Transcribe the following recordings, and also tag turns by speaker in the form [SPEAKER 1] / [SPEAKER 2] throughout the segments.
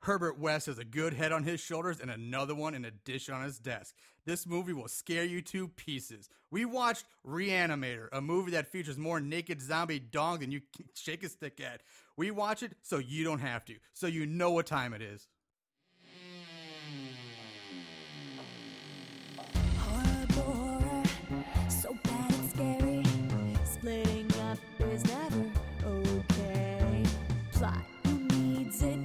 [SPEAKER 1] Herbert West has a good head on his shoulders and another one in a dish on his desk. This movie will scare you to pieces. We watched Reanimator, a movie that features more naked zombie dong than you can shake a stick at. We watch it so you don't have to, so you know what time it is.
[SPEAKER 2] Horror, so bad and scary. Splitting up is never okay. Plot who needs it?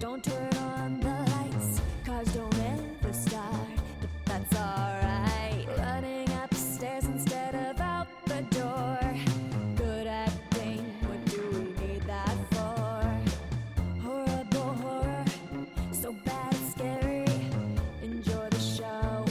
[SPEAKER 2] Don't turn on the lights. Cars don't ever start, but that's alright. Running upstairs instead of out the door. Good acting, what do we need that for? Horrible horror, so bad and scary. Enjoy the show.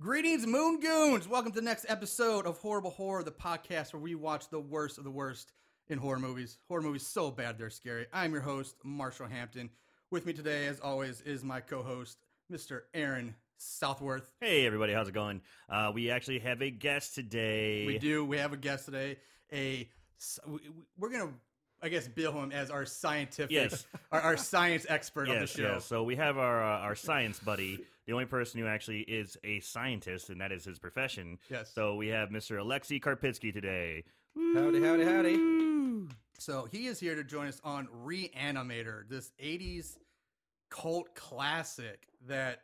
[SPEAKER 1] Greetings, Moon Goons! Welcome to the next episode of Horrible Horror, the podcast where we watch the worst of the worst in horror movies. Horror movies so bad they're scary. I'm your host, Marshall Hampton. With me today, as always, is my co host, Mr. Aaron Southworth.
[SPEAKER 3] Hey everybody, how's it going? Uh, we actually have a guest today.
[SPEAKER 1] We do. We have a guest today. A s- we- we- we're gonna, I guess, bill him as our scientific,
[SPEAKER 3] Yes.
[SPEAKER 1] our, our science expert on the
[SPEAKER 3] Yes,
[SPEAKER 1] show.
[SPEAKER 3] yes. So we have our uh, our science buddy, the only person who actually is a scientist, and that is his profession.
[SPEAKER 1] Yes.
[SPEAKER 3] So we have Mr. Alexei Karpitsky today.
[SPEAKER 4] Howdy, howdy, howdy.
[SPEAKER 1] So he is here to join us on Reanimator, this 80s cult classic that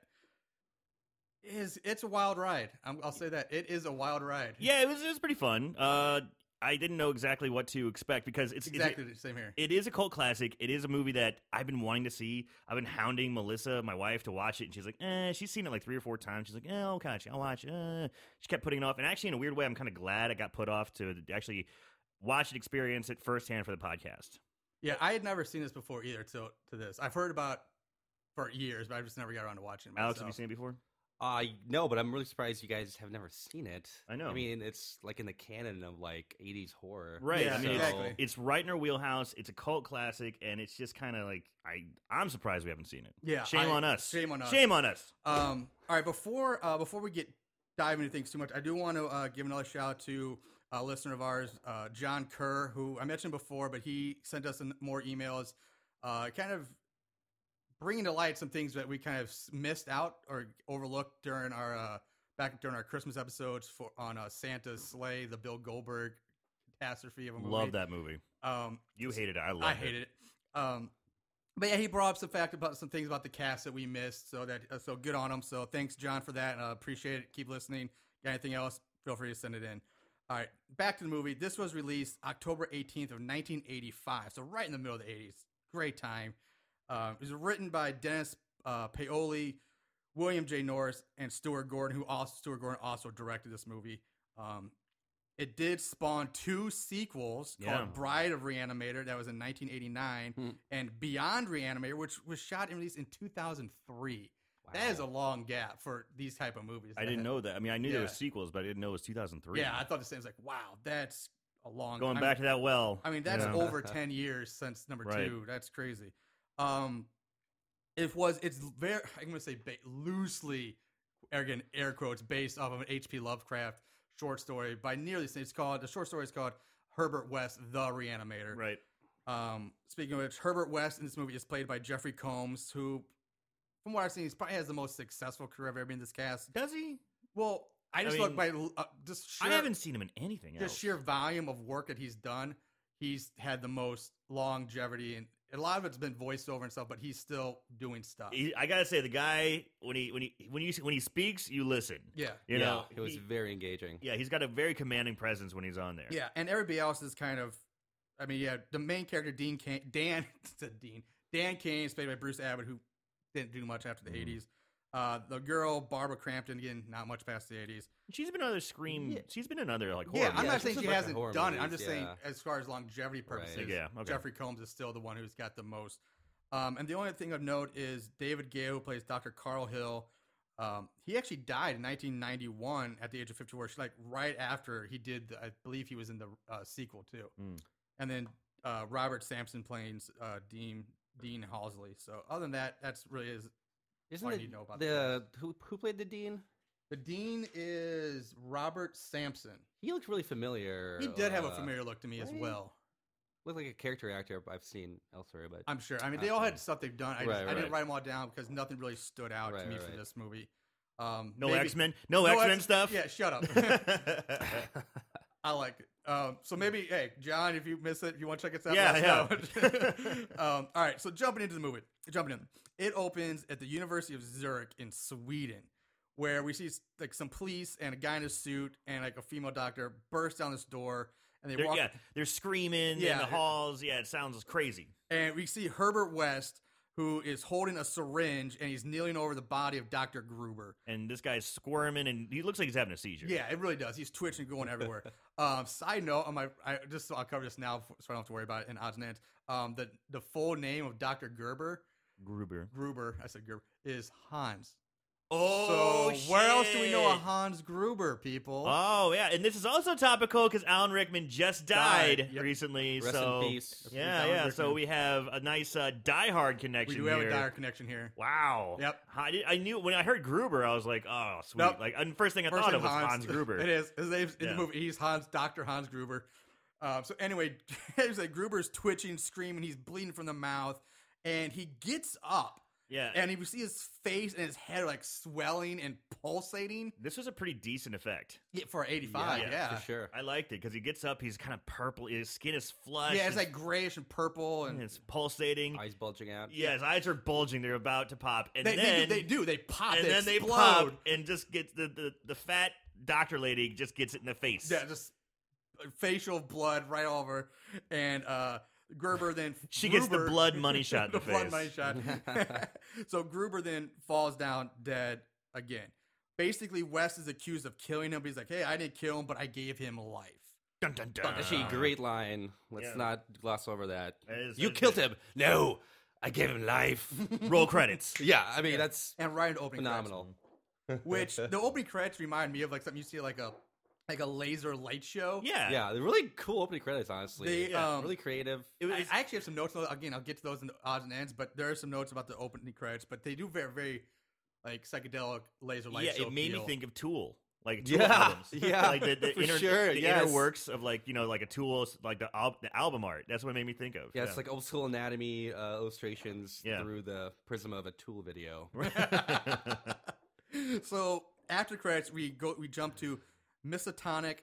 [SPEAKER 1] is it's a wild ride. I'm, I'll say that it is a wild ride.
[SPEAKER 3] Yeah, it was it was pretty fun. Uh, I didn't know exactly what to expect because it's it's-
[SPEAKER 1] exactly the same here.
[SPEAKER 3] It is a cult classic. It is a movie that I've been wanting to see. I've been hounding Melissa, my wife, to watch it, and she's like, "Eh." She's seen it like three or four times. She's like, "Eh, I'll catch it. I'll watch." it. Eh. She kept putting it off, and actually, in a weird way, I'm kind of glad I got put off to actually watch it, experience it firsthand for the podcast.
[SPEAKER 1] yeah, I had never seen this before either. Till to this, I've heard about for years, but I just never got around to watching it. Myself.
[SPEAKER 3] Alex, have you seen it before?
[SPEAKER 4] Uh, no, but I'm really surprised you guys have never seen it.
[SPEAKER 3] I know.
[SPEAKER 4] I mean, it's like in the canon of like 80s horror.
[SPEAKER 3] Right,
[SPEAKER 1] Yeah,
[SPEAKER 3] I mean,
[SPEAKER 1] exactly.
[SPEAKER 3] It's right in our wheelhouse. It's a cult classic, and it's just kind of like I. I'm surprised we haven't seen it.
[SPEAKER 1] Yeah,
[SPEAKER 3] shame
[SPEAKER 1] I-
[SPEAKER 3] on us.
[SPEAKER 1] shame on us.
[SPEAKER 3] Shame on us.
[SPEAKER 1] Um, all right, before uh, before we get dive into things too much, I do want to uh, give another shout out to a listener of ours, uh, John Kerr, who I mentioned before, but he sent us in more emails, uh, kind of bringing to light some things that we kind of s- missed out or overlooked during our uh, back during our Christmas episodes for on uh, Santa's sleigh, the Bill Goldberg catastrophe of a movie.
[SPEAKER 3] Love that movie.
[SPEAKER 1] Um,
[SPEAKER 3] You hated it. I love
[SPEAKER 1] I hated it. Um, but yeah, he brought up some fact about some things about the cast that we missed. So that uh, so good on him. So thanks, John, for that. Uh, appreciate it. Keep listening. Got anything else? Feel free to send it in. All right, back to the movie. This was released October 18th of 1985. So right in the middle of the 80s. Great time. Um, it was written by Dennis uh, Paoli, William J. Norris, and Stuart Gordon, who also Stuart Gordon also directed this movie. Um, it did spawn two sequels
[SPEAKER 3] Yeah.
[SPEAKER 1] called Bride of Reanimator, that was in 1989,
[SPEAKER 4] Hmm.
[SPEAKER 1] and Beyond Reanimator, which was shot and released in 2003. That is a
[SPEAKER 4] Wow.
[SPEAKER 1] long gap for these type of movies.
[SPEAKER 3] I didn't know that. I mean, I knew there
[SPEAKER 1] Yeah.
[SPEAKER 3] was sequels, but I didn't know it was 2003.
[SPEAKER 1] Yeah, I thought the same. It's like, wow, that's a long.
[SPEAKER 3] going
[SPEAKER 1] I mean-
[SPEAKER 3] back to that well.
[SPEAKER 1] I mean, that's
[SPEAKER 3] you know.
[SPEAKER 1] over ten years since number
[SPEAKER 3] Right.
[SPEAKER 1] two. That's crazy. Um, it was. It's very. I'm gonna say ba- loosely, again, air quotes, based off of an H.P. Lovecraft short story by nearly. the same- It's called the short story is called Herbert West, the Reanimator.
[SPEAKER 3] right.
[SPEAKER 1] Um, speaking of which, Herbert West in this movie is played by Jeffrey Combs, who, from what I've seen, he's probably has the most successful career I've ever been in this cast.
[SPEAKER 3] Does he?
[SPEAKER 1] Well, I
[SPEAKER 3] I
[SPEAKER 1] just look by uh, just sheer,
[SPEAKER 3] I haven't seen him in anything
[SPEAKER 1] the
[SPEAKER 3] else.
[SPEAKER 1] sheer volume of work that he's done, he's had the most longevity, and a lot of it's been voiceover and stuff. But he's still doing stuff.
[SPEAKER 3] He- I gotta say, the guy when he when he when you when he speaks, you listen.
[SPEAKER 1] yeah,
[SPEAKER 3] You
[SPEAKER 4] yeah,
[SPEAKER 3] know,
[SPEAKER 4] it was
[SPEAKER 3] He-
[SPEAKER 4] very engaging.
[SPEAKER 3] yeah, he's got a very commanding presence when he's on there.
[SPEAKER 1] yeah, and everybody else is kind of. I mean, yeah, the main character Dean Cain, Dan said Dean Dan Kane is played by Bruce Abbott, who didn't do much after the
[SPEAKER 3] Mhm.
[SPEAKER 4] Mm-hmm.
[SPEAKER 1] '80s. Uh, the girl Barbara Crampton again, not much past the '80s.
[SPEAKER 3] she's been on other Scream.
[SPEAKER 4] Yeah.
[SPEAKER 3] She's been in other like horror.
[SPEAKER 1] Yeah, I'm
[SPEAKER 4] yeah,
[SPEAKER 1] not
[SPEAKER 4] it's
[SPEAKER 1] saying
[SPEAKER 4] just
[SPEAKER 1] she
[SPEAKER 4] a bunch of
[SPEAKER 1] hasn't
[SPEAKER 4] horror
[SPEAKER 1] done it. I'm
[SPEAKER 4] movies,
[SPEAKER 1] just saying,
[SPEAKER 4] yeah.
[SPEAKER 1] as far as longevity
[SPEAKER 4] Right.
[SPEAKER 1] purposes,
[SPEAKER 3] Yeah, okay.
[SPEAKER 1] Jeffrey Combs is still the one who's got the most. Um, and the only thing of note is David Gale, who plays Dr. Carl Hill. Um, he actually died in 1991 at the age of 54, She's like right after he did, the, I believe he was in the uh, sequel too.
[SPEAKER 3] Hmm.
[SPEAKER 1] And then uh, Robert Sampson plays uh, Dean Dean Halsley. So other than that, that's really is
[SPEAKER 4] Isn't
[SPEAKER 1] Why
[SPEAKER 4] it
[SPEAKER 1] do you know about
[SPEAKER 4] the who who played the dean?
[SPEAKER 1] The dean is Robert Sampson.
[SPEAKER 4] He looked really familiar.
[SPEAKER 1] He did have a
[SPEAKER 4] uh,
[SPEAKER 1] familiar look to me as
[SPEAKER 4] right?
[SPEAKER 1] well.
[SPEAKER 4] Looked like a character actor I've seen elsewhere, but
[SPEAKER 1] I'm sure. I mean, they all had
[SPEAKER 4] Uh,
[SPEAKER 1] stuff they've done. I, just,
[SPEAKER 4] right,
[SPEAKER 1] I didn't
[SPEAKER 4] right.
[SPEAKER 1] write them all down because nothing really stood out
[SPEAKER 4] Right,
[SPEAKER 1] to me
[SPEAKER 4] right,
[SPEAKER 1] for
[SPEAKER 4] right.
[SPEAKER 1] this movie. Um,
[SPEAKER 3] No
[SPEAKER 1] maybe-
[SPEAKER 3] X Men. No,
[SPEAKER 1] No
[SPEAKER 3] X Men
[SPEAKER 1] X-
[SPEAKER 3] stuff.
[SPEAKER 1] Yeah, shut up.
[SPEAKER 3] Yeah.
[SPEAKER 1] I like it. Um, so maybe, hey, John, if you miss it, if you want to check us out,
[SPEAKER 3] Yeah,
[SPEAKER 1] let us
[SPEAKER 3] yeah.
[SPEAKER 1] know. um, all right, so jumping into the movie, jumping in, it opens at the University of Zurich in Sweden, where we see like some police and a guy in a suit and like a female doctor burst down this door, and they
[SPEAKER 3] They're,
[SPEAKER 1] walk,
[SPEAKER 3] yeah, they're screaming
[SPEAKER 1] Yeah,
[SPEAKER 3] in the
[SPEAKER 1] it-
[SPEAKER 3] halls. Yeah, it sounds crazy.
[SPEAKER 1] and we see Herbert West who is holding a syringe and he's kneeling over the body of Doctor Gruber.
[SPEAKER 3] And this guy's squirming, and he looks like he's having a seizure.
[SPEAKER 1] Yeah, it really does. He's twitching, going everywhere. um, side note, on my, I just so I'll cover this now, so I don't have to worry about it in odds and ends. Um, the the full name of Doctor Gerber
[SPEAKER 3] Gruber.
[SPEAKER 1] Gruber, I said Gerber, is Hans.
[SPEAKER 3] Oh,
[SPEAKER 1] so where else do we know a
[SPEAKER 3] shit.
[SPEAKER 1] Hans Gruber? People,
[SPEAKER 3] Oh yeah, and this is also topical because Alan Rickman just died,
[SPEAKER 1] Died, yep.
[SPEAKER 3] recently.
[SPEAKER 4] rest
[SPEAKER 3] so
[SPEAKER 4] in peace.
[SPEAKER 3] yeah,
[SPEAKER 1] Alan
[SPEAKER 3] yeah.
[SPEAKER 1] Rickman.
[SPEAKER 3] So we have a nice uh, Die Hard connection.
[SPEAKER 1] we do
[SPEAKER 3] here.
[SPEAKER 1] have a dire connection here.
[SPEAKER 3] Wow.
[SPEAKER 1] Yep.
[SPEAKER 3] I, did- I knew when I heard Gruber, I was like, oh sweet.
[SPEAKER 1] Nope.
[SPEAKER 3] Like, and first thing I
[SPEAKER 1] First
[SPEAKER 3] thought
[SPEAKER 1] name
[SPEAKER 3] of was Hans, Gruber.
[SPEAKER 1] it is his name's in
[SPEAKER 3] Yeah.
[SPEAKER 1] the movie. He's Hans, Doctor Hans Gruber. Um, so anyway, he's like Gruber's twitching, screaming, he's bleeding from the mouth, and he gets up.
[SPEAKER 3] Yeah.
[SPEAKER 1] And you see his face and his head like swelling and pulsating.
[SPEAKER 3] this was a pretty decent effect.
[SPEAKER 1] Yeah, for 85, yeah.
[SPEAKER 3] Yeah,
[SPEAKER 1] Yeah,
[SPEAKER 4] for sure.
[SPEAKER 3] I liked it because he gets up, he's kind of purple, his skin is flushed.
[SPEAKER 1] it's like grayish and purple
[SPEAKER 3] and
[SPEAKER 1] and
[SPEAKER 3] it's pulsating.
[SPEAKER 4] Eyes bulging out.
[SPEAKER 3] yeah, his eyes are bulging; they're about to pop, and
[SPEAKER 1] they,
[SPEAKER 3] then
[SPEAKER 1] they, do, they do, they pop,
[SPEAKER 3] and
[SPEAKER 1] they
[SPEAKER 3] then they
[SPEAKER 1] explode.
[SPEAKER 3] pop, and just gets the, the the fat doctor lady just gets it in the face.
[SPEAKER 1] Yeah, just uh, facial blood right over and uh Gerber then
[SPEAKER 3] She gets the
[SPEAKER 1] Gruber-
[SPEAKER 3] blood money shot in
[SPEAKER 1] the
[SPEAKER 3] the
[SPEAKER 1] blood
[SPEAKER 3] face.
[SPEAKER 1] money shot. so Gruber then falls down dead again. Basically, West is accused of killing him, but he's like, "Hey, I didn't kill him, but I gave him life."
[SPEAKER 3] Dun, dun, dun.
[SPEAKER 4] Actually, great line. Let's
[SPEAKER 3] Yeah.
[SPEAKER 4] not gloss over that.
[SPEAKER 3] That is-
[SPEAKER 4] you
[SPEAKER 3] that's
[SPEAKER 4] killed
[SPEAKER 3] good.
[SPEAKER 4] him. No, I gave him life.
[SPEAKER 3] Roll credits.
[SPEAKER 4] yeah, I mean
[SPEAKER 1] Yeah.
[SPEAKER 4] that's
[SPEAKER 1] And Ryan opening credits.
[SPEAKER 4] phenomenal.
[SPEAKER 1] which the opening credits remind me of like something you see at, like a like a laser light show.
[SPEAKER 3] Yeah,
[SPEAKER 4] Yeah, they're really cool opening credits. Honestly,
[SPEAKER 1] They,
[SPEAKER 4] Yeah,
[SPEAKER 1] um,
[SPEAKER 4] really creative.
[SPEAKER 3] It was,
[SPEAKER 1] I, I actually have some notes. on- Again, I'll get to those in the odds and ends, but there are some notes about the opening credits. But they do very, very like psychedelic laser light
[SPEAKER 3] yeah.
[SPEAKER 1] show.
[SPEAKER 3] It made me
[SPEAKER 1] feel.
[SPEAKER 3] think of Tool, like Tool
[SPEAKER 4] Yeah,
[SPEAKER 3] albums.
[SPEAKER 4] yeah,
[SPEAKER 3] like the, the
[SPEAKER 4] for
[SPEAKER 3] inner,
[SPEAKER 4] sure,
[SPEAKER 3] the
[SPEAKER 4] yes.
[SPEAKER 3] inner works of like you know like a Tool, like the al- the album art. That's what it made me think of.
[SPEAKER 4] yeah, it's like old school anatomy uh, illustrations
[SPEAKER 3] Yeah.
[SPEAKER 4] through the prism of a Tool video.
[SPEAKER 1] so after credits, we go. We jump to Miskatonic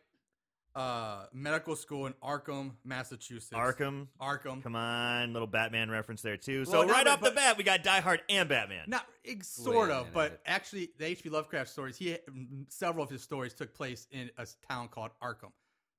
[SPEAKER 1] uh, Medical School in Arkham, Massachusetts.
[SPEAKER 3] Arkham.
[SPEAKER 1] Arkham.
[SPEAKER 3] Come on, little Batman reference there too. So
[SPEAKER 1] Well, no,
[SPEAKER 3] right
[SPEAKER 1] but-
[SPEAKER 3] off the
[SPEAKER 1] but-
[SPEAKER 3] bat, we got Die Hard and Batman.
[SPEAKER 1] Not ex-
[SPEAKER 4] Wait
[SPEAKER 1] sort
[SPEAKER 4] a
[SPEAKER 1] of, but
[SPEAKER 4] minute.
[SPEAKER 1] actually, the H.P. Lovecraft stories. He mm, several of his stories took place in a s- town called Arkham.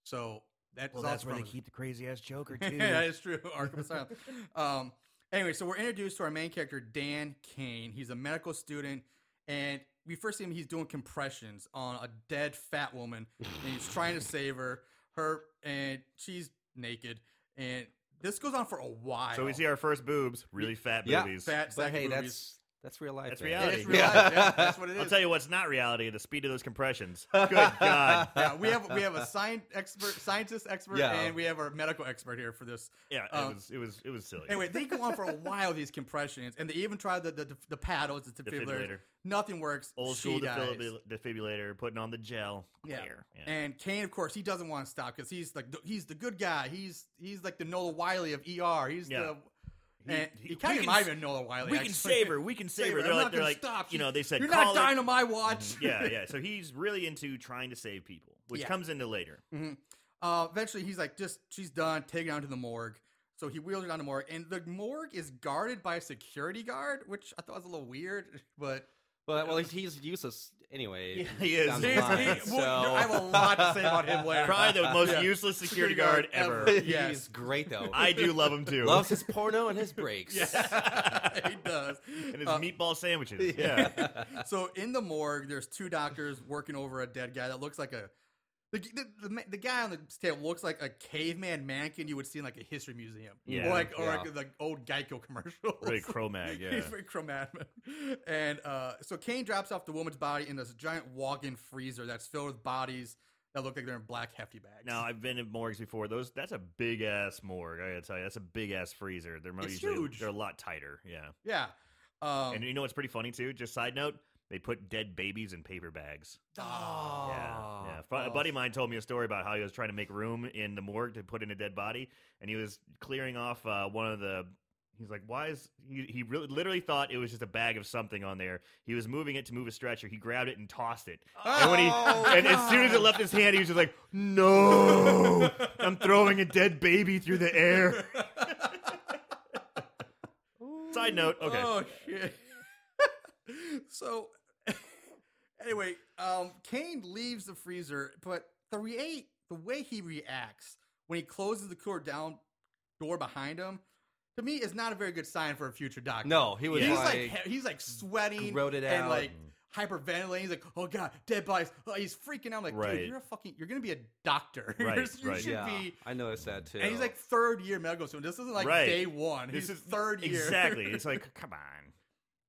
[SPEAKER 1] So that's
[SPEAKER 3] well,
[SPEAKER 1] also
[SPEAKER 3] that's where they
[SPEAKER 1] from-
[SPEAKER 3] keep the crazy ass Joker too.
[SPEAKER 1] yeah, it's true. Arkham Asylum. Um, anyway, so we're introduced to our main character, Dan Kane. He's a medical student, and we first see him. He's doing compressions on a dead fat woman, and he's trying to save her. Her and she's naked, and this goes on for a while.
[SPEAKER 3] So we see our first boobs, really fat
[SPEAKER 4] Yeah,
[SPEAKER 3] boobies.
[SPEAKER 1] fat,
[SPEAKER 4] But
[SPEAKER 1] sexy
[SPEAKER 4] hey,
[SPEAKER 1] movies.
[SPEAKER 4] that's that's real life.
[SPEAKER 3] That's
[SPEAKER 4] man.
[SPEAKER 1] It
[SPEAKER 3] reality.
[SPEAKER 1] is real life, yeah, that's what it
[SPEAKER 3] I'll
[SPEAKER 1] is.
[SPEAKER 3] tell you what's not reality: the speed of those compressions. Good God!
[SPEAKER 1] yeah, we have we have a science expert, scientist expert,
[SPEAKER 4] Yeah.
[SPEAKER 1] and we have our medical expert here for this.
[SPEAKER 3] Yeah, it
[SPEAKER 1] Um,
[SPEAKER 3] was it was it was silly.
[SPEAKER 1] Anyway, they go on for a while these compressions, and they even try the the, the paddles, the defibrillators.
[SPEAKER 3] defibrillator,
[SPEAKER 1] Nothing works.
[SPEAKER 3] old
[SPEAKER 1] She
[SPEAKER 3] school
[SPEAKER 1] dies.
[SPEAKER 3] defibrillator, defibrillator, putting on the gel.
[SPEAKER 1] Yeah.
[SPEAKER 3] Clear.
[SPEAKER 1] And Kane, of course, he doesn't want to stop because he's like the, he's the good guy. He's he's like the Nola Wiley of ER. He's
[SPEAKER 3] Yeah.
[SPEAKER 1] the and he,
[SPEAKER 3] he-
[SPEAKER 1] kind
[SPEAKER 3] we
[SPEAKER 1] of
[SPEAKER 3] can
[SPEAKER 1] reminds
[SPEAKER 3] s-
[SPEAKER 1] me of Nola Wiley.
[SPEAKER 3] we can
[SPEAKER 1] actually.
[SPEAKER 3] save her. We can save,
[SPEAKER 1] Save
[SPEAKER 3] her.
[SPEAKER 1] her.
[SPEAKER 3] They're
[SPEAKER 1] I'm
[SPEAKER 3] like
[SPEAKER 1] not
[SPEAKER 3] they're
[SPEAKER 1] gonna
[SPEAKER 3] like
[SPEAKER 1] stop.
[SPEAKER 3] you know they said
[SPEAKER 1] You're
[SPEAKER 3] call
[SPEAKER 1] not
[SPEAKER 3] it- Mm-hmm.
[SPEAKER 1] dying on my watch.
[SPEAKER 3] yeah, yeah. So he's really into trying to save people, which
[SPEAKER 1] Yeah.
[SPEAKER 3] comes into later.
[SPEAKER 1] Uh, eventually, he's like, just she's done. Take her down to the morgue. So he wheels her down to the morgue, and the morgue is guarded by a security guard, which I thought was a little weird, but
[SPEAKER 4] But well, he's, he's useless anyway.
[SPEAKER 3] Yeah, he is.
[SPEAKER 4] down the
[SPEAKER 3] He's-
[SPEAKER 4] line,
[SPEAKER 1] he- well,
[SPEAKER 4] so-
[SPEAKER 1] I have a lot to say about him later.
[SPEAKER 3] Probably the most
[SPEAKER 1] Yeah.
[SPEAKER 3] useless security
[SPEAKER 1] Security guard
[SPEAKER 3] guard ever.
[SPEAKER 1] ever.
[SPEAKER 4] He's
[SPEAKER 1] Yes.
[SPEAKER 4] great though.
[SPEAKER 3] I do love him too.
[SPEAKER 4] Loves his porno and his breaks.
[SPEAKER 1] he does.
[SPEAKER 3] and his
[SPEAKER 1] Uh,
[SPEAKER 3] meatball sandwiches. Yeah.
[SPEAKER 1] so in the morgue, there's two doctors working over a dead guy that looks like a. The, the, the, ma- the guy on the table looks like a caveman mannequin you would see in like a history museum,
[SPEAKER 3] Yeah.
[SPEAKER 1] or like or
[SPEAKER 4] Yeah.
[SPEAKER 1] like the old Geico commercial.
[SPEAKER 3] Really Cro-Mag, yeah.
[SPEAKER 1] He's very chromatic. And uh, so Kane drops off the woman's body in this giant walk-in freezer that's filled with bodies that look like they're in black hefty bags.
[SPEAKER 3] Now I've been in morgues before. Those that's a big ass morgue. I gotta tell you, that's a big ass freezer. They're mo-
[SPEAKER 1] It's
[SPEAKER 3] usually
[SPEAKER 1] huge.
[SPEAKER 3] they're a lot tighter. Yeah,
[SPEAKER 1] yeah, um,
[SPEAKER 3] and you know what's pretty funny too. Just side note, They put dead babies in paper bags.
[SPEAKER 1] Oh.
[SPEAKER 3] Yeah, yeah. Fu- A buddy of mine told me a story about how he was trying to make room in the morgue to put in a dead body, and he was clearing off uh, one of the. He's like, why is he? He really, literally thought it was just a bag of something on there. He was moving it to move a stretcher. He grabbed it and tossed it.
[SPEAKER 1] Oh,
[SPEAKER 3] And when he, and as soon as it left his hand, he was just like, "No, I'm throwing a dead baby through the air." Side note, okay.
[SPEAKER 1] Oh shit. so anyway, um Kane leaves the freezer, but the react the way he reacts when he closes the cooler down door behind him, to me is not a very good sign for a future doctor.
[SPEAKER 4] No, he was
[SPEAKER 1] He's like,
[SPEAKER 4] like,
[SPEAKER 1] he- he's like sweating
[SPEAKER 4] growed
[SPEAKER 1] and
[SPEAKER 4] out.
[SPEAKER 1] like hyperventilating. He's like, oh god, dead bodies. Oh, he's freaking out. I'm like,
[SPEAKER 3] Right.
[SPEAKER 1] dude, you're a fucking you're gonna be a doctor.
[SPEAKER 3] Right,
[SPEAKER 1] You're- you
[SPEAKER 3] right.
[SPEAKER 1] should
[SPEAKER 4] yeah,
[SPEAKER 1] be
[SPEAKER 4] I noticed that too.
[SPEAKER 1] and he's like third year medical student. This isn't like
[SPEAKER 3] Right.
[SPEAKER 1] day one.
[SPEAKER 3] This
[SPEAKER 1] He's
[SPEAKER 3] is-
[SPEAKER 1] third year.
[SPEAKER 3] Exactly. It's like, come on.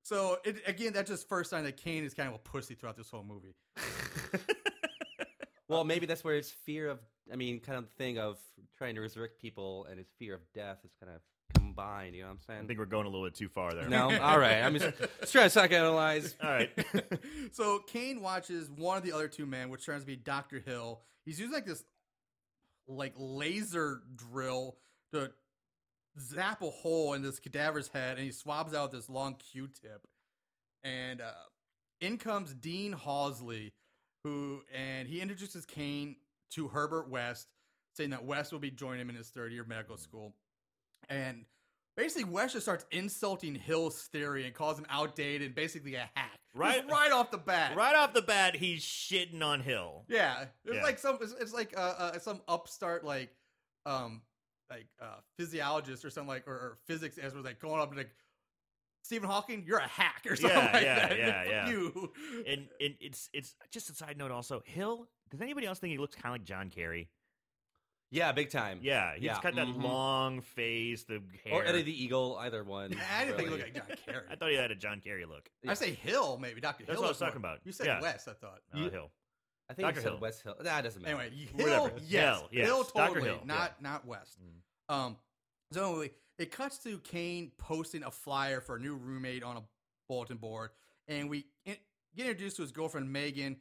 [SPEAKER 1] So it, again, that's just first sign that Kane is kind of a pussy throughout this whole movie. Uh,
[SPEAKER 4] well, maybe that's where his fear of, I mean, kind of the thing of trying to resurrect people and his fear of death is kind of combined. You know what
[SPEAKER 3] I
[SPEAKER 4] I'm saying?
[SPEAKER 3] think we're going a little bit too far there.
[SPEAKER 4] No, all right. I'm just, just trying to psychoanalyze.
[SPEAKER 3] All right.
[SPEAKER 1] so Kane watches one of the other two men, which turns to be Doctor Hill. He's using like this, like laser drill to zap a hole in this cadaver's head, and he swabs out this long Q-tip. And uh, in comes Dean Halsley, who and he introduces Kane to Herbert West, saying that West will be joining him in his third year of medical
[SPEAKER 3] Mm.
[SPEAKER 1] school, and. Basically, West just starts insulting Hill's theory and calls him outdated and basically a hack. Just
[SPEAKER 3] Right-
[SPEAKER 1] right off the bat.
[SPEAKER 3] right off the bat, he's shitting on Hill.
[SPEAKER 1] Yeah, it's
[SPEAKER 3] Yeah.
[SPEAKER 1] like some. It's, it's like uh, uh, some upstart like, um, like uh, physiologist or something like, or, or physics as was like going up and like, Stephen Hawking, you're a hack or something
[SPEAKER 3] Yeah,
[SPEAKER 1] like
[SPEAKER 3] yeah,
[SPEAKER 1] that.
[SPEAKER 3] yeah,
[SPEAKER 1] Fuck
[SPEAKER 3] yeah.
[SPEAKER 1] You.
[SPEAKER 3] And and it's it's just a side note also. Hill, does anybody else think he looks kind of like John Kerry?
[SPEAKER 4] Yeah, big time.
[SPEAKER 3] Yeah, he's
[SPEAKER 4] Yeah,
[SPEAKER 3] got that
[SPEAKER 4] mhm.
[SPEAKER 3] long face, the hair.
[SPEAKER 4] Or Eddie the Eagle, either one.
[SPEAKER 1] I didn't think it
[SPEAKER 4] really.
[SPEAKER 1] looked like John Kerry.
[SPEAKER 3] I thought he had a John Kerry look.
[SPEAKER 1] I say Hill maybe Doctor
[SPEAKER 3] That's
[SPEAKER 1] Hill.
[SPEAKER 3] what I
[SPEAKER 1] looks
[SPEAKER 3] was
[SPEAKER 1] more-
[SPEAKER 3] talking about.
[SPEAKER 1] You said
[SPEAKER 3] Yeah.
[SPEAKER 1] West, I thought.
[SPEAKER 3] Uh,
[SPEAKER 4] You-
[SPEAKER 3] Hill.
[SPEAKER 4] I think
[SPEAKER 3] Dr.
[SPEAKER 4] Dr. Hill.
[SPEAKER 3] Hill.
[SPEAKER 4] West Hill. That doesn't matter.
[SPEAKER 1] Anyway, Hill,
[SPEAKER 3] Whatever.
[SPEAKER 1] yes,
[SPEAKER 3] Hill, yes. Dr.
[SPEAKER 1] totally,
[SPEAKER 3] Hill, Mm.
[SPEAKER 1] not not West. Um, so anyway, it cuts to Kane posting a flyer for a new roommate on a bulletin board, and we in- get introduced to his girlfriend Megan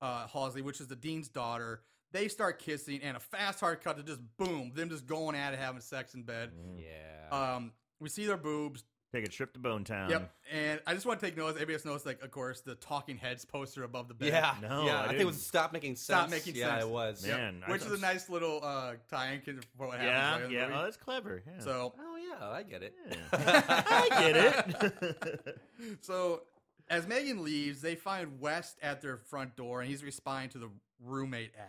[SPEAKER 1] uh, Halsey, which is the dean's daughter. They start kissing, and a fast hard cut to just boom, them just going at it, having sex in
[SPEAKER 3] Mm,
[SPEAKER 1] bed.
[SPEAKER 4] yeah.
[SPEAKER 1] Um, we see their boobs.
[SPEAKER 3] Take a trip to Bone Town.
[SPEAKER 1] yep. And I just want to take notice. Everybody else noticed, like, of course, the talking heads poster above the bed.
[SPEAKER 4] yeah.
[SPEAKER 3] No,
[SPEAKER 4] yeah.
[SPEAKER 3] I
[SPEAKER 4] I, think it was
[SPEAKER 3] didn't.
[SPEAKER 4] Stop Making Sense.
[SPEAKER 1] Stop Making
[SPEAKER 4] yeah,
[SPEAKER 1] Sense.
[SPEAKER 4] it was.
[SPEAKER 1] Yep.
[SPEAKER 3] Man, I
[SPEAKER 1] Which
[SPEAKER 3] thought-
[SPEAKER 1] is a nice little uh, tie-in for what
[SPEAKER 3] Yeah,
[SPEAKER 1] happens. later in the
[SPEAKER 3] yeah.
[SPEAKER 1] movie.
[SPEAKER 3] Oh, that's clever. Yeah.
[SPEAKER 1] So
[SPEAKER 4] Oh, yeah. I get it.
[SPEAKER 3] Yeah. I get it.
[SPEAKER 1] So as Megan leaves, they find West at their front door, and he's responding to the roommate ad.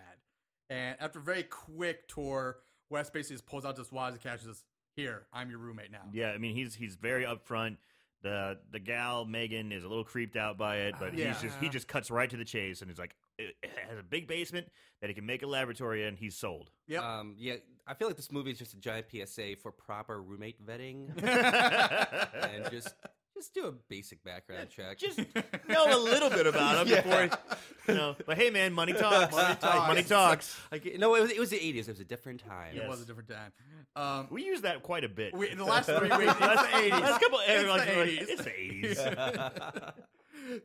[SPEAKER 1] And after a very quick tour, West basically just pulls out this wad and catches us. Here, I'm your roommate now.
[SPEAKER 3] yeah, I mean he's he's very upfront. The the gal Megan is a little creeped out by it, but
[SPEAKER 1] Yeah.
[SPEAKER 3] he's just he just cuts right to the chase and is like it it has a big basement that he can make a laboratory in. He's sold.
[SPEAKER 1] Yep.
[SPEAKER 4] Um, yeah. I feel like this movie is just a giant PSA for proper roommate vetting and just just do a basic background check.
[SPEAKER 3] just know a little bit about him
[SPEAKER 4] Yeah.
[SPEAKER 3] before you know. But hey, man, money talks. money talks. Money talks.
[SPEAKER 4] Like, no, it was, it was the 80s. It was a different time.
[SPEAKER 1] It
[SPEAKER 3] Yes.
[SPEAKER 1] was a different time. Um,
[SPEAKER 3] We use that quite a bit.
[SPEAKER 1] we, in the last three weeks, it's the
[SPEAKER 3] Last-
[SPEAKER 1] 80s.
[SPEAKER 3] last couple- everyone's like,
[SPEAKER 1] it's the
[SPEAKER 3] "It's the
[SPEAKER 1] 80s.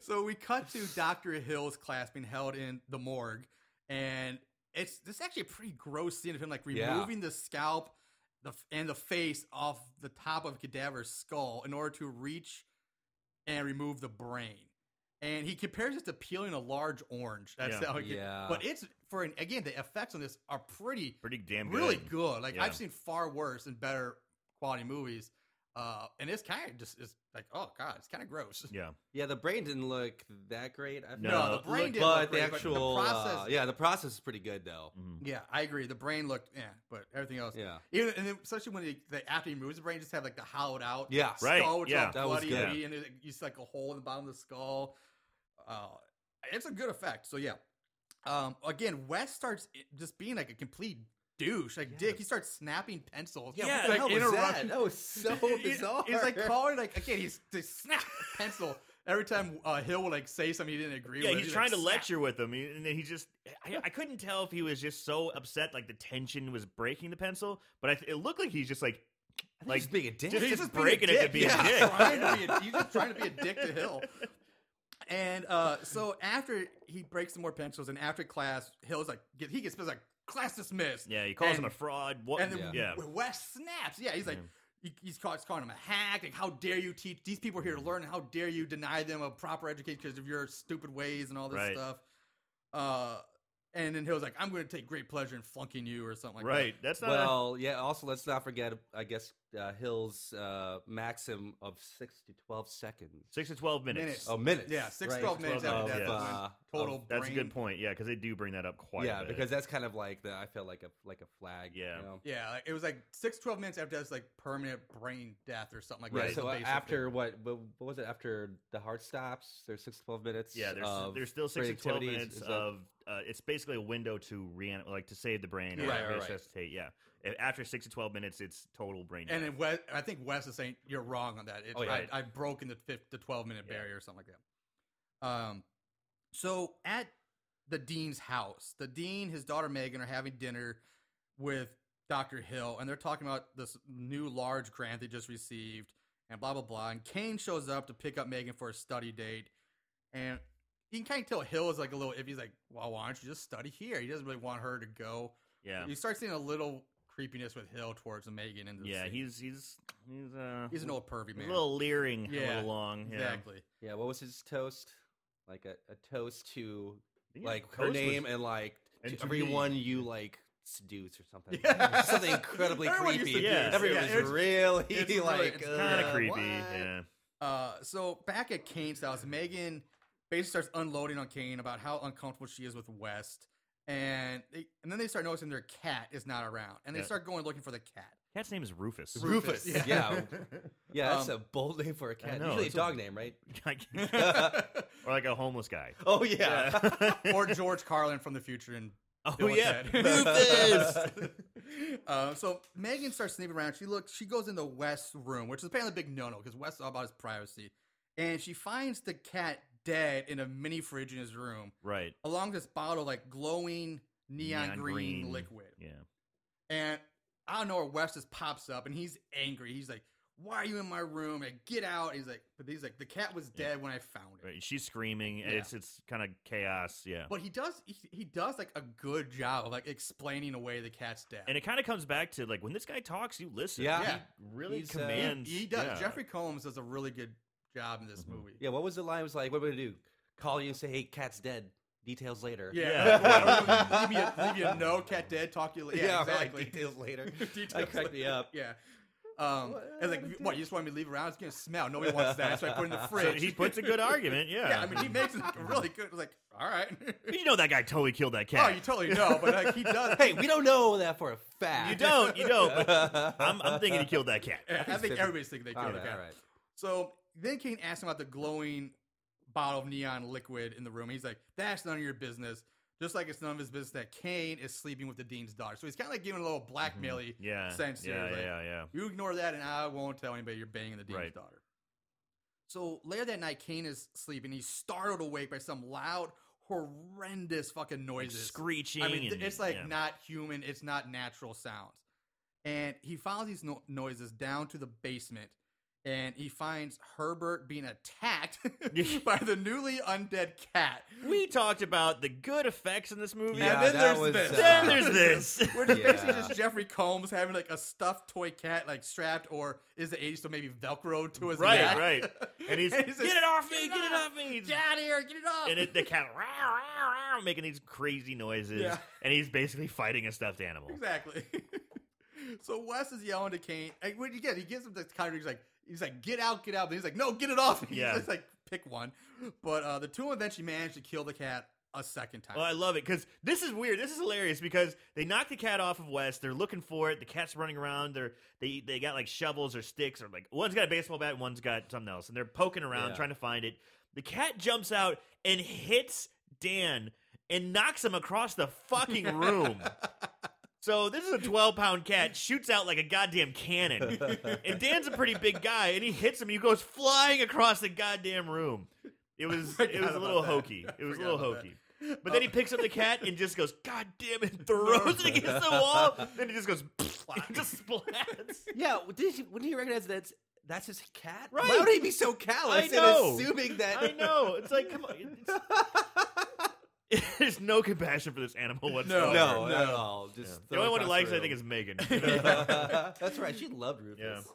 [SPEAKER 1] so we cut to Dr. Hill's class being held in the morgue, and it's this is actually a pretty gross scene of him like
[SPEAKER 4] Yeah.
[SPEAKER 1] removing the scalp the, f- and the face off the top of a cadaver's skull in order to reach and remove the brain. And he compares it to peeling a large orange. That's
[SPEAKER 3] Yeah.
[SPEAKER 1] how he
[SPEAKER 4] Yeah.
[SPEAKER 1] But it's for an, again the effects on this are pretty
[SPEAKER 3] Pretty damn good.
[SPEAKER 1] really good. Like
[SPEAKER 3] Yeah.
[SPEAKER 1] I've seen far worse and better quality movies. Uh, and it's kind of just it's like oh god, it's kind of gross.
[SPEAKER 3] Yeah.
[SPEAKER 4] Yeah, the brain didn't look that great. I
[SPEAKER 3] No,
[SPEAKER 4] felt.
[SPEAKER 3] the
[SPEAKER 1] brain
[SPEAKER 4] Look-
[SPEAKER 1] didn't
[SPEAKER 4] But
[SPEAKER 1] look
[SPEAKER 4] the
[SPEAKER 1] great, but the
[SPEAKER 4] actual,
[SPEAKER 1] process-
[SPEAKER 4] uh, yeah, the process is pretty good though.
[SPEAKER 3] Mhm.
[SPEAKER 1] Yeah, I agree. The brain looked yeah, but everything else,
[SPEAKER 4] Yeah,
[SPEAKER 1] even and then, especially when they, they after he moves the brain, just have like the hollowed out
[SPEAKER 4] yeah.
[SPEAKER 3] Right,
[SPEAKER 1] skull, which is
[SPEAKER 3] yeah.
[SPEAKER 1] all
[SPEAKER 4] That was
[SPEAKER 1] bloody
[SPEAKER 4] good.
[SPEAKER 1] and, and it- you see like a hole in the bottom of the skull. Uh, it's a good effect. So yeah, um, again, West starts i- just being like a complete douche, like
[SPEAKER 4] Yeah.
[SPEAKER 1] Dick. He starts snapping pencils.
[SPEAKER 4] Yeah,
[SPEAKER 3] Yeah,
[SPEAKER 4] what the
[SPEAKER 1] like
[SPEAKER 4] hell was
[SPEAKER 1] interrupt-
[SPEAKER 4] that? That was so
[SPEAKER 1] It-
[SPEAKER 4] bizarre.
[SPEAKER 1] It's like calling like again. He's they snap a pencil every time uh, Hill would like say something he didn't agree
[SPEAKER 3] Yeah,
[SPEAKER 1] with.
[SPEAKER 3] he's,
[SPEAKER 1] he'd,
[SPEAKER 3] trying
[SPEAKER 1] like,
[SPEAKER 3] to
[SPEAKER 1] snap.
[SPEAKER 3] lecture with him, and then he just—I I couldn't tell if he was just so upset, like the tension was breaking the pencil. But I, it looked like he's just like, like
[SPEAKER 4] just being a dick.
[SPEAKER 3] just-
[SPEAKER 1] He's
[SPEAKER 3] breaking it to
[SPEAKER 1] being a dick.
[SPEAKER 3] be a dick.
[SPEAKER 1] Trying to be a- he's just trying to be a dick to Hill. And uh, so after he breaks some more pencils, and after class, Hill's like, get, he gets he's like, class dismissed.
[SPEAKER 3] Yeah, he calls him
[SPEAKER 1] And-
[SPEAKER 3] a fraud. What?
[SPEAKER 1] And then
[SPEAKER 3] yeah.
[SPEAKER 4] Yeah.
[SPEAKER 1] W- West snaps. Yeah, he's like, he- he's, call, he's calling him a hack. Like, how dare you teach these people are here to learn? How dare you deny them a proper education because of your stupid ways and all this
[SPEAKER 3] Right.
[SPEAKER 1] stuff? Uh, and then Hill's like, I'm going to take great pleasure in flunking you or something like
[SPEAKER 3] right. That's
[SPEAKER 4] uh,
[SPEAKER 3] not. a,
[SPEAKER 4] Well, yeah. Also, let's not forget, I guess, uh, Hill's uh, maxim of six to twelve seconds.
[SPEAKER 3] six to twelve minutes.
[SPEAKER 1] Minutes.
[SPEAKER 4] Oh, minutes.
[SPEAKER 1] that. Yeah, six
[SPEAKER 4] right.
[SPEAKER 1] twelve minutes
[SPEAKER 3] Twelve
[SPEAKER 1] after
[SPEAKER 3] minutes,
[SPEAKER 1] that.
[SPEAKER 3] yes.
[SPEAKER 1] when Total
[SPEAKER 4] of-
[SPEAKER 3] Um, That's a
[SPEAKER 1] brain-
[SPEAKER 3] good point. Yeah, because they do bring that up quite.
[SPEAKER 4] yeah,
[SPEAKER 3] a bit.
[SPEAKER 4] because that's kind of like the I feel like a like a flag. you
[SPEAKER 3] Yeah.
[SPEAKER 4] know?
[SPEAKER 1] Yeah, like, it was like six, 12 minutes after that's like permanent brain death or something like
[SPEAKER 4] Yeah,
[SPEAKER 1] that.
[SPEAKER 4] so uh,
[SPEAKER 1] basically.
[SPEAKER 4] after what, what what was it after the heart stops? There's six to twelve minutes.
[SPEAKER 3] yeah, there's
[SPEAKER 4] of
[SPEAKER 3] there's still six to twelve
[SPEAKER 4] creativity. Is-
[SPEAKER 3] minutes
[SPEAKER 4] is that-
[SPEAKER 3] of. Uh, it's basically a window to reanimate, like to save the brain.
[SPEAKER 1] Right,
[SPEAKER 3] or
[SPEAKER 4] right, right.
[SPEAKER 3] resuscitate. Yeah. A- After six to twelve minutes, it's total brain.
[SPEAKER 1] And
[SPEAKER 3] death.
[SPEAKER 1] then Wes, I think Wes is saying you're wrong on that. It's,
[SPEAKER 4] Oh, yeah.
[SPEAKER 1] I, I've broken the fifth, the twelve minute
[SPEAKER 3] Yeah.
[SPEAKER 1] barrier or something like that. Um, so at the dean's house, the dean, his daughter Megan, are having dinner with Doctor Hill, and they're talking about this new large grant they just received, and blah blah blah. And Kane shows up to pick up Megan for a study date, and you can kind of tell Hill is like a little iffy. He's like, "Well, why don't you just study here?" He doesn't really want her to go.
[SPEAKER 3] yeah,
[SPEAKER 1] You start seeing a little creepiness with Hill towards Megan. And
[SPEAKER 3] yeah. He's he's he's uh
[SPEAKER 1] He's an old pervy
[SPEAKER 3] he's
[SPEAKER 1] man.
[SPEAKER 3] a little leering a
[SPEAKER 1] Yeah,
[SPEAKER 3] little long. Yeah.
[SPEAKER 1] Exactly.
[SPEAKER 4] yeah. What was his toast? Like a, a toast to
[SPEAKER 3] I think
[SPEAKER 4] like
[SPEAKER 3] his
[SPEAKER 4] her
[SPEAKER 3] toast was-
[SPEAKER 4] name and like
[SPEAKER 3] and
[SPEAKER 4] to
[SPEAKER 3] to me.
[SPEAKER 4] everyone you like seduce or something.
[SPEAKER 1] Yeah.
[SPEAKER 4] something incredibly
[SPEAKER 1] Everyone you
[SPEAKER 4] creepy.
[SPEAKER 1] seduce.
[SPEAKER 3] Yeah.
[SPEAKER 4] Everyone
[SPEAKER 1] Yeah,
[SPEAKER 4] was really
[SPEAKER 1] it's really-
[SPEAKER 4] like
[SPEAKER 1] it's
[SPEAKER 3] kind
[SPEAKER 1] Uh,
[SPEAKER 3] of creepy.
[SPEAKER 4] what?
[SPEAKER 3] Yeah.
[SPEAKER 1] Uh, so back at Kane's house, Megan basically starts unloading on Kane about how uncomfortable she is with West, and they, and then they start noticing their cat is not around, and they
[SPEAKER 3] Yeah.
[SPEAKER 1] start going looking for the cat.
[SPEAKER 3] Cat's name is Rufus.
[SPEAKER 1] Rufus,
[SPEAKER 4] Yeah. yeah,
[SPEAKER 1] Um,
[SPEAKER 4] that's a bold name for a cat.
[SPEAKER 3] know,
[SPEAKER 4] Usually a
[SPEAKER 3] it's a-
[SPEAKER 4] dog name, right?
[SPEAKER 1] Yeah.
[SPEAKER 3] or like a homeless guy.
[SPEAKER 4] Oh yeah.
[SPEAKER 1] or George Carlin from the future and
[SPEAKER 3] oh
[SPEAKER 1] Bill and
[SPEAKER 3] yeah,
[SPEAKER 1] Ted.
[SPEAKER 3] Rufus.
[SPEAKER 1] Uh, so Megan starts sneaking around. She looks. She goes into West's room, which is apparently a big no-no because West's all about his privacy, and she finds the cat dead in a mini fridge in his room,
[SPEAKER 3] right.
[SPEAKER 1] along this bottle like glowing neon,
[SPEAKER 3] Neon
[SPEAKER 1] green,
[SPEAKER 3] green.
[SPEAKER 1] liquid.
[SPEAKER 3] Yeah.
[SPEAKER 1] And I don't know where West just pops up and he's angry. He's like, Why are you in my room? And get out. He's like, but he's like, the cat was
[SPEAKER 3] Yeah.
[SPEAKER 1] dead when I found it.
[SPEAKER 3] Right. She's screaming. and
[SPEAKER 1] Yeah.
[SPEAKER 3] It's it's kind of chaos. Yeah.
[SPEAKER 1] But he does he, he does like a good job of like explaining away the cat's death.
[SPEAKER 3] and it kind of comes back to like when this guy talks, you listen.
[SPEAKER 4] Yeah.
[SPEAKER 1] Yeah.
[SPEAKER 3] He really
[SPEAKER 4] He's, uh,
[SPEAKER 3] commands.
[SPEAKER 1] he, he does.
[SPEAKER 3] yeah.
[SPEAKER 1] Jeffrey Combs does a really good job in this
[SPEAKER 3] Mhm.
[SPEAKER 1] movie.
[SPEAKER 4] Yeah, what was the line? It was like, what are we gonna do? Call you and say, hey, cat's dead. Details later.
[SPEAKER 1] Yeah. leave, me a, leave me a no cat dead, talk to you later. Yeah,
[SPEAKER 4] Yeah, right,
[SPEAKER 1] exactly.
[SPEAKER 4] details later.
[SPEAKER 1] Details
[SPEAKER 4] That cracked me
[SPEAKER 1] later.
[SPEAKER 4] up.
[SPEAKER 1] Yeah. Um,
[SPEAKER 4] What-
[SPEAKER 1] and like, what, you just want me to leave around? It's going to smell. Nobody wants that. So I put it in the
[SPEAKER 3] So
[SPEAKER 1] fridge.
[SPEAKER 3] he puts a good argument. Yeah.
[SPEAKER 1] Yeah, I mean, he makes it really good. Like, all right.
[SPEAKER 3] But you know that guy totally killed that
[SPEAKER 1] Oh,
[SPEAKER 3] cat.
[SPEAKER 1] you totally know, but like, he does.
[SPEAKER 4] Hey, we don't know that for a fact.
[SPEAKER 3] You don't. You don't. But I'm, I'm thinking he killed that cat.
[SPEAKER 1] Yeah, I think
[SPEAKER 4] different.
[SPEAKER 1] everybody's thinking they
[SPEAKER 4] All
[SPEAKER 1] killed the
[SPEAKER 4] right,
[SPEAKER 1] cat.
[SPEAKER 4] all right.
[SPEAKER 1] So then Kane asks him about the glowing bottle of neon liquid in the room. He's like, "That's none of your business." Just like it's none of his business that Kane is sleeping with the dean's daughter. So he's kind of like giving a little blackmaily.
[SPEAKER 3] Yeah.
[SPEAKER 1] Sense here,
[SPEAKER 3] Yeah.
[SPEAKER 1] like-
[SPEAKER 3] Yeah. Yeah.
[SPEAKER 1] You ignore that, and I won't tell anybody you're banging the dean's
[SPEAKER 3] Right.
[SPEAKER 1] daughter. So later that night, Kane is sleeping. He's startled awake by some loud, horrendous fucking
[SPEAKER 3] Like
[SPEAKER 1] noises.
[SPEAKER 3] screeching.
[SPEAKER 1] I mean, th-
[SPEAKER 3] and-
[SPEAKER 1] it's like
[SPEAKER 3] yeah.
[SPEAKER 1] not human. It's not natural sounds. And he follows these no- noises down to the basement, and he finds Herbert being attacked by the newly undead cat.
[SPEAKER 3] We talked about the good effects in this movie.
[SPEAKER 4] Yeah,
[SPEAKER 1] and then
[SPEAKER 4] that
[SPEAKER 1] there's
[SPEAKER 4] was,
[SPEAKER 1] this.
[SPEAKER 4] uh,
[SPEAKER 3] Then there's this.
[SPEAKER 1] Which is basically
[SPEAKER 4] Yeah.
[SPEAKER 1] just Jeffrey Combs having like a stuffed toy cat, like strapped, or is the 80s, so maybe Velcro to his
[SPEAKER 3] Right,
[SPEAKER 1] neck.
[SPEAKER 3] right. And he's,
[SPEAKER 1] And he's
[SPEAKER 3] get
[SPEAKER 1] just,
[SPEAKER 3] it off
[SPEAKER 1] "Get
[SPEAKER 3] me,
[SPEAKER 1] it
[SPEAKER 3] get it
[SPEAKER 1] off!
[SPEAKER 3] off me.
[SPEAKER 1] Get out of here! Get it off!
[SPEAKER 3] And it, the cat "Row, row, row," making these crazy noises,
[SPEAKER 1] Yeah.
[SPEAKER 3] and he's basically fighting a stuffed animal.
[SPEAKER 1] Exactly. so Wes is yelling to Kane. And when you get, he gives him the kind of he's like, he's like, get out, get out. But he's like, no, get it off. He's
[SPEAKER 3] Yeah.
[SPEAKER 1] just like, pick one. But uh, the two of them eventually manage to kill the cat a second time.
[SPEAKER 3] Oh, I love it because this is weird. This is hilarious because they knock the cat off of West. They're looking for it. The cat's running around. They're they they got like shovels or sticks or like one's got a baseball bat, and one's got something else, and they're poking around
[SPEAKER 4] Yeah.
[SPEAKER 3] trying to find it. The cat jumps out and hits Dan and knocks him across the fucking room. So this is a 12 pound cat shoots out like a goddamn cannon, and Dan's a pretty big guy, and he hits him, and he goes flying across the goddamn room. It was
[SPEAKER 1] forgot
[SPEAKER 3] it was a
[SPEAKER 1] about
[SPEAKER 3] little
[SPEAKER 1] that.
[SPEAKER 3] hokey. It
[SPEAKER 1] I
[SPEAKER 3] was a
[SPEAKER 1] forgot
[SPEAKER 3] little
[SPEAKER 1] about
[SPEAKER 3] hokey.
[SPEAKER 1] Oh.
[SPEAKER 3] But then he picks up the cat and just goes, God damn it, throws it against the wall. Then he just goes, and just splats.
[SPEAKER 4] Yeah, well, did you, when do you recognize that's That's his cat.
[SPEAKER 3] Right.
[SPEAKER 4] Why would he be so callous
[SPEAKER 3] I know.
[SPEAKER 4] and assuming that?
[SPEAKER 3] I know. It's like, come on. it's- There's no compassion for this animal whatsoever.
[SPEAKER 4] No,
[SPEAKER 1] No.
[SPEAKER 4] at all. Just
[SPEAKER 3] Yeah.
[SPEAKER 4] throw
[SPEAKER 3] The only
[SPEAKER 4] it
[SPEAKER 3] one who
[SPEAKER 4] across
[SPEAKER 3] likes,
[SPEAKER 4] the
[SPEAKER 3] it, I think, is
[SPEAKER 4] room.
[SPEAKER 3] Megan.
[SPEAKER 4] That's right. She loved Rufus.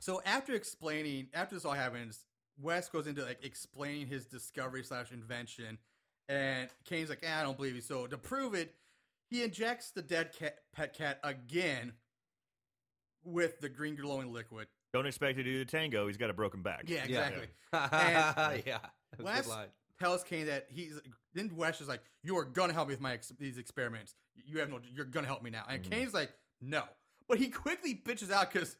[SPEAKER 1] So after explaining, after this all happens, West goes into like explaining his discovery slash invention, and Kane's like, ah, "I don't believe you." So to prove it, he injects the dead cat, pet cat again with the green glowing liquid.
[SPEAKER 3] Don't expect to do the tango. He's got a broken back.
[SPEAKER 1] Yeah, exactly.
[SPEAKER 4] yeah.
[SPEAKER 1] And-
[SPEAKER 4] That was a good
[SPEAKER 1] Wes-
[SPEAKER 4] line.
[SPEAKER 1] Tells Kane that he's then West is like, "You are gonna help me with my ex- these experiments. You have no. You're gonna help me now." And
[SPEAKER 3] Mhm.
[SPEAKER 1] Kane's like, "No." But he quickly bitches out because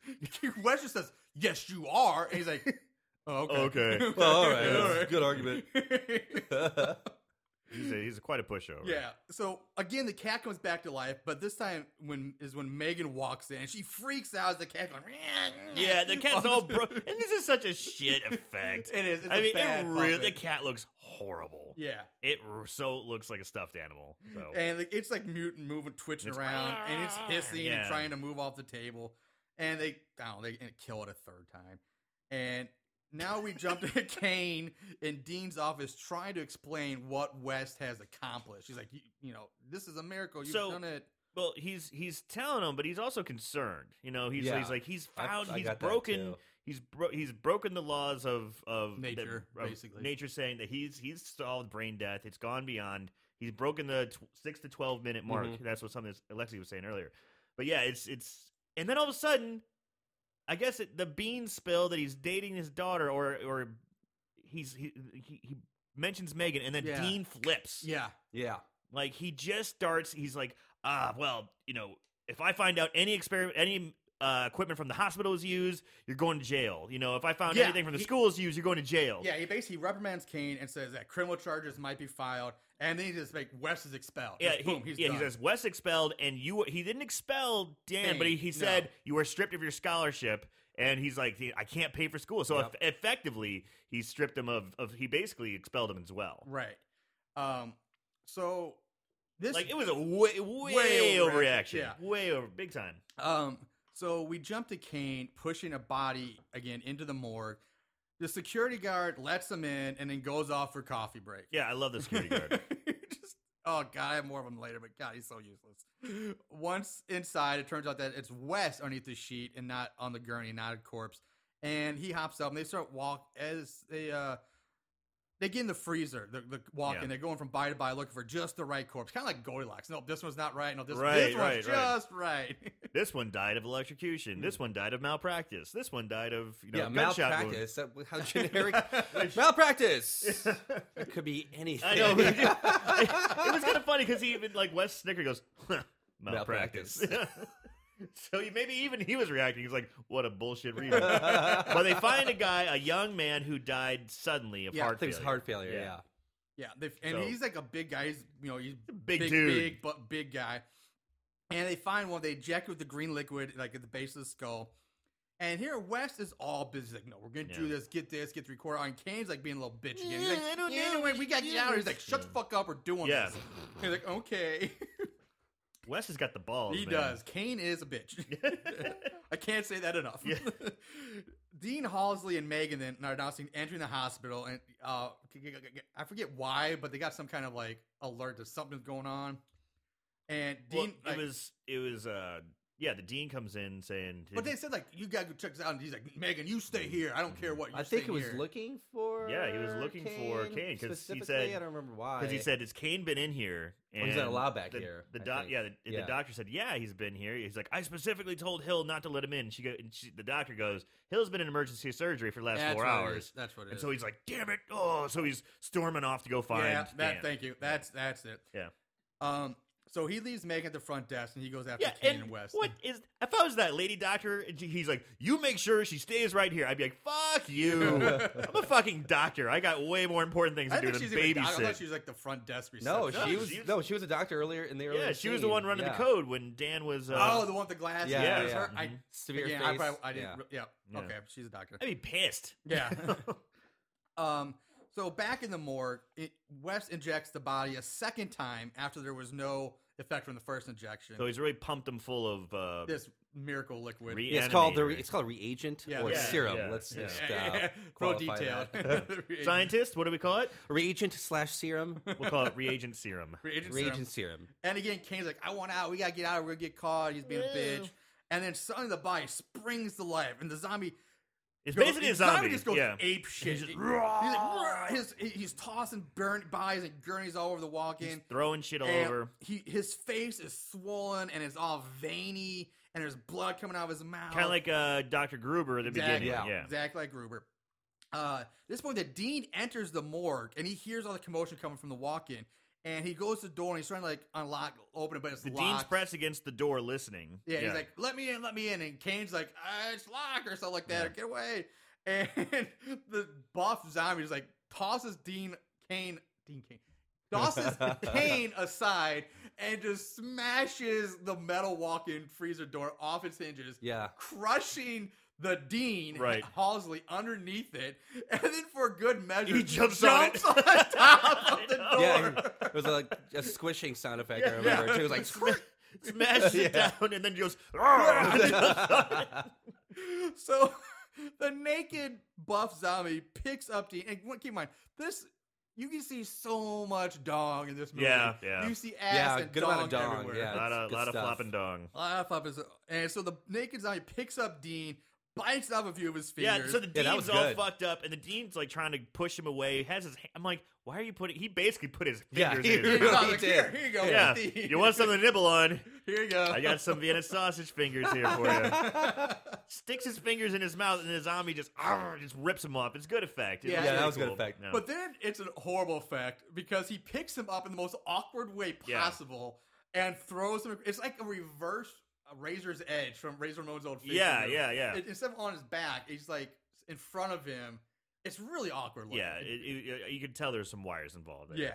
[SPEAKER 1] West just says, "Yes, you are," and he's like, "Oh, okay,
[SPEAKER 3] Okay.
[SPEAKER 4] Well, all right.
[SPEAKER 1] All
[SPEAKER 4] That's
[SPEAKER 1] right.
[SPEAKER 4] a good argument.
[SPEAKER 3] He's, a, he's quite a pushover.
[SPEAKER 1] yeah. So again, the cat comes back to life, but this time when is when Megan walks in and she freaks out as the cat going.
[SPEAKER 3] Yeah, the cat's all broke. And
[SPEAKER 1] It
[SPEAKER 3] this is such a shit effect.
[SPEAKER 1] is. It's
[SPEAKER 3] I
[SPEAKER 1] a
[SPEAKER 3] mean, it
[SPEAKER 1] bad
[SPEAKER 3] really, the
[SPEAKER 1] puppet.
[SPEAKER 3] cat looks horrible.
[SPEAKER 1] Yeah,
[SPEAKER 3] It r- so looks like a stuffed animal. So.
[SPEAKER 1] and like, it's like mutant, moving, twitching
[SPEAKER 3] It's-
[SPEAKER 1] around, and it's hissing
[SPEAKER 3] Yeah.
[SPEAKER 1] and trying to move off the table. And they, I don't know, they and kill it a third time. And now we jump to Kane in Dean's office trying to explain what West has accomplished. He's like, you, you know, this is a miracle. You've
[SPEAKER 3] So-
[SPEAKER 1] done it.
[SPEAKER 3] Well, he's he's telling him, but he's also concerned. You know, he's
[SPEAKER 4] Yeah.
[SPEAKER 3] he's like he's
[SPEAKER 4] I-
[SPEAKER 3] found
[SPEAKER 4] I
[SPEAKER 3] he's
[SPEAKER 4] got that,
[SPEAKER 3] broken
[SPEAKER 4] too.
[SPEAKER 3] he's bro- he's broken the laws of of that-
[SPEAKER 1] Nature,
[SPEAKER 3] of
[SPEAKER 1] basically.
[SPEAKER 3] nature saying that he's he's solved brain death. It's gone beyond. He's broken the tw- six to twelve minute mark.
[SPEAKER 4] Mhm.
[SPEAKER 3] That's what something that Alexi was saying earlier. But yeah, it's it's and then all of a sudden, I guess it, the bean spill that he's dating his daughter or or he's he he, he mentions Megan and then
[SPEAKER 1] Yeah.
[SPEAKER 3] Dean flips.
[SPEAKER 1] Yeah.
[SPEAKER 4] Yeah.
[SPEAKER 3] Like he just starts. He's like, ah, well, you know, if I find out any experiment, any uh, equipment from the hospital is used, you're going to jail. You know, if I found
[SPEAKER 1] Yeah,
[SPEAKER 3] anything from the
[SPEAKER 1] he-
[SPEAKER 3] school is used, you're going to jail.
[SPEAKER 1] Yeah, he basically reprimands Kane and says that criminal charges might be filed, and then he just like West is expelled.
[SPEAKER 3] Yeah,
[SPEAKER 1] Just
[SPEAKER 3] he,
[SPEAKER 1] boom, he's
[SPEAKER 3] yeah,
[SPEAKER 1] done.
[SPEAKER 3] he says Wes expelled, and you. He didn't expel Dan, but he, he
[SPEAKER 1] Dang,
[SPEAKER 3] said
[SPEAKER 1] no.
[SPEAKER 3] you were stripped of your scholarship, and he's like, I can't pay for school. So
[SPEAKER 4] Yep.
[SPEAKER 3] eff- effectively, he stripped him of, of. He basically expelled him as well.
[SPEAKER 1] right. Um, so this
[SPEAKER 3] Like it was a way, way, overreaction,
[SPEAKER 1] overreaction, yeah.
[SPEAKER 3] way over, big time.
[SPEAKER 1] Um, so we jump to Kane pushing a body again into the morgue. The security guard lets him in and then goes off for coffee break.
[SPEAKER 3] Yeah, I love the security guard.
[SPEAKER 1] Just- oh god, I have more of him later, but god, he's so useless. Once inside, it turns out that it's Wes underneath the sheet and not on the gurney, not a corpse. And he hops up and they start walk as they uh they get in the freezer, the, the walk
[SPEAKER 3] Yeah.
[SPEAKER 1] in. They're going from by to by looking for just the right corpse. Kind of like Goldilocks. Nope, this one's not right. No, this,
[SPEAKER 3] Right,
[SPEAKER 1] this
[SPEAKER 3] right,
[SPEAKER 1] one's
[SPEAKER 3] right.
[SPEAKER 1] just right.
[SPEAKER 3] This one died of electrocution.
[SPEAKER 1] Hmm.
[SPEAKER 3] This one died of malpractice. This one died of you know
[SPEAKER 4] yeah.
[SPEAKER 3] gunshot
[SPEAKER 4] Malpractice. That, how generic.
[SPEAKER 3] wound.
[SPEAKER 4] malpractice. It could be anything.
[SPEAKER 3] I know. it, was kind of funny because he even like Wes Snicker goes "Huh, malpractice. so he, maybe even he was reacting. He's like, "What a bullshit reason." but they find a guy, a young man who died suddenly of
[SPEAKER 1] Yeah,
[SPEAKER 3] heart
[SPEAKER 4] Things
[SPEAKER 3] failure.
[SPEAKER 4] heart failure.
[SPEAKER 3] Yeah.
[SPEAKER 4] Yeah.
[SPEAKER 1] yeah, they, and
[SPEAKER 3] So-
[SPEAKER 1] he's like a big guy. He's you know he's
[SPEAKER 3] big,
[SPEAKER 1] big,
[SPEAKER 3] dude.
[SPEAKER 1] big, but big guy. And they find one. They inject it with the green liquid, like at the base of the skull. And here, West is all busy. Like, no, we're gonna do
[SPEAKER 3] Yeah.
[SPEAKER 1] this. Get this. Get the recorder. on. Kane's like being a little bitch again. He's
[SPEAKER 3] Yeah,
[SPEAKER 1] like,
[SPEAKER 3] I don't
[SPEAKER 1] yeah,
[SPEAKER 3] know
[SPEAKER 1] wait,
[SPEAKER 3] what
[SPEAKER 1] we got
[SPEAKER 3] to
[SPEAKER 1] you out.
[SPEAKER 3] do.
[SPEAKER 1] here." He's like, shut the
[SPEAKER 3] Yeah.
[SPEAKER 1] fuck up. We're doing
[SPEAKER 3] Yeah.
[SPEAKER 1] this. He's like, okay.
[SPEAKER 3] Wes has got the balls.
[SPEAKER 1] he
[SPEAKER 3] man.
[SPEAKER 1] does. Kane is a bitch. I can't say that enough.
[SPEAKER 3] Yeah.
[SPEAKER 1] Dean Halsley and Megan then are announcing entering the hospital, and uh, I forget why, but they got some kind of like alert that something's going on. And
[SPEAKER 3] Well,
[SPEAKER 1] Dean, like-
[SPEAKER 3] it was. It was. uh Yeah, the dean comes in saying,
[SPEAKER 1] but they said like you gotta go check this out, and he's like, Megan, you stay here. I don't care what. You're
[SPEAKER 4] I think
[SPEAKER 1] staying
[SPEAKER 4] it was
[SPEAKER 1] here."
[SPEAKER 4] looking for.
[SPEAKER 3] Yeah, he was looking for Kane, 'cause he
[SPEAKER 4] specifically.
[SPEAKER 3] said-
[SPEAKER 4] I don't remember why.
[SPEAKER 3] Because he said, "Has Kane been in here?"
[SPEAKER 4] Well, he's not allowed back
[SPEAKER 3] the,
[SPEAKER 4] here,
[SPEAKER 3] The
[SPEAKER 4] I
[SPEAKER 3] doc,
[SPEAKER 4] think.
[SPEAKER 3] yeah, the, the
[SPEAKER 4] Yeah.
[SPEAKER 3] doctor said, "Yeah, he's been here." He's like, "I specifically told Hill not to let him in." She, go, and she the doctor goes, "Hill's been in emergency surgery for the last
[SPEAKER 1] That's
[SPEAKER 3] four
[SPEAKER 1] what it
[SPEAKER 3] hours."
[SPEAKER 1] is. That's what it is.
[SPEAKER 3] And so he's like, "Damn it!" Oh, so he's storming off to go find.
[SPEAKER 1] yeah, that.
[SPEAKER 3] Dan.
[SPEAKER 1] Thank you. That's that's it.
[SPEAKER 3] Yeah.
[SPEAKER 1] Um. So he leaves Megan at the front desk, and he goes after
[SPEAKER 3] Yeah,
[SPEAKER 1] Kane
[SPEAKER 3] and
[SPEAKER 1] and, West.
[SPEAKER 3] what is? If I was that lady doctor, and she- he's like, "You make sure she stays right here." I'd be like, "Fuck you! I'm a fucking doctor. I got way more important things to
[SPEAKER 1] I
[SPEAKER 3] do
[SPEAKER 1] think
[SPEAKER 3] than
[SPEAKER 1] she's even, I thought
[SPEAKER 3] babysit."
[SPEAKER 1] she was like the front desk.
[SPEAKER 4] No,
[SPEAKER 1] receptionist.
[SPEAKER 4] she
[SPEAKER 3] No,
[SPEAKER 4] was
[SPEAKER 3] she was-
[SPEAKER 4] no, she was a doctor earlier in the earlier.
[SPEAKER 3] yeah, she was the
[SPEAKER 4] scene.
[SPEAKER 3] one running
[SPEAKER 4] Yeah.
[SPEAKER 3] the code when Dan was. Uh,
[SPEAKER 1] Oh, the one with the glass.
[SPEAKER 4] Yeah,
[SPEAKER 1] That
[SPEAKER 3] yeah,
[SPEAKER 1] was
[SPEAKER 4] yeah.
[SPEAKER 1] her. I,
[SPEAKER 3] Mhm.
[SPEAKER 4] Severe
[SPEAKER 1] again, I
[SPEAKER 4] face.
[SPEAKER 1] probably I didn't.
[SPEAKER 4] yeah.
[SPEAKER 1] re- Yeah.
[SPEAKER 3] Yeah.
[SPEAKER 1] Okay, she's a doctor.
[SPEAKER 3] I'd be pissed.
[SPEAKER 1] Yeah. um. So back in the morgue, it, West injects the body a second time after there was no effect from the first injection.
[SPEAKER 3] So he's really pumped them full of uh,
[SPEAKER 1] this miracle liquid.
[SPEAKER 3] Re-
[SPEAKER 4] Yeah, it's called the re-
[SPEAKER 3] Animator.
[SPEAKER 4] it's called reagent
[SPEAKER 1] Yeah,
[SPEAKER 4] or
[SPEAKER 1] yeah,
[SPEAKER 4] serum.
[SPEAKER 3] yeah,
[SPEAKER 4] Let's
[SPEAKER 3] yeah.
[SPEAKER 4] just uh,
[SPEAKER 1] Yeah, yeah, real
[SPEAKER 4] qualify
[SPEAKER 1] detailed.
[SPEAKER 4] that.
[SPEAKER 1] Reagent-
[SPEAKER 3] scientist. What do we call it?
[SPEAKER 4] reagent slash serum.
[SPEAKER 3] We'll call it reagent serum.
[SPEAKER 1] reagent serum.
[SPEAKER 4] reagent serum.
[SPEAKER 1] And again, Kane's like, I want out. We gotta get out. We're gonna get caught. He's being a
[SPEAKER 3] No.
[SPEAKER 1] bitch. And then suddenly the body springs to life, and the zombie
[SPEAKER 3] It's
[SPEAKER 1] goes-
[SPEAKER 3] basically
[SPEAKER 1] the
[SPEAKER 3] a zombie.
[SPEAKER 1] just goes
[SPEAKER 3] yeah.
[SPEAKER 1] ape shit.
[SPEAKER 3] just-
[SPEAKER 1] He- he's, like, "Rah!" His- he- he's tossing burnt bodies and gurneys all over the
[SPEAKER 3] He's
[SPEAKER 1] walk-in.
[SPEAKER 3] throwing shit all
[SPEAKER 1] and
[SPEAKER 3] over.
[SPEAKER 1] He his face is swollen and it's all veiny, and there's blood coming out of his mouth.
[SPEAKER 3] Kind of like uh, Dr. Gruber at the
[SPEAKER 1] Exactly.
[SPEAKER 3] beginning.
[SPEAKER 4] Yeah.
[SPEAKER 3] Yeah.
[SPEAKER 1] exactly like Gruber. Uh, this point, that Dean enters the morgue and he hears all the commotion coming from the walk-in, and he goes to the door and he's trying to like unlock, open it, but it's
[SPEAKER 3] The dean's
[SPEAKER 1] locked.
[SPEAKER 3] pressed against the door listening.
[SPEAKER 1] yeah, he's like, "Let me in, let me in," and Kane's like, uh, "It's locked" or something like that.
[SPEAKER 3] Yeah.
[SPEAKER 1] Get away! And the buff zombie just like tosses Dean Kane, Dean Kane. Tosses Kane aside and just smashes the metal walk-in freezer door off its hinges
[SPEAKER 4] Yeah.
[SPEAKER 1] crushing the dean
[SPEAKER 3] Right.
[SPEAKER 1] Halsley underneath it, and then for good measure
[SPEAKER 3] He jumps on it.
[SPEAKER 1] on top of the
[SPEAKER 3] I
[SPEAKER 1] door.
[SPEAKER 3] know.
[SPEAKER 4] Yeah, it was like a squishing sound effect. I remember. Too. It was like squirt.
[SPEAKER 3] Smashes it
[SPEAKER 4] Yeah.
[SPEAKER 3] down and then goes. "Argh!"
[SPEAKER 1] So the naked buff zombie picks up Dean, and keep in mind this. You can see so much dong in this movie.
[SPEAKER 3] Yeah, yeah.
[SPEAKER 1] You see ass
[SPEAKER 4] yeah,
[SPEAKER 1] and
[SPEAKER 4] good
[SPEAKER 1] dong
[SPEAKER 4] amount of dong.
[SPEAKER 1] everywhere.
[SPEAKER 4] Yeah,
[SPEAKER 3] A lot
[SPEAKER 4] it's
[SPEAKER 3] of
[SPEAKER 4] good
[SPEAKER 3] lot of
[SPEAKER 4] stuff.
[SPEAKER 3] flopping dong.
[SPEAKER 1] A lot of pop is- and so the naked zombie picks up Dean, bites off a few of his fingers.
[SPEAKER 3] Yeah, so the
[SPEAKER 4] Yeah, that
[SPEAKER 3] dean's
[SPEAKER 4] was
[SPEAKER 3] all
[SPEAKER 4] good.
[SPEAKER 3] fucked up, and the dean's like trying to push him away. He has his. ha- I'm like, why are you putting? He basically put his
[SPEAKER 4] Yeah,
[SPEAKER 3] fingers
[SPEAKER 4] he
[SPEAKER 3] in.
[SPEAKER 1] Here you
[SPEAKER 3] His
[SPEAKER 1] go. I
[SPEAKER 4] really
[SPEAKER 1] was like,
[SPEAKER 4] did.
[SPEAKER 1] here, here you go.
[SPEAKER 3] yeah,
[SPEAKER 1] Dean.
[SPEAKER 3] you want something to nibble on?
[SPEAKER 1] Here you go.
[SPEAKER 3] I got some Vienna sausage fingers here for you. Sticks his fingers in his mouth, and the zombie just "Argh," just rips him off. It's good effect. It
[SPEAKER 1] Yeah,
[SPEAKER 4] yeah, that
[SPEAKER 3] really
[SPEAKER 4] was good
[SPEAKER 3] cool.
[SPEAKER 4] effect.
[SPEAKER 3] Yeah.
[SPEAKER 1] But then it's a horrible effect because he picks him up in the most awkward way
[SPEAKER 3] Yeah.
[SPEAKER 1] possible and throws him. It's like a reverse uh, Razor's Edge from Razor Ramon's old face.
[SPEAKER 3] yeah,
[SPEAKER 1] move.
[SPEAKER 3] yeah, yeah.
[SPEAKER 1] It- instead of on his back, he's like in front of him. It's really awkward. Looking.
[SPEAKER 3] Yeah, it, it, it- you can tell there's some wires involved. There,
[SPEAKER 1] Yeah.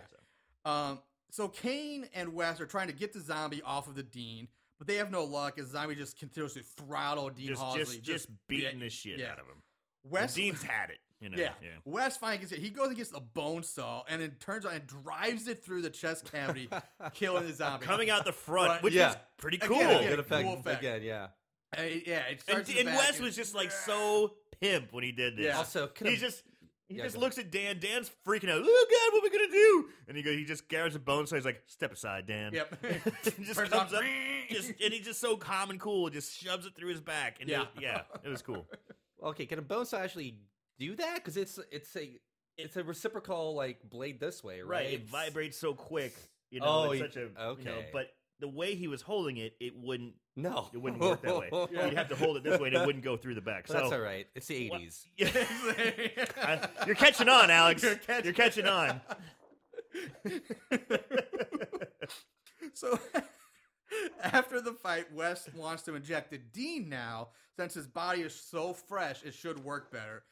[SPEAKER 3] so.
[SPEAKER 1] Um, so Kane and Wes are trying to get the zombie off of the Dean, but they have no luck as the zombie just continues to throttle Dean
[SPEAKER 3] just,
[SPEAKER 1] Halsey.
[SPEAKER 3] just, just beating
[SPEAKER 1] yeah,
[SPEAKER 3] the shit
[SPEAKER 1] yeah.
[SPEAKER 3] out of him.
[SPEAKER 1] Wes
[SPEAKER 3] Dean's had it. You know,
[SPEAKER 1] Yeah. Wes finally gets it. He goes and gets a bone saw and then turns on and drives it through the chest cavity, killing the zombie.
[SPEAKER 3] Coming out the front,
[SPEAKER 1] Right.
[SPEAKER 3] which
[SPEAKER 4] Yeah.
[SPEAKER 3] is pretty
[SPEAKER 1] Again,
[SPEAKER 3] cool.
[SPEAKER 1] again,
[SPEAKER 4] Good effect,
[SPEAKER 1] Cool effect.
[SPEAKER 4] again. Yeah.
[SPEAKER 1] Uh, yeah, it
[SPEAKER 3] And,
[SPEAKER 1] starts in
[SPEAKER 3] and
[SPEAKER 1] the back
[SPEAKER 3] Wes was just like so pimp when he did this.
[SPEAKER 1] Yeah.
[SPEAKER 4] Also, could
[SPEAKER 3] He
[SPEAKER 4] have
[SPEAKER 3] just he
[SPEAKER 4] Yeah,
[SPEAKER 3] just
[SPEAKER 4] go
[SPEAKER 3] looks at Dan. Dan's freaking out. Oh God, what are we gonna do? And he goes, he just grabs a bone. So he's like, "Step aside, Dan."
[SPEAKER 1] Yep.
[SPEAKER 3] And just
[SPEAKER 1] Turns
[SPEAKER 3] comes
[SPEAKER 1] on-
[SPEAKER 3] up, just and he's just so calm and cool. Just shoves it through his back, and
[SPEAKER 1] Yeah.
[SPEAKER 3] it, yeah, it was cool.
[SPEAKER 4] Okay, can a bone saw actually do that? Because it's it's a it's a reciprocal like blade this way, right?
[SPEAKER 3] It
[SPEAKER 4] It's-
[SPEAKER 3] vibrates so quick. You know,
[SPEAKER 4] Oh,
[SPEAKER 3] it's
[SPEAKER 4] he-
[SPEAKER 3] such a okay. You know,
[SPEAKER 4] okay.
[SPEAKER 3] but the way he was holding it, it wouldn't
[SPEAKER 4] No,
[SPEAKER 3] it wouldn't work that way.
[SPEAKER 1] Yeah.
[SPEAKER 3] You'd have to hold it this way, and it wouldn't go through the back. So
[SPEAKER 4] That's all right. It's the
[SPEAKER 3] What-
[SPEAKER 4] eighties.
[SPEAKER 3] I- you're catching on, Alex.
[SPEAKER 1] You're
[SPEAKER 3] You're,
[SPEAKER 1] catch-
[SPEAKER 3] catching on.
[SPEAKER 1] so after the fight, Wes wants to inject the Dean now since his body is so fresh, it should work better.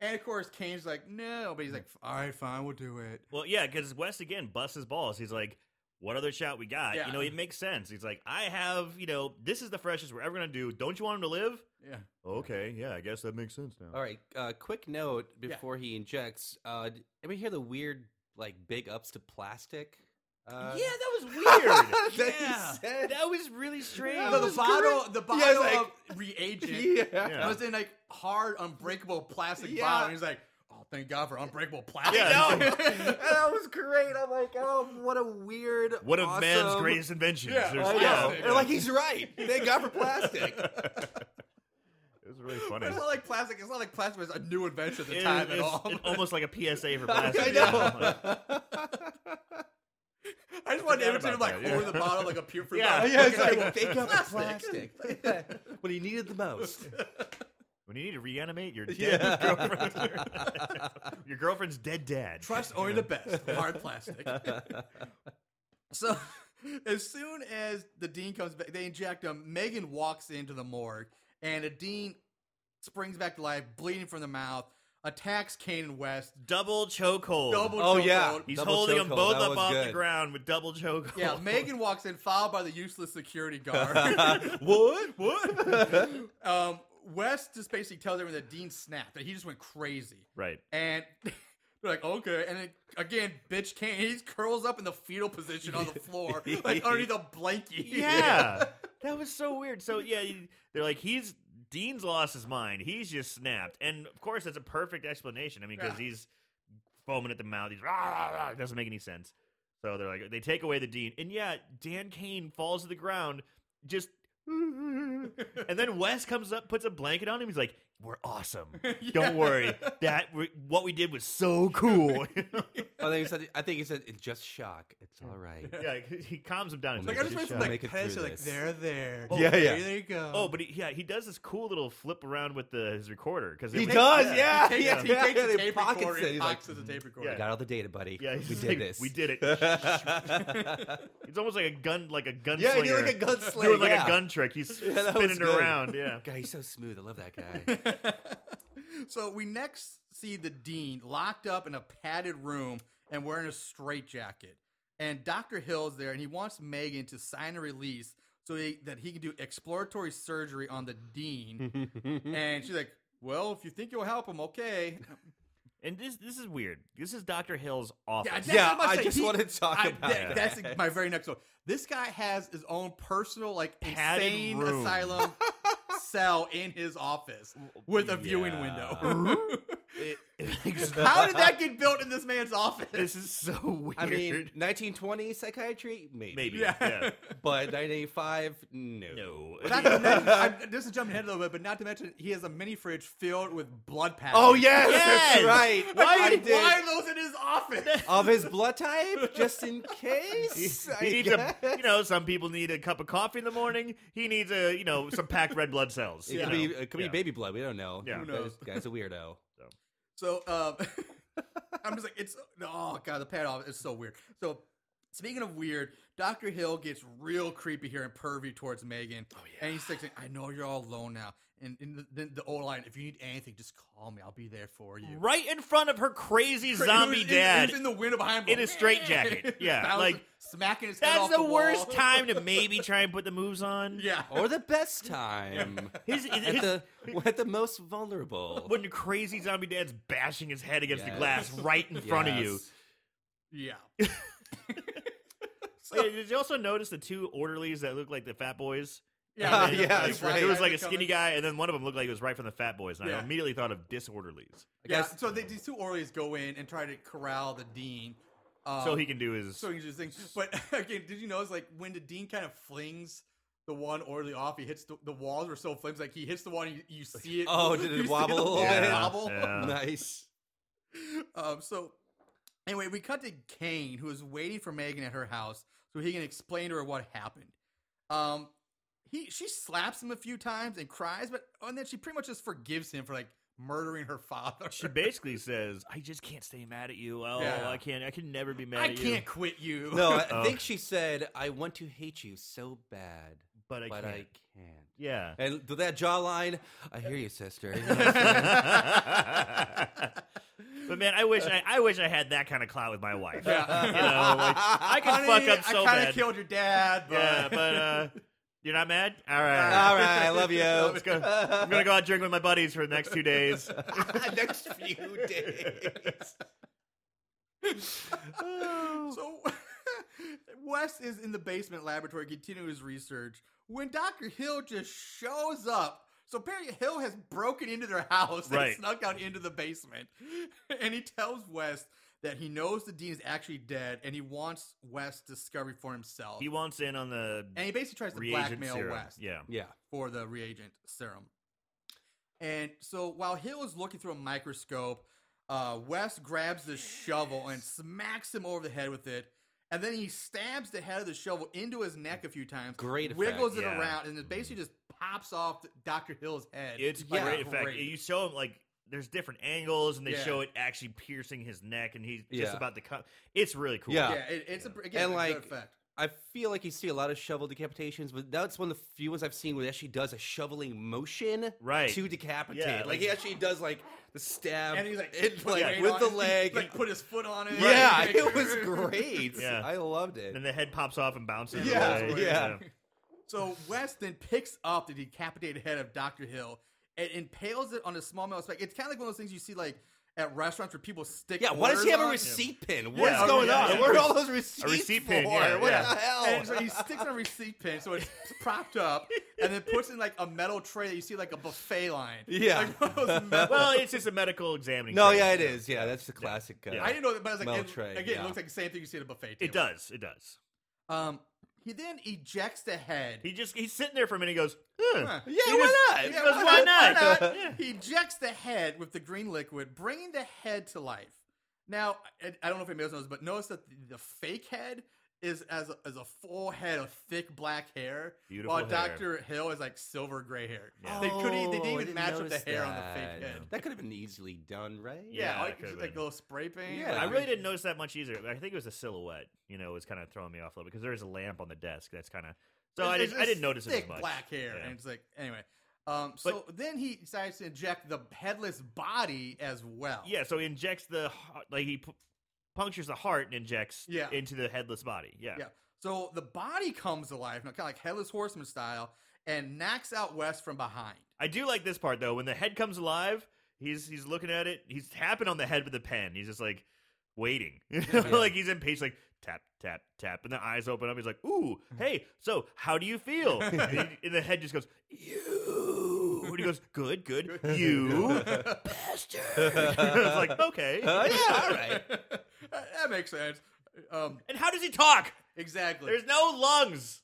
[SPEAKER 1] And of course, Kane's like, no, but he's like, all right, fine, we'll do it.
[SPEAKER 3] Well, yeah, because West again busts his balls. He's like, "What other shot we got?"
[SPEAKER 1] Yeah.
[SPEAKER 3] You know, it makes sense. He's like, "I have, you know, this is the freshest we're ever gonna do. Don't you want him to live?"
[SPEAKER 1] Yeah.
[SPEAKER 3] Okay, yeah, I guess that makes sense now.
[SPEAKER 4] All right. Uh, quick note before he injects. Uh, d- ever hear the weird like big ups to plastic? Uh,
[SPEAKER 3] yeah, that was weird.
[SPEAKER 4] that he
[SPEAKER 3] yeah,
[SPEAKER 4] said.
[SPEAKER 3] that was really strange.
[SPEAKER 4] That
[SPEAKER 1] the,
[SPEAKER 4] was
[SPEAKER 1] bottle,
[SPEAKER 4] great.
[SPEAKER 1] the
[SPEAKER 4] Yeah,
[SPEAKER 1] bottle
[SPEAKER 4] like-
[SPEAKER 1] of reagent
[SPEAKER 3] Yeah.
[SPEAKER 1] I was in like hard, unbreakable plastic
[SPEAKER 4] Yeah.
[SPEAKER 1] bottle. He's like, oh, thank God for unbreakable plastic.
[SPEAKER 3] I know.
[SPEAKER 4] that was great. I'm like, oh, what a weird,
[SPEAKER 3] One of man's
[SPEAKER 4] awesome-
[SPEAKER 3] greatest inventions.
[SPEAKER 1] Yeah,
[SPEAKER 3] There's-
[SPEAKER 4] I
[SPEAKER 1] Yeah.
[SPEAKER 4] know. And, like he's right. Thank God for plastic.
[SPEAKER 3] It was really funny.
[SPEAKER 1] But it's not like plastic. It's not like plastic was a new invention at the
[SPEAKER 3] It-
[SPEAKER 1] time at
[SPEAKER 3] it's-
[SPEAKER 1] all.
[SPEAKER 3] it's almost like a PSA for plastic.
[SPEAKER 4] I
[SPEAKER 3] Yeah, like-
[SPEAKER 4] know.
[SPEAKER 1] I just wanted
[SPEAKER 3] forgot
[SPEAKER 1] him to
[SPEAKER 3] about
[SPEAKER 1] like
[SPEAKER 3] that,
[SPEAKER 1] over
[SPEAKER 3] yeah.
[SPEAKER 1] the bottle like a pure fruit.
[SPEAKER 3] Yeah.
[SPEAKER 1] bottle.
[SPEAKER 4] yeah, it's
[SPEAKER 1] Okay,
[SPEAKER 4] like fake up
[SPEAKER 1] Plastic.
[SPEAKER 4] plastic. when he needed the most.
[SPEAKER 3] When you need to reanimate your dead
[SPEAKER 4] Yeah.
[SPEAKER 3] girlfriend, your girlfriend's dead dad.
[SPEAKER 1] Trust only the best. Hard plastic. so as soon as the dean comes back, they inject him. Megan walks into the morgue, and the dean springs back to life, bleeding from the mouth. Attacks Kane and West.
[SPEAKER 3] Double chokehold.
[SPEAKER 1] Double.
[SPEAKER 4] Oh, yeah.
[SPEAKER 1] chokehold.
[SPEAKER 3] He's
[SPEAKER 4] Double
[SPEAKER 3] holding them
[SPEAKER 4] chokehold,
[SPEAKER 3] both
[SPEAKER 4] that
[SPEAKER 3] up
[SPEAKER 4] was
[SPEAKER 3] off the
[SPEAKER 4] good.
[SPEAKER 3] ground with double chokehold.
[SPEAKER 1] Yeah, Megan walks in, followed by the useless security guard.
[SPEAKER 4] what?
[SPEAKER 1] what? um, West just basically tells everyone that Dean snapped, that he just went crazy.
[SPEAKER 3] Right.
[SPEAKER 1] And They're like, okay. And then, again, bitch can't. He curls up in the fetal position on the floor, like underneath a blanket.
[SPEAKER 3] Yeah. that was so weird. So yeah, you- they're like he's Dean's lost his mind. He's just snapped, and of course that's a perfect explanation. I mean, because
[SPEAKER 1] Yeah.
[SPEAKER 3] he's foaming at the mouth. He's rah, rah, rah. It doesn't make any sense. So they're like they take away the Dean, and yeah, Dan Kane falls to the ground. Just and then Wes comes up, puts a blanket on him. He's like, "We're awesome. Don't worry. That what we did was so cool."
[SPEAKER 4] I think he said. I think he said, "It's just shock. It's all right."
[SPEAKER 3] yeah, he calms him down. He's
[SPEAKER 1] Like, I
[SPEAKER 3] like,
[SPEAKER 1] just
[SPEAKER 3] "Just
[SPEAKER 1] went
[SPEAKER 4] shall
[SPEAKER 1] from
[SPEAKER 3] shut
[SPEAKER 1] like
[SPEAKER 4] make it
[SPEAKER 1] pedestal,
[SPEAKER 4] through
[SPEAKER 1] like,
[SPEAKER 4] this.
[SPEAKER 1] there, there.
[SPEAKER 3] Oh,
[SPEAKER 1] yeah,
[SPEAKER 3] Yeah,
[SPEAKER 1] yeah.
[SPEAKER 3] yeah.
[SPEAKER 1] There you go.
[SPEAKER 4] Um,
[SPEAKER 3] Oh, but he, yeah, he does this cool little flip around with the, his recorder because
[SPEAKER 4] He
[SPEAKER 1] Take-
[SPEAKER 4] does,
[SPEAKER 1] He
[SPEAKER 4] yeah,
[SPEAKER 1] takes, he
[SPEAKER 4] yeah,
[SPEAKER 1] takes
[SPEAKER 4] yeah,
[SPEAKER 1] the
[SPEAKER 4] they
[SPEAKER 1] tape
[SPEAKER 4] pockets
[SPEAKER 1] recorder.
[SPEAKER 4] it,
[SPEAKER 1] He
[SPEAKER 4] he's like,
[SPEAKER 1] pockets the tape
[SPEAKER 3] yeah.
[SPEAKER 4] We
[SPEAKER 1] recorder.
[SPEAKER 4] got all the data, buddy.
[SPEAKER 3] Yeah,
[SPEAKER 4] we
[SPEAKER 3] he's
[SPEAKER 4] did
[SPEAKER 3] like,
[SPEAKER 4] this.
[SPEAKER 3] We did it. it's almost like a gun, like a gunslinger.
[SPEAKER 4] yeah, you're like a gunslinger.
[SPEAKER 3] doing like
[SPEAKER 4] yeah.
[SPEAKER 3] a gun trick. He's
[SPEAKER 4] that was
[SPEAKER 3] spinning
[SPEAKER 4] good.
[SPEAKER 3] around. Yeah.
[SPEAKER 4] God, he's so smooth. I love that guy.
[SPEAKER 1] so we next see the dean locked up in a padded room and wearing a straitjacket. And Dr. Hill's there and he wants Megan to sign a release so he, that he can do exploratory surgery on the dean. and she's like, well, if you think you'll help him, okay.
[SPEAKER 3] And this this is weird. This is Dr. Hill's office.
[SPEAKER 1] that's what
[SPEAKER 4] Yeah,
[SPEAKER 1] I'm about
[SPEAKER 4] I
[SPEAKER 1] say.
[SPEAKER 4] just wanted to talk about
[SPEAKER 1] that-
[SPEAKER 4] that.
[SPEAKER 1] That's my very next one. This guy has his own personal, like,
[SPEAKER 3] Padded
[SPEAKER 1] insane
[SPEAKER 3] room.
[SPEAKER 1] asylum cell in his office with a viewing
[SPEAKER 3] Yeah.
[SPEAKER 1] window.
[SPEAKER 3] It- it's-
[SPEAKER 1] How did that get built in this man's office?
[SPEAKER 3] this is so weird.
[SPEAKER 4] I mean, 1920 psychiatry, maybe,
[SPEAKER 3] maybe. Yeah.
[SPEAKER 1] Yeah.
[SPEAKER 4] but 1985, no.
[SPEAKER 3] No.
[SPEAKER 1] Not to mention, I'm just jumping ahead a little bit, but not to mention he has a mini fridge filled with blood patches.
[SPEAKER 4] Oh yes,
[SPEAKER 3] Yes!
[SPEAKER 4] that's right.
[SPEAKER 1] Why,
[SPEAKER 4] I
[SPEAKER 1] did-
[SPEAKER 4] did.
[SPEAKER 1] why are those in his office?
[SPEAKER 4] Of his blood type, just in case. I
[SPEAKER 3] he needs a,
[SPEAKER 4] guess.
[SPEAKER 3] you know, some people need a cup of coffee in the morning. He needs a, you know, some packed red blood cells.
[SPEAKER 4] It
[SPEAKER 3] you
[SPEAKER 4] could,
[SPEAKER 3] know.
[SPEAKER 4] be, it could
[SPEAKER 3] Yeah.
[SPEAKER 4] be baby blood. We don't know.
[SPEAKER 3] Yeah. Who
[SPEAKER 1] knows?
[SPEAKER 4] This guy's a weirdo.
[SPEAKER 1] So um, I'm just like, it's oh god, the pad off is so weird. So speaking of weird, Doctor Hill gets real creepy here and pervy towards Megan. Oh yeah, and he's like, saying, "I know you're all alone now." And in the, the, the old line, "If you need anything, just call me. I'll be there for you."
[SPEAKER 3] Right in front of her crazy
[SPEAKER 1] Cra-
[SPEAKER 3] zombie
[SPEAKER 1] who's in-
[SPEAKER 3] dad.
[SPEAKER 1] who's in the window behind him,
[SPEAKER 3] in a straitjacket. Yeah,
[SPEAKER 1] Bouncing-
[SPEAKER 3] like,
[SPEAKER 1] smacking his head
[SPEAKER 3] That's
[SPEAKER 1] off
[SPEAKER 3] the,
[SPEAKER 1] the wall.
[SPEAKER 3] worst time Oh. to maybe try and put the moves on.
[SPEAKER 1] Yeah.
[SPEAKER 4] Or the best time.
[SPEAKER 3] His, his,
[SPEAKER 4] at
[SPEAKER 3] his-
[SPEAKER 4] the at the most vulnerable.
[SPEAKER 3] when your crazy zombie dad's bashing his head against the
[SPEAKER 4] Yes.
[SPEAKER 3] glass right in front of you.
[SPEAKER 4] Yes.
[SPEAKER 1] Yeah.
[SPEAKER 3] Yeah, did you also notice the two orderlies that look like the Fat Boys?
[SPEAKER 1] Yeah,
[SPEAKER 4] Yeah, that's
[SPEAKER 1] black
[SPEAKER 4] right.
[SPEAKER 3] There was
[SPEAKER 1] guy
[SPEAKER 3] like a
[SPEAKER 1] that come
[SPEAKER 3] skinny
[SPEAKER 1] in.
[SPEAKER 3] guy, and then one of them looked like it was right from the Fat Boys, and I
[SPEAKER 1] Yeah.
[SPEAKER 3] immediately thought of disorderlies,
[SPEAKER 1] Yeah,
[SPEAKER 4] guess-
[SPEAKER 1] so they, these two Orleans go in and try to corral the dean. Um,
[SPEAKER 3] so he can do his.
[SPEAKER 1] so he can do his thing. But again, did you notice like when the dean kind of flings the one orderly off, he hits the, the walls were so flames like he hits the one you, you see it.
[SPEAKER 4] Oh, did it
[SPEAKER 1] you see
[SPEAKER 4] wobble
[SPEAKER 1] the
[SPEAKER 4] a little
[SPEAKER 1] wall
[SPEAKER 4] bit?
[SPEAKER 1] Wobble.
[SPEAKER 3] Yeah.
[SPEAKER 4] nice.
[SPEAKER 1] Um, so anyway, we cut to Kane who is waiting for Megan at her house so he can explain to her what happened. Um, he she slaps him a few times and cries, but oh, and then she pretty much just forgives him for like murdering her father.
[SPEAKER 3] she basically says, "I just can't stay mad at you. Oh,
[SPEAKER 1] Yeah.
[SPEAKER 3] I can't. I can never be mad
[SPEAKER 1] I
[SPEAKER 3] at you.
[SPEAKER 1] can't quit you.
[SPEAKER 4] No, I
[SPEAKER 3] Oh.
[SPEAKER 4] think she said, "I want to hate you so bad,
[SPEAKER 3] But I
[SPEAKER 4] but
[SPEAKER 3] can't.
[SPEAKER 4] I can't."
[SPEAKER 3] Yeah.
[SPEAKER 4] And th- that jawline, I hear you, sister.
[SPEAKER 3] but man, I wish I, I wish I had that kind of clout with my wife.
[SPEAKER 1] Yeah.
[SPEAKER 3] You know, like, I can
[SPEAKER 1] Honey,
[SPEAKER 3] fuck up so
[SPEAKER 1] I
[SPEAKER 3] bad.
[SPEAKER 1] of killed your dad, but
[SPEAKER 3] Yeah, but uh, you're not mad? All right.
[SPEAKER 4] All right, I love you.
[SPEAKER 3] Let's go. I'm going to go out drinking with my buddies for the next two days.
[SPEAKER 4] Next few days.
[SPEAKER 3] uh,
[SPEAKER 1] so Wes is in the basement laboratory continuing his research when Dr. Hill just shows up. So apparently Hill has broken into their house and
[SPEAKER 3] Right.
[SPEAKER 1] snuck out into the basement. And he tells Wes that he knows the dean is actually dead and he wants Wes discovery for himself.
[SPEAKER 3] He wants in on the
[SPEAKER 1] and he basically tries to
[SPEAKER 3] reagent
[SPEAKER 1] blackmail
[SPEAKER 3] serum.
[SPEAKER 1] Wes.
[SPEAKER 3] Yeah.
[SPEAKER 4] Yeah.
[SPEAKER 1] for the reagent serum. And so while Hill is looking through a microscope, uh, Wes grabs the shovel and smacks him over the head with it. And then he stabs the head of the shovel into his neck a few times.
[SPEAKER 4] Great effect,
[SPEAKER 1] Wiggles it
[SPEAKER 3] yeah.
[SPEAKER 1] around and it basically just pops off Dr. Hill's head.
[SPEAKER 3] It's
[SPEAKER 1] Like,
[SPEAKER 3] great effect.
[SPEAKER 1] great.
[SPEAKER 3] You show him, like, there's different angles, and they
[SPEAKER 1] Yeah.
[SPEAKER 3] show it actually piercing his neck, and he's just
[SPEAKER 4] Yeah.
[SPEAKER 3] about to cut. It's really cool.
[SPEAKER 1] Yeah,
[SPEAKER 4] Yeah.
[SPEAKER 1] it, it's a, again,
[SPEAKER 4] And,
[SPEAKER 1] a
[SPEAKER 4] like,
[SPEAKER 1] good effect.
[SPEAKER 4] I feel like you see a lot of shovel decapitations, but that's one of the few ones I've seen where it actually does a shoveling motion
[SPEAKER 3] Right.
[SPEAKER 4] to decapitate.
[SPEAKER 3] Yeah,
[SPEAKER 4] like,
[SPEAKER 3] like-
[SPEAKER 4] he actually does like the stab
[SPEAKER 1] And he's like,
[SPEAKER 4] and,
[SPEAKER 1] put
[SPEAKER 4] um, like,
[SPEAKER 1] weight
[SPEAKER 4] with
[SPEAKER 1] on
[SPEAKER 4] the
[SPEAKER 1] it. He,
[SPEAKER 4] leg.
[SPEAKER 1] like put his foot on it.
[SPEAKER 4] Yeah,
[SPEAKER 1] Like-
[SPEAKER 4] it was great.
[SPEAKER 3] Yeah.
[SPEAKER 4] I loved it.
[SPEAKER 3] And the head pops off and bounces.
[SPEAKER 4] Yeah,
[SPEAKER 3] away.
[SPEAKER 4] yeah.
[SPEAKER 1] So Weston picks up the decapitated head of Dr. Hill and impales it on a small metal spike. It's kind of like one of those things you see, like at restaurants where people stick.
[SPEAKER 4] Yeah, why does he
[SPEAKER 1] blurs
[SPEAKER 4] have a
[SPEAKER 1] on-
[SPEAKER 4] receipt pin? What's
[SPEAKER 3] Yeah,
[SPEAKER 4] going
[SPEAKER 3] yeah,
[SPEAKER 4] on?
[SPEAKER 3] yeah.
[SPEAKER 4] What are all those receipts
[SPEAKER 3] receipt
[SPEAKER 4] for?
[SPEAKER 3] pin, yeah,
[SPEAKER 4] what
[SPEAKER 3] yeah.
[SPEAKER 4] the hell?
[SPEAKER 1] And so he sticks on a receipt pin, so it's propped up, and then puts in like a metal tray that you see like a buffet line.
[SPEAKER 4] Yeah.
[SPEAKER 1] Like, one of those metal-
[SPEAKER 3] Well, it's just a medical examining.
[SPEAKER 4] no,
[SPEAKER 3] thing.
[SPEAKER 4] yeah, it is. Yeah, that's the classic. Uh,
[SPEAKER 3] Yeah.
[SPEAKER 1] I didn't know that, but I was like,
[SPEAKER 4] Metal
[SPEAKER 1] it-
[SPEAKER 4] tray,
[SPEAKER 1] again,
[SPEAKER 4] yeah.
[SPEAKER 1] it looks like the same thing you see at a buffet. Table.
[SPEAKER 3] It does. It does.
[SPEAKER 1] Um, he then ejects the head.
[SPEAKER 3] He just he's sitting there for a minute. He goes, "Huh."
[SPEAKER 1] Huh.
[SPEAKER 4] yeah,
[SPEAKER 3] He
[SPEAKER 4] why
[SPEAKER 3] was-
[SPEAKER 4] not?
[SPEAKER 3] he goes, why not? Yeah.
[SPEAKER 1] He ejects the head with the green liquid, bringing the head to life. Now, I, I don't know if anybody else knows, but notice that the, the fake head is as a, as a full head of thick black hair,
[SPEAKER 3] Beautiful
[SPEAKER 1] while
[SPEAKER 3] hair.
[SPEAKER 1] Doctor Hill is like silver gray hair.
[SPEAKER 3] Yeah.
[SPEAKER 1] They couldn't. They
[SPEAKER 4] Oh, I
[SPEAKER 1] didn't even
[SPEAKER 4] didn't
[SPEAKER 1] match up the
[SPEAKER 4] notice
[SPEAKER 1] hair on the
[SPEAKER 4] that.
[SPEAKER 1] fake head.
[SPEAKER 4] That could have been easily done, right?
[SPEAKER 1] Yeah,
[SPEAKER 3] Yeah, that
[SPEAKER 1] like,
[SPEAKER 3] could've
[SPEAKER 1] like
[SPEAKER 3] been.
[SPEAKER 1] a little spray paint.
[SPEAKER 4] Yeah.
[SPEAKER 1] like-
[SPEAKER 3] I really didn't notice that much either. I think it was the silhouette. You know, was kind of throwing me off a little because there is a lamp on the desk. That's kind of so I
[SPEAKER 1] It's-
[SPEAKER 3] didn't
[SPEAKER 1] it's
[SPEAKER 3] I
[SPEAKER 1] just
[SPEAKER 3] didn't notice
[SPEAKER 1] thick
[SPEAKER 3] it as much.
[SPEAKER 1] black hair,
[SPEAKER 3] Yeah.
[SPEAKER 1] and it's like anyway. Um, so then he decides to inject the headless body as well.
[SPEAKER 3] Yeah, so he injects the heart- like he pu- punctures the heart and injects
[SPEAKER 1] Yeah.
[SPEAKER 3] into the headless body. Yeah.
[SPEAKER 1] Yeah. So the body comes alive, now kind of like Headless Horseman style, and knocks out West from behind.
[SPEAKER 3] I do like this part though. When the head comes alive, he's he's looking at it. He's tapping on the head with a pen. He's just like waiting, like he's impatient. Like tap tap tap, and the eyes open up. He's like, "Ooh, hey, so how do you feel?" and, he- and the head just goes, "You." And he goes, "Good, good, you." I was like, oh, "Okay."
[SPEAKER 4] Uh, yeah, all right.
[SPEAKER 1] that that makes sense. Um,
[SPEAKER 3] And how does he talk?
[SPEAKER 1] exactly.
[SPEAKER 3] There's no lungs.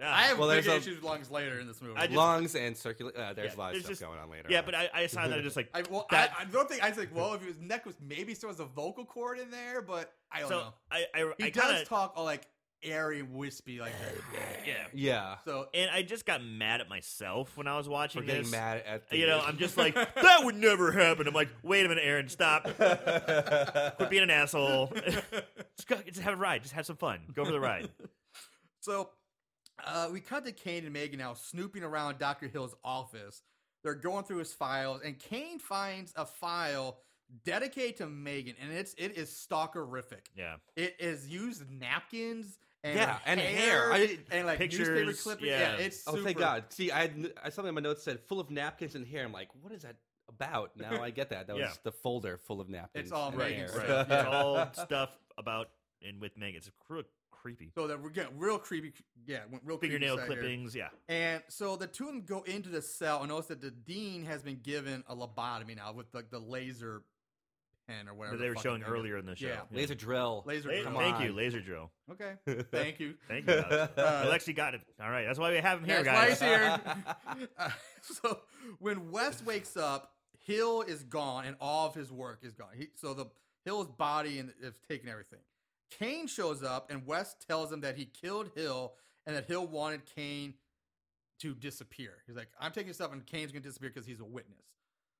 [SPEAKER 3] Ah.
[SPEAKER 1] I have
[SPEAKER 4] Well,
[SPEAKER 1] big
[SPEAKER 4] there's a-
[SPEAKER 1] issues with lungs later in this movie.
[SPEAKER 3] I just-
[SPEAKER 4] Lungs and circulate. Uh, there's
[SPEAKER 3] Yeah,
[SPEAKER 4] a lot of
[SPEAKER 3] there's
[SPEAKER 4] stuff
[SPEAKER 3] just-
[SPEAKER 4] going on later.
[SPEAKER 3] yeah,
[SPEAKER 4] on.
[SPEAKER 3] but I, I saw that just like
[SPEAKER 1] I, well,
[SPEAKER 3] that-
[SPEAKER 1] I, I don't think I was like, well, if his neck was maybe still has a vocal cord in there, but I don't
[SPEAKER 3] so
[SPEAKER 1] know.
[SPEAKER 3] I I,
[SPEAKER 1] He
[SPEAKER 3] I
[SPEAKER 1] does
[SPEAKER 3] kinda,
[SPEAKER 1] talk all like airy and wispy like that.
[SPEAKER 3] yeah.
[SPEAKER 4] yeah,
[SPEAKER 1] So
[SPEAKER 3] And I just got mad at myself when I was watching
[SPEAKER 4] we're getting
[SPEAKER 3] this.
[SPEAKER 4] mad at the,
[SPEAKER 3] You know, I'm just like, that would never happen. I'm like, wait a minute, Aaron, stop. Quit being an asshole. just, go, just have a ride. Just have some fun. Go for the ride.
[SPEAKER 1] So uh, we cut to Kane and Megan now snooping around Dr. Hill's office. They're going through his files, and Kane finds a file dedicated to Megan, and it's it is stalkerific.
[SPEAKER 3] Yeah.
[SPEAKER 1] It is used napkins and
[SPEAKER 4] Yeah, and
[SPEAKER 1] hair,
[SPEAKER 4] hair. I didn't-
[SPEAKER 1] and like newspaper
[SPEAKER 3] Pictures,
[SPEAKER 1] clippings.
[SPEAKER 3] yeah.
[SPEAKER 1] Yeah. it's
[SPEAKER 4] Oh,
[SPEAKER 1] super,
[SPEAKER 4] thank God. See, I had, n- I something in my notes said full of napkins and hair. I'm like, what is that about? Now I get that. That
[SPEAKER 3] Yeah.
[SPEAKER 4] was the folder full of napkins.
[SPEAKER 1] It's all
[SPEAKER 4] and
[SPEAKER 1] Megan
[SPEAKER 4] hair.
[SPEAKER 1] Right.
[SPEAKER 3] Right.
[SPEAKER 1] Yeah.
[SPEAKER 3] It's all stuff about and with Meg. It's cr- creepy.
[SPEAKER 1] So that we're getting real creepy. Yeah, went real creepy
[SPEAKER 3] Fingernail
[SPEAKER 1] side here.
[SPEAKER 3] clippings. Yeah.
[SPEAKER 1] And so the two of them go into the cell and notice that the dean has been given a lobotomy now with like the laser pen or whatever.
[SPEAKER 3] That
[SPEAKER 1] the
[SPEAKER 3] they were
[SPEAKER 1] fucking
[SPEAKER 3] showing
[SPEAKER 1] thing is.
[SPEAKER 3] earlier in the show.
[SPEAKER 1] Yeah.
[SPEAKER 4] Laser drill.
[SPEAKER 1] Laser.
[SPEAKER 3] La-
[SPEAKER 1] pen.
[SPEAKER 4] come
[SPEAKER 3] thank
[SPEAKER 4] on. Uh,
[SPEAKER 3] you, laser drill.
[SPEAKER 1] Okay. Thank you.
[SPEAKER 3] Thank you. Uh, Alex. Alexi got it. All right, that's why we have him here,
[SPEAKER 1] That's why
[SPEAKER 3] guys.
[SPEAKER 1] he's here. Uh, so when West wakes up, Hill is gone and all of his work is gone. He, so the Hill's body and has taken everything. Kane shows up and West tells him that he killed Hill and that Hill wanted Kane to disappear. He's like, I'm taking stuff and Kane's gonna disappear because he's a witness.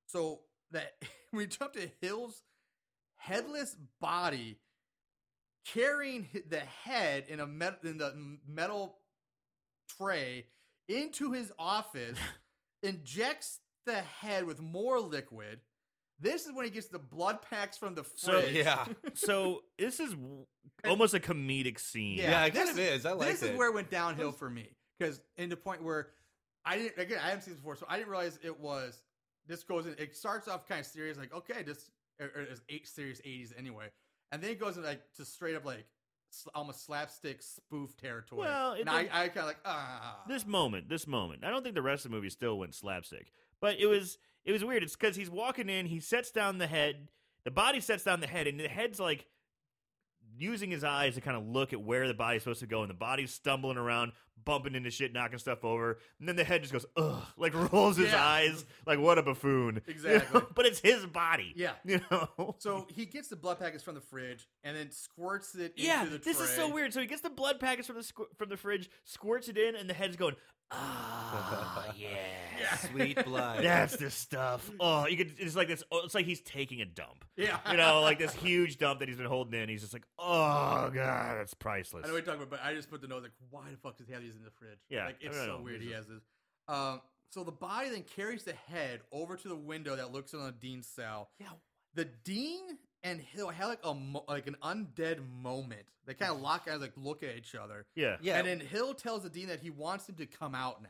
[SPEAKER 1] So that we jump to Hill's headless body carrying hi- the head in a met- in the metal tray into his office, injects the head with more liquid. This is when he gets the blood packs from the
[SPEAKER 3] So-
[SPEAKER 1] fridge.
[SPEAKER 4] Yeah.
[SPEAKER 3] So this is w- almost a comedic scene.
[SPEAKER 1] Yeah.
[SPEAKER 4] Yeah, it
[SPEAKER 1] this
[SPEAKER 4] kind of is. I like
[SPEAKER 1] this is
[SPEAKER 4] it.
[SPEAKER 1] where it went downhill for me because in the point where I didn't again I haven't seen this before, so I didn't realize it was this goes in. It starts off kind of serious, like okay, this or, or it's eight serious eighties anyway, and then it goes in like to straight up like s- almost slapstick spoof territory.
[SPEAKER 3] Well, it
[SPEAKER 1] and I,
[SPEAKER 3] didn't-
[SPEAKER 1] I kind of like ah
[SPEAKER 3] this moment, this moment. I don't think the rest of the movie still went slapstick, but it was it was weird. It's because he's walking in, he sets down the head, the body sets down the head, and the head's like using his eyes to kind of look at where the body's supposed to go, and the body's stumbling around, bumping into shit, knocking stuff over, and then the head just goes ugh, like rolls his
[SPEAKER 1] Yeah.
[SPEAKER 3] eyes, like what a buffoon, You know?
[SPEAKER 1] Exactly.
[SPEAKER 3] but it's his body,
[SPEAKER 1] Yeah.
[SPEAKER 3] you know.
[SPEAKER 1] So he gets the blood packets from the fridge and then squirts it.
[SPEAKER 3] Yeah,
[SPEAKER 1] into the
[SPEAKER 3] this is so
[SPEAKER 1] tray.
[SPEAKER 3] weird. So he gets the blood packets from the squ- from the fridge, squirts it in, and the head's going, ah, yeah,
[SPEAKER 4] Sweet blood.
[SPEAKER 3] that's the stuff. Oh, you could. It's like this. oh, It's like he's taking a dump.
[SPEAKER 1] Yeah,
[SPEAKER 3] You know, like this huge dump that he's been holding in. He's just like, oh god, that's
[SPEAKER 1] I
[SPEAKER 3] priceless.
[SPEAKER 1] know what you're talking about, but I just put the note like, why the fuck does he have these in the fridge?
[SPEAKER 3] Yeah,
[SPEAKER 1] like
[SPEAKER 3] I
[SPEAKER 1] it's
[SPEAKER 3] don't
[SPEAKER 1] so
[SPEAKER 3] know.
[SPEAKER 1] weird.
[SPEAKER 3] It's
[SPEAKER 1] He has
[SPEAKER 3] just-
[SPEAKER 1] this. Um, so the body then carries the head over to the window that looks in on Dean's cell.
[SPEAKER 4] Yeah.
[SPEAKER 1] The Dean and Hill had like a mo- like an undead moment. They kind of lock eyes, like look at each other,
[SPEAKER 3] Yeah.
[SPEAKER 4] Yeah.
[SPEAKER 1] and then Hill tells the Dean that he wants him to come out now.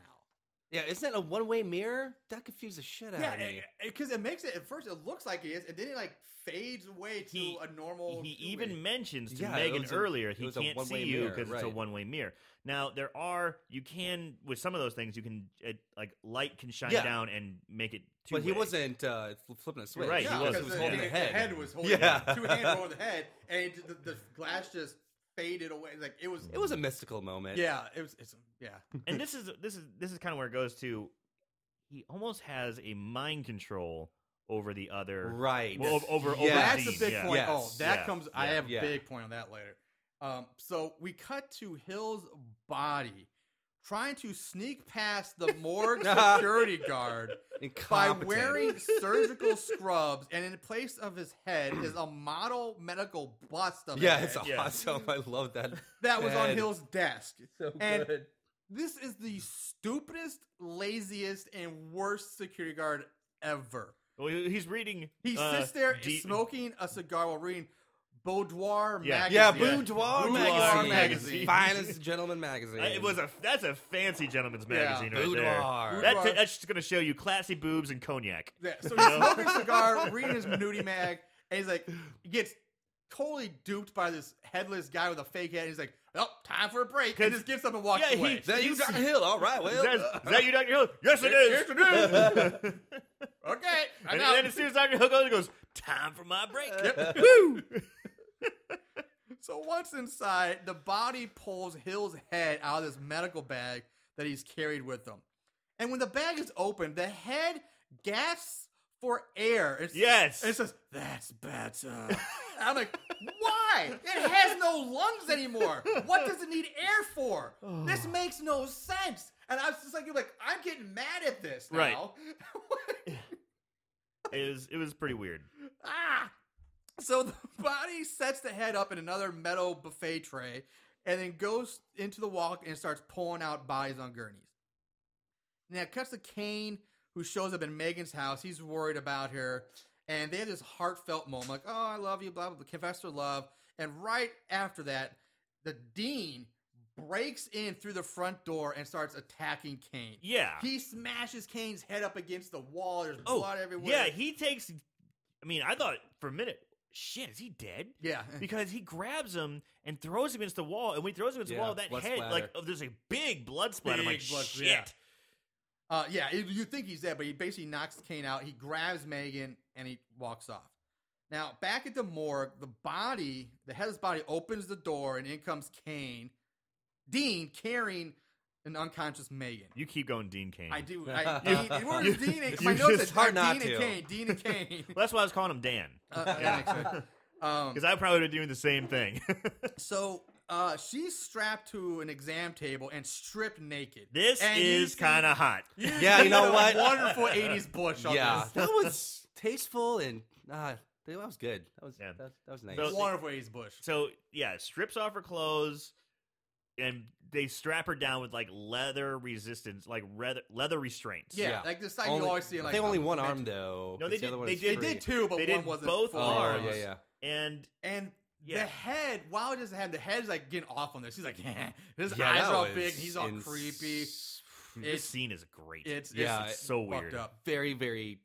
[SPEAKER 4] Yeah, isn't that a one-way mirror? That confused the shit out
[SPEAKER 1] Yeah,
[SPEAKER 4] of me.
[SPEAKER 1] because it makes it at first it looks like he is, and then it like fades away to
[SPEAKER 3] He-
[SPEAKER 1] a normal.
[SPEAKER 3] he
[SPEAKER 1] two-way.
[SPEAKER 3] even mentions to
[SPEAKER 4] Yeah, it
[SPEAKER 3] Megan
[SPEAKER 4] was a-
[SPEAKER 3] earlier
[SPEAKER 4] it
[SPEAKER 3] he
[SPEAKER 4] was a
[SPEAKER 3] can't see
[SPEAKER 4] one-way
[SPEAKER 3] you
[SPEAKER 4] mirror,
[SPEAKER 3] because it's a
[SPEAKER 4] right.
[SPEAKER 3] one-way mirror. Now there are you can with some of those things you can uh, like light can shine
[SPEAKER 4] Yeah.
[SPEAKER 3] down and make it. two
[SPEAKER 4] But he wasn't uh, fl- flipping a switch.
[SPEAKER 3] right,
[SPEAKER 1] yeah,
[SPEAKER 3] he wasn't.
[SPEAKER 1] because
[SPEAKER 3] was
[SPEAKER 1] the,
[SPEAKER 3] holding
[SPEAKER 1] the,
[SPEAKER 3] the
[SPEAKER 1] head. was holding
[SPEAKER 4] Yeah.
[SPEAKER 1] it. two hands over the head, and the, the glass just faded away. Like it was.
[SPEAKER 4] It was a mystical moment.
[SPEAKER 1] Yeah, it was. It's, yeah,
[SPEAKER 3] and this is this is this is kind of where it goes to. He almost has a mind control over the other.
[SPEAKER 4] Right.
[SPEAKER 3] Well, ov- over- over
[SPEAKER 4] Yes.
[SPEAKER 1] Oh, that's
[SPEAKER 3] Dean,
[SPEAKER 1] a big
[SPEAKER 3] yeah.
[SPEAKER 1] point. Oh,
[SPEAKER 4] Yes,
[SPEAKER 1] that
[SPEAKER 3] yeah,
[SPEAKER 1] comes. I
[SPEAKER 3] yeah,
[SPEAKER 1] have a
[SPEAKER 4] yeah.
[SPEAKER 1] big point on that later. Um, so we cut to Hill's body trying to sneak past the morgue security guard by
[SPEAKER 4] Incompetent.
[SPEAKER 1] wearing surgical scrubs, and in place of his head is a model medical bust of
[SPEAKER 4] Yeah,
[SPEAKER 1] his
[SPEAKER 4] it's
[SPEAKER 1] head
[SPEAKER 3] Yeah.
[SPEAKER 4] awesome. I love that.
[SPEAKER 1] that was on
[SPEAKER 4] head.
[SPEAKER 1] Hill's desk.
[SPEAKER 4] So
[SPEAKER 1] And- This is
[SPEAKER 3] Mm.
[SPEAKER 1] the stupidest, laziest, and worst security guard ever.
[SPEAKER 3] Well, he- he's reading.
[SPEAKER 1] He
[SPEAKER 3] uh,
[SPEAKER 1] sits there
[SPEAKER 3] D-
[SPEAKER 1] smoking a cigar while reading Boudoir
[SPEAKER 3] Yeah.
[SPEAKER 1] magazine.
[SPEAKER 4] Yeah,
[SPEAKER 3] Magazine.
[SPEAKER 4] Boudoir,
[SPEAKER 1] Boudoir
[SPEAKER 4] magazine.
[SPEAKER 1] magazine.
[SPEAKER 4] Finest gentleman magazine.
[SPEAKER 3] uh, It was a that's a fancy gentleman's
[SPEAKER 1] Yeah.
[SPEAKER 3] magazine right
[SPEAKER 4] Boudoir.
[SPEAKER 3] there.
[SPEAKER 1] Boudoir.
[SPEAKER 3] That's, that's just going to show you classy boobs and cognac.
[SPEAKER 1] Yeah, so
[SPEAKER 3] You
[SPEAKER 1] he's
[SPEAKER 3] know?
[SPEAKER 1] smoking a cigar, reading his nudie mag, and he's like, he gets totally duped by this headless guy with a fake head. And he's like, oh, time for a break. And just gets up and walks
[SPEAKER 3] Yeah, he-
[SPEAKER 1] away.
[SPEAKER 4] Is that you, Dr. Hill? All right, well. uh,
[SPEAKER 3] Is that, is that you, Doctor Hill? Yes, it
[SPEAKER 1] uh, Yes,
[SPEAKER 3] is.
[SPEAKER 1] yes, okay, I
[SPEAKER 3] And
[SPEAKER 1] know.
[SPEAKER 3] then as soon as Dr. Hill goes, he goes, time for my break.
[SPEAKER 1] So once inside, the body pulls Hill's head out of this medical bag that he's carried with him. And when the bag is opened, the head gasps for air. It's,
[SPEAKER 3] Yes.
[SPEAKER 1] It says, that's better. And I'm like, why? It has no lungs anymore. What does it need air for? This makes no sense. And I was just like, like I'm getting mad at this
[SPEAKER 3] Right.
[SPEAKER 1] now.
[SPEAKER 3] It was, it was pretty weird.
[SPEAKER 1] Ah! So the body sets the head up in another metal buffet tray and then goes into the walk and starts pulling out bodies on gurneys. Now it cuts to Kane, who shows up in Megan's house. He's worried about her. And they have this heartfelt moment, like, oh, I love you, blah, blah, blah, confess their love. And right after that, the dean breaks in through the front door and starts attacking Kane.
[SPEAKER 3] Yeah.
[SPEAKER 1] He smashes Kane's head up against the wall. There's
[SPEAKER 3] oh,
[SPEAKER 1] blood everywhere.
[SPEAKER 3] yeah, he takes, I mean, I thought for a minute, shit, is he dead?
[SPEAKER 1] yeah.
[SPEAKER 3] Because he grabs him and throws him against the wall, and when he throws him against the
[SPEAKER 4] Yeah,
[SPEAKER 3] wall, that
[SPEAKER 4] blood
[SPEAKER 3] head,
[SPEAKER 4] splatter.
[SPEAKER 3] like, oh, there's a big blood splatter. I'm like,
[SPEAKER 1] Big blood-
[SPEAKER 3] shit.
[SPEAKER 1] yeah. Uh, yeah, you- you think he's dead, but he basically knocks Kane out. He grabs Megan and he walks off. Now, back at the morgue, the body, the headless body, opens the door and in comes Kane, Dean carrying an unconscious Megan.
[SPEAKER 3] You keep going, Dean Kane.
[SPEAKER 1] I do. I, Dean, where
[SPEAKER 3] You-
[SPEAKER 1] is Dean? And,
[SPEAKER 3] you
[SPEAKER 1] my notes
[SPEAKER 4] just-
[SPEAKER 1] is
[SPEAKER 4] hard
[SPEAKER 1] Dean
[SPEAKER 4] not
[SPEAKER 1] and
[SPEAKER 4] to.
[SPEAKER 1] Kane. Dean and Kane.
[SPEAKER 3] Well, that's why I was calling him Dan.
[SPEAKER 1] Uh, that makes sense. Um,
[SPEAKER 3] Because I probably would have been doing the same thing.
[SPEAKER 1] so uh, she's strapped to an exam table and stripped naked.
[SPEAKER 3] this
[SPEAKER 1] And you
[SPEAKER 3] is
[SPEAKER 1] see-
[SPEAKER 3] kind of hot.
[SPEAKER 4] Yeah, you know
[SPEAKER 1] a
[SPEAKER 4] what?
[SPEAKER 1] Wonderful '80s bush. On
[SPEAKER 4] yeah,
[SPEAKER 1] this.
[SPEAKER 4] that was tasteful and uh, that was good. That was
[SPEAKER 3] Yeah.
[SPEAKER 4] that, that was nice.
[SPEAKER 3] Those-
[SPEAKER 1] wonderful '80s bush.
[SPEAKER 3] So yeah, strips off her clothes, and they strap her down with like leather resistance, like leather leather restraints.
[SPEAKER 1] Yeah,
[SPEAKER 4] Yeah.
[SPEAKER 1] like this thing
[SPEAKER 4] Only-
[SPEAKER 1] you always see. in,
[SPEAKER 4] I
[SPEAKER 1] Like
[SPEAKER 4] think only one
[SPEAKER 1] mental-
[SPEAKER 4] arm though.
[SPEAKER 3] No,
[SPEAKER 4] 'cause
[SPEAKER 3] they
[SPEAKER 4] the
[SPEAKER 3] did-
[SPEAKER 4] other one
[SPEAKER 3] they
[SPEAKER 4] is
[SPEAKER 1] They
[SPEAKER 4] free.
[SPEAKER 1] did two, but
[SPEAKER 3] They
[SPEAKER 1] one
[SPEAKER 3] did
[SPEAKER 1] wasn't.
[SPEAKER 3] both
[SPEAKER 1] full
[SPEAKER 4] Oh
[SPEAKER 3] arms.
[SPEAKER 4] yeah, yeah.
[SPEAKER 3] and
[SPEAKER 1] And
[SPEAKER 3] Yeah.
[SPEAKER 1] the head, while it doesn't have the head's like getting off on this. He's like, his
[SPEAKER 4] yeah,
[SPEAKER 1] eyes
[SPEAKER 4] that
[SPEAKER 1] are all
[SPEAKER 4] was
[SPEAKER 1] big. He's all
[SPEAKER 4] ins-
[SPEAKER 1] creepy.
[SPEAKER 3] this
[SPEAKER 1] It's
[SPEAKER 3] scene is great.
[SPEAKER 1] it's
[SPEAKER 4] Yeah,
[SPEAKER 1] it's
[SPEAKER 4] it-
[SPEAKER 3] so
[SPEAKER 1] fucked
[SPEAKER 3] weird.
[SPEAKER 1] Up.
[SPEAKER 4] Very, very.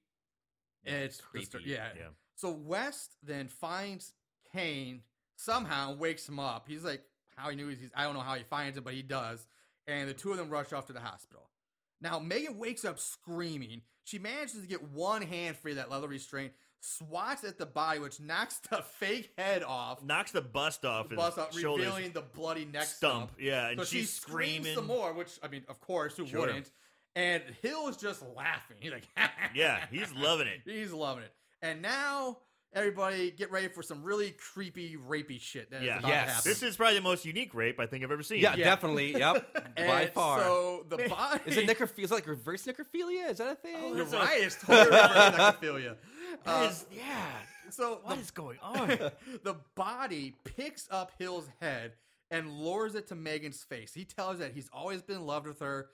[SPEAKER 1] It's
[SPEAKER 4] creepy.
[SPEAKER 1] distur- yeah.
[SPEAKER 3] Yeah.
[SPEAKER 1] So West then finds Kane somehow and wakes him up. He's like, how he knew he's, I don't know how he finds him, but he does. And the two of them rush off to the hospital. Now Megan wakes up screaming. She manages to get one hand free of that leather restraint, swats at the body, which knocks the fake head off,
[SPEAKER 3] Knocks the bust off his
[SPEAKER 1] bust up,
[SPEAKER 3] shoulders.
[SPEAKER 1] revealing the bloody neck stump.
[SPEAKER 3] stump. Yeah, and
[SPEAKER 1] So she
[SPEAKER 3] she's
[SPEAKER 1] screams
[SPEAKER 3] screaming.
[SPEAKER 1] some more, which I mean, of course, who
[SPEAKER 3] Sure.
[SPEAKER 1] wouldn't? And Hill is just laughing. He's like,
[SPEAKER 3] Yeah, he's loving it.
[SPEAKER 1] He's loving it. And now everybody get ready for some really creepy rapey shit that is
[SPEAKER 3] Yeah.
[SPEAKER 1] about
[SPEAKER 4] Yes.
[SPEAKER 1] to happen.
[SPEAKER 3] This is probably the most unique rape I think I've ever seen.
[SPEAKER 4] Yeah,
[SPEAKER 1] Yeah.
[SPEAKER 4] definitely. Yep,
[SPEAKER 1] And
[SPEAKER 4] by far.
[SPEAKER 1] So the body
[SPEAKER 4] is it necrophilia? Is it like reverse necrophilia? Is that a thing?
[SPEAKER 1] You're
[SPEAKER 3] That's a-
[SPEAKER 1] right, it's totally reverse necrophilia.
[SPEAKER 3] That
[SPEAKER 1] Uh,
[SPEAKER 3] is- yeah.
[SPEAKER 1] so
[SPEAKER 3] What
[SPEAKER 1] the,
[SPEAKER 3] is going on?
[SPEAKER 1] the body picks up Hill's head and lowers it to Megan's face. He tells her that he's always been loved with her,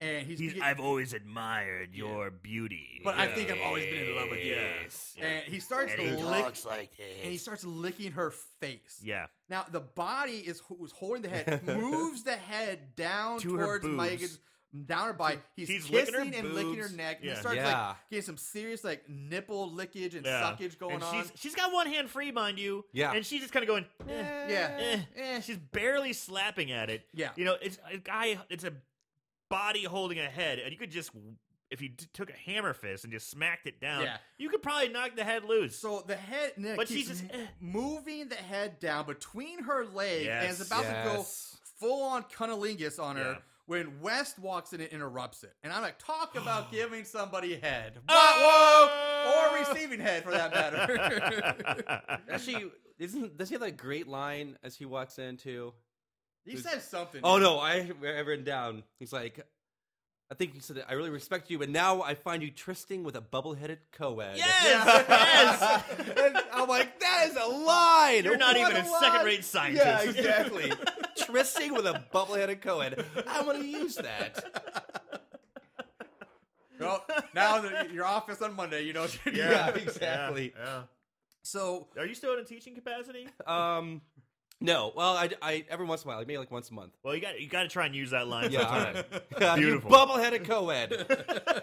[SPEAKER 1] and he's,
[SPEAKER 3] He's,
[SPEAKER 1] begin-
[SPEAKER 3] I've always admired your beauty,
[SPEAKER 1] But I think I've always been in love with you.
[SPEAKER 3] Yes.
[SPEAKER 1] and he starts
[SPEAKER 3] And
[SPEAKER 1] to
[SPEAKER 3] he
[SPEAKER 1] lick
[SPEAKER 3] talks like this.
[SPEAKER 1] and he starts licking her face.
[SPEAKER 3] yeah,
[SPEAKER 1] Now the body is who's holding the head moves the head down
[SPEAKER 3] To her
[SPEAKER 1] towards
[SPEAKER 3] boobs.
[SPEAKER 1] Megan's down her by he's,
[SPEAKER 3] He's licking
[SPEAKER 1] kissing
[SPEAKER 3] her
[SPEAKER 1] and licking her
[SPEAKER 3] boobs.
[SPEAKER 1] neck. And
[SPEAKER 3] Yeah.
[SPEAKER 1] it starts
[SPEAKER 4] Yeah.
[SPEAKER 1] like getting some serious like nipple lickage and
[SPEAKER 3] Yeah.
[SPEAKER 1] suckage going
[SPEAKER 3] and
[SPEAKER 1] on.
[SPEAKER 3] She's, she's got one hand free, mind you.
[SPEAKER 4] Yeah.
[SPEAKER 3] And she's just kind of going, eh,
[SPEAKER 1] yeah.
[SPEAKER 3] eh.
[SPEAKER 1] Eh.
[SPEAKER 3] She's eh. barely slapping at it.
[SPEAKER 1] Yeah.
[SPEAKER 3] You know, it's a guy, it's a body holding a head, and you could just, if you d- took a hammer fist and just smacked it down,
[SPEAKER 1] Yeah.
[SPEAKER 3] you could probably knock the head loose.
[SPEAKER 1] So the head, and it
[SPEAKER 3] But
[SPEAKER 1] keeps
[SPEAKER 3] she's just,
[SPEAKER 1] m-
[SPEAKER 3] eh.
[SPEAKER 1] moving the head down between her legs and
[SPEAKER 3] Yes.
[SPEAKER 1] is about to go
[SPEAKER 4] Yes.
[SPEAKER 1] full on cunnilingus on her
[SPEAKER 3] Yeah.
[SPEAKER 1] when West walks in and interrupts it. And I'm like, talk about giving somebody head.
[SPEAKER 4] Uh,
[SPEAKER 3] Oh!
[SPEAKER 1] Or receiving head for that matter.
[SPEAKER 4] Actually, isn't does he have that great line as he walks into?
[SPEAKER 1] he says something.
[SPEAKER 4] Oh no, I have it written down. He's like, I think he said, I really respect you, but now I find you trysting with a bubble-headed co-ed.
[SPEAKER 3] Yes! yes!
[SPEAKER 4] And I'm like, that is a line.
[SPEAKER 3] You're not
[SPEAKER 4] What
[SPEAKER 3] even a
[SPEAKER 4] line!"
[SPEAKER 3] second rate scientist.
[SPEAKER 4] Yeah, exactly. trysting with a bubble-headed co-ed. I want to use that.
[SPEAKER 1] Well, now that your office on Monday, you know. what you're doing.
[SPEAKER 4] Yeah, exactly.
[SPEAKER 3] Yeah,
[SPEAKER 1] So
[SPEAKER 3] yeah. Are you still in a teaching capacity?
[SPEAKER 4] Um, no. Well, I, I every once in a while, like maybe like once a month.
[SPEAKER 3] Well, you got you got to try and use that line
[SPEAKER 4] Yeah, all
[SPEAKER 3] sometime.
[SPEAKER 4] right. Yeah, you
[SPEAKER 3] Beautiful.
[SPEAKER 4] Bubble-headed co-ed.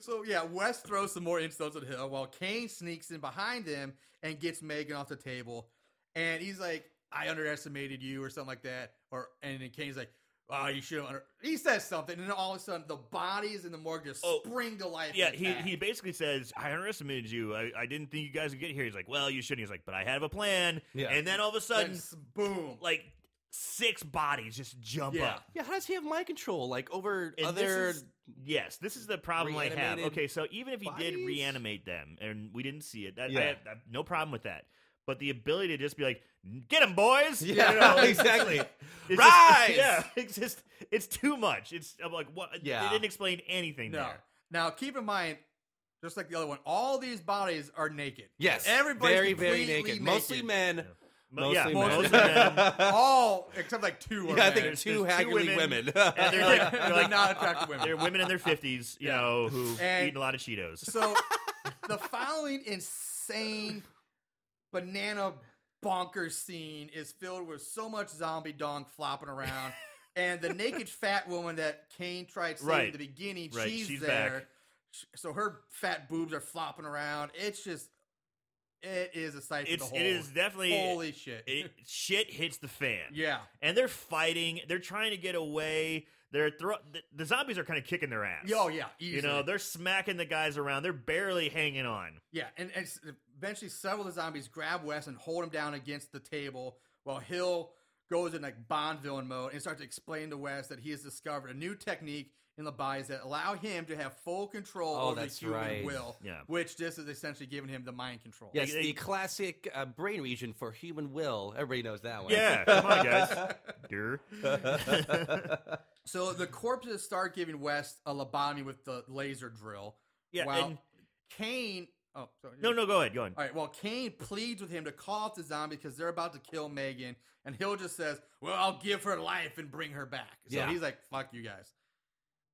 [SPEAKER 1] So yeah, Wes throws some more insults at Hill while Kane sneaks in behind him and gets Megan off the table. And he's like, "I underestimated you" or something like that. Or and then Kane's like, "Oh, you should have." Under-. He says something, and then all of a sudden, the bodies in the morgue just
[SPEAKER 3] Oh.
[SPEAKER 1] spring to life.
[SPEAKER 3] Yeah,
[SPEAKER 1] and
[SPEAKER 3] he,
[SPEAKER 1] attack.
[SPEAKER 3] he basically says, I underestimated you. I, I didn't think you guys would get here. He's like, Well, you shouldn't. He's like, But I have a plan.
[SPEAKER 4] Yeah.
[SPEAKER 3] And then all of a
[SPEAKER 1] Then
[SPEAKER 3] sudden,
[SPEAKER 1] s- boom.
[SPEAKER 3] like six bodies just jump
[SPEAKER 1] Yeah.
[SPEAKER 3] up.
[SPEAKER 4] Yeah, how does he have mind control? Like over
[SPEAKER 3] And this
[SPEAKER 4] other
[SPEAKER 3] is- yes, this is the problem I have.
[SPEAKER 4] Reanimated
[SPEAKER 3] Okay, so even if he did
[SPEAKER 4] bodies?
[SPEAKER 3] reanimate them and we didn't see it, that, I,
[SPEAKER 4] Yeah.
[SPEAKER 3] have, I have no problem with that. But the ability to just be like, Get them, boys! You
[SPEAKER 4] Yeah,
[SPEAKER 3] know, it's-
[SPEAKER 4] exactly.
[SPEAKER 3] it's just-
[SPEAKER 4] Rise!
[SPEAKER 3] yeah, it's just it's too much. It's I'm like what?
[SPEAKER 4] Yeah.
[SPEAKER 3] They didn't explain anything
[SPEAKER 1] no.
[SPEAKER 3] there.
[SPEAKER 1] Now keep in mind, just like the other one, all these bodies are naked.
[SPEAKER 4] Yes,
[SPEAKER 1] everybody's
[SPEAKER 4] very very naked.
[SPEAKER 1] completely
[SPEAKER 4] Mostly men.
[SPEAKER 3] Mo- yeah,
[SPEAKER 4] Mostly
[SPEAKER 1] men.
[SPEAKER 3] mostly men.
[SPEAKER 1] all except like two. Are
[SPEAKER 4] yeah, I
[SPEAKER 1] men.
[SPEAKER 4] think
[SPEAKER 3] There's-
[SPEAKER 4] two
[SPEAKER 3] there's two
[SPEAKER 4] haggardly
[SPEAKER 3] women.
[SPEAKER 4] women.
[SPEAKER 3] And they're like, they're
[SPEAKER 1] They're
[SPEAKER 3] like
[SPEAKER 1] not attractive women.
[SPEAKER 3] They're women in their fifties, you
[SPEAKER 1] Yeah.
[SPEAKER 3] know, who've
[SPEAKER 1] And-
[SPEAKER 3] eaten a lot of Cheetos.
[SPEAKER 1] So the following insane banana bonker scene is filled with so much zombie dong flopping around. And the naked fat woman that Kane tried saving
[SPEAKER 3] Right.
[SPEAKER 1] at the beginning,
[SPEAKER 3] Right,
[SPEAKER 1] she's,
[SPEAKER 3] she's
[SPEAKER 1] there.
[SPEAKER 3] back.
[SPEAKER 1] Sh- So her fat boobs are flopping around. It's just, it is a sight for the
[SPEAKER 3] It's
[SPEAKER 1] whole.
[SPEAKER 3] it is definitely
[SPEAKER 1] holy shit.
[SPEAKER 3] it, shit hits the fan.
[SPEAKER 1] yeah,
[SPEAKER 3] and they're fighting. They're trying to get away. They're throw the, the zombies are kind of kicking their ass.
[SPEAKER 1] oh yeah, easily.
[SPEAKER 3] you know, they're smacking the guys around. They're barely hanging on.
[SPEAKER 1] Yeah, and, and s- eventually several of the zombies grab Wes and hold him down against the table while Hill goes in like Bond villain mode and starts to explain to Wes that he has discovered a new technique in the bodies that allow him to have full control
[SPEAKER 4] Oh,
[SPEAKER 1] over the
[SPEAKER 4] that's
[SPEAKER 1] human
[SPEAKER 4] right.
[SPEAKER 1] will,
[SPEAKER 3] Yeah.
[SPEAKER 1] which this is essentially giving him the mind control.
[SPEAKER 4] yes,
[SPEAKER 3] They-
[SPEAKER 4] the classic uh, brain region for human will. Everybody knows that one.
[SPEAKER 3] Yeah, come on, guys. Durr.
[SPEAKER 1] Uh, So the corpses start giving Wes a lobotomy with the laser drill.
[SPEAKER 3] Yeah,
[SPEAKER 1] while
[SPEAKER 3] and-
[SPEAKER 1] Kane. Oh, sorry.
[SPEAKER 3] No, no, go ahead, go on.
[SPEAKER 1] All right. Well, Kane pleads with him to call off the zombie because they're about to kill Megan, and Hill just says, "Well, I'll give her life and bring her back." So
[SPEAKER 4] Yeah.
[SPEAKER 1] he's like, "Fuck you guys."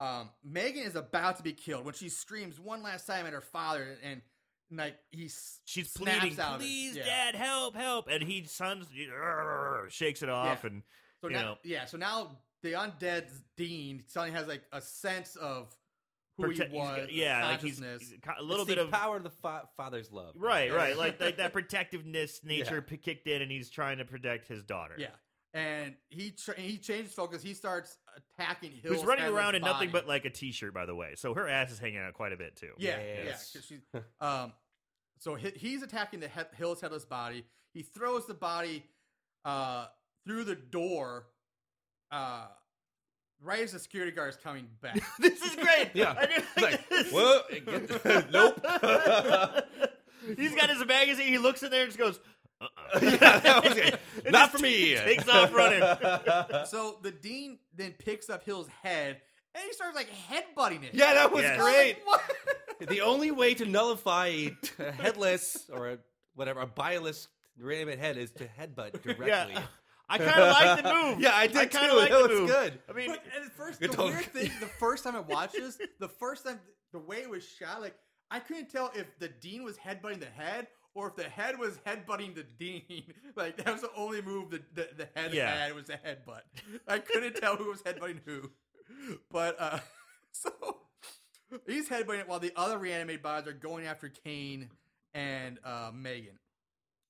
[SPEAKER 1] Um, Megan is about to be killed when she screams one last time at her father, and, and, like he s-
[SPEAKER 3] She's
[SPEAKER 1] snaps
[SPEAKER 3] pleading,
[SPEAKER 1] out of it.
[SPEAKER 3] please,
[SPEAKER 1] Yeah.
[SPEAKER 3] Dad, help, help, and he sons shakes it off,
[SPEAKER 1] Yeah.
[SPEAKER 3] and
[SPEAKER 1] So
[SPEAKER 3] you
[SPEAKER 1] now,
[SPEAKER 3] know.
[SPEAKER 1] yeah. So now the undead Dean suddenly has like a sense of who
[SPEAKER 3] prote-
[SPEAKER 1] he
[SPEAKER 3] he's
[SPEAKER 1] was,
[SPEAKER 3] got- yeah, like he's,
[SPEAKER 1] consciousness.
[SPEAKER 3] he's ca- a
[SPEAKER 4] It's
[SPEAKER 3] little
[SPEAKER 4] the
[SPEAKER 3] bit of
[SPEAKER 4] power of the fa- father's love.
[SPEAKER 3] right, right, like, like that protectiveness nature p kicked in, and he's trying to protect his daughter.
[SPEAKER 1] yeah. And he tra- he changes focus. He starts attacking Hill.
[SPEAKER 3] Who's running around in nothing but like a t-shirt, by the way. So her ass is hanging out quite a bit too.
[SPEAKER 1] Yeah,
[SPEAKER 4] Yes.
[SPEAKER 1] yeah. 'cause she's- um, so he, he's attacking the he- Hill's headless body. He throws the body uh, through the door uh, right as the security guard is coming back.
[SPEAKER 3] this is great.
[SPEAKER 4] Yeah.
[SPEAKER 3] I do like,
[SPEAKER 4] Like,
[SPEAKER 3] this.
[SPEAKER 4] well, get- nope.
[SPEAKER 3] he's got his magazine. He looks in there and just goes, uh-uh.
[SPEAKER 4] Yeah, that was it.
[SPEAKER 3] And
[SPEAKER 4] Not
[SPEAKER 3] just
[SPEAKER 4] for me.
[SPEAKER 3] Takes off running.
[SPEAKER 1] so the dean then picks up Hill's head and he starts like headbutting it.
[SPEAKER 4] Yeah, that was
[SPEAKER 3] Yes.
[SPEAKER 4] great.
[SPEAKER 1] Like, what?
[SPEAKER 4] the only way to nullify a t- a headless or a, whatever a bioless reanimate head is to headbutt directly.
[SPEAKER 3] Yeah. I kind of like the move.
[SPEAKER 4] Yeah, I did
[SPEAKER 3] kinda
[SPEAKER 4] too.
[SPEAKER 3] Like
[SPEAKER 4] That
[SPEAKER 3] the
[SPEAKER 4] was
[SPEAKER 3] move.
[SPEAKER 4] good.
[SPEAKER 3] I mean,
[SPEAKER 1] But at first,
[SPEAKER 4] Good
[SPEAKER 1] the
[SPEAKER 4] talk.
[SPEAKER 1] weird thing, the first time I watched this, the first time, the way it was shot, like I couldn't tell if the dean was headbutting the head or if the head was headbutting the dean. Like that was the only move that the, the head
[SPEAKER 3] Yeah.
[SPEAKER 1] had was the headbutt. I couldn't tell who was headbutting who. But uh so he's headbutting it while the other reanimate bodies are going after Kane and uh Megan.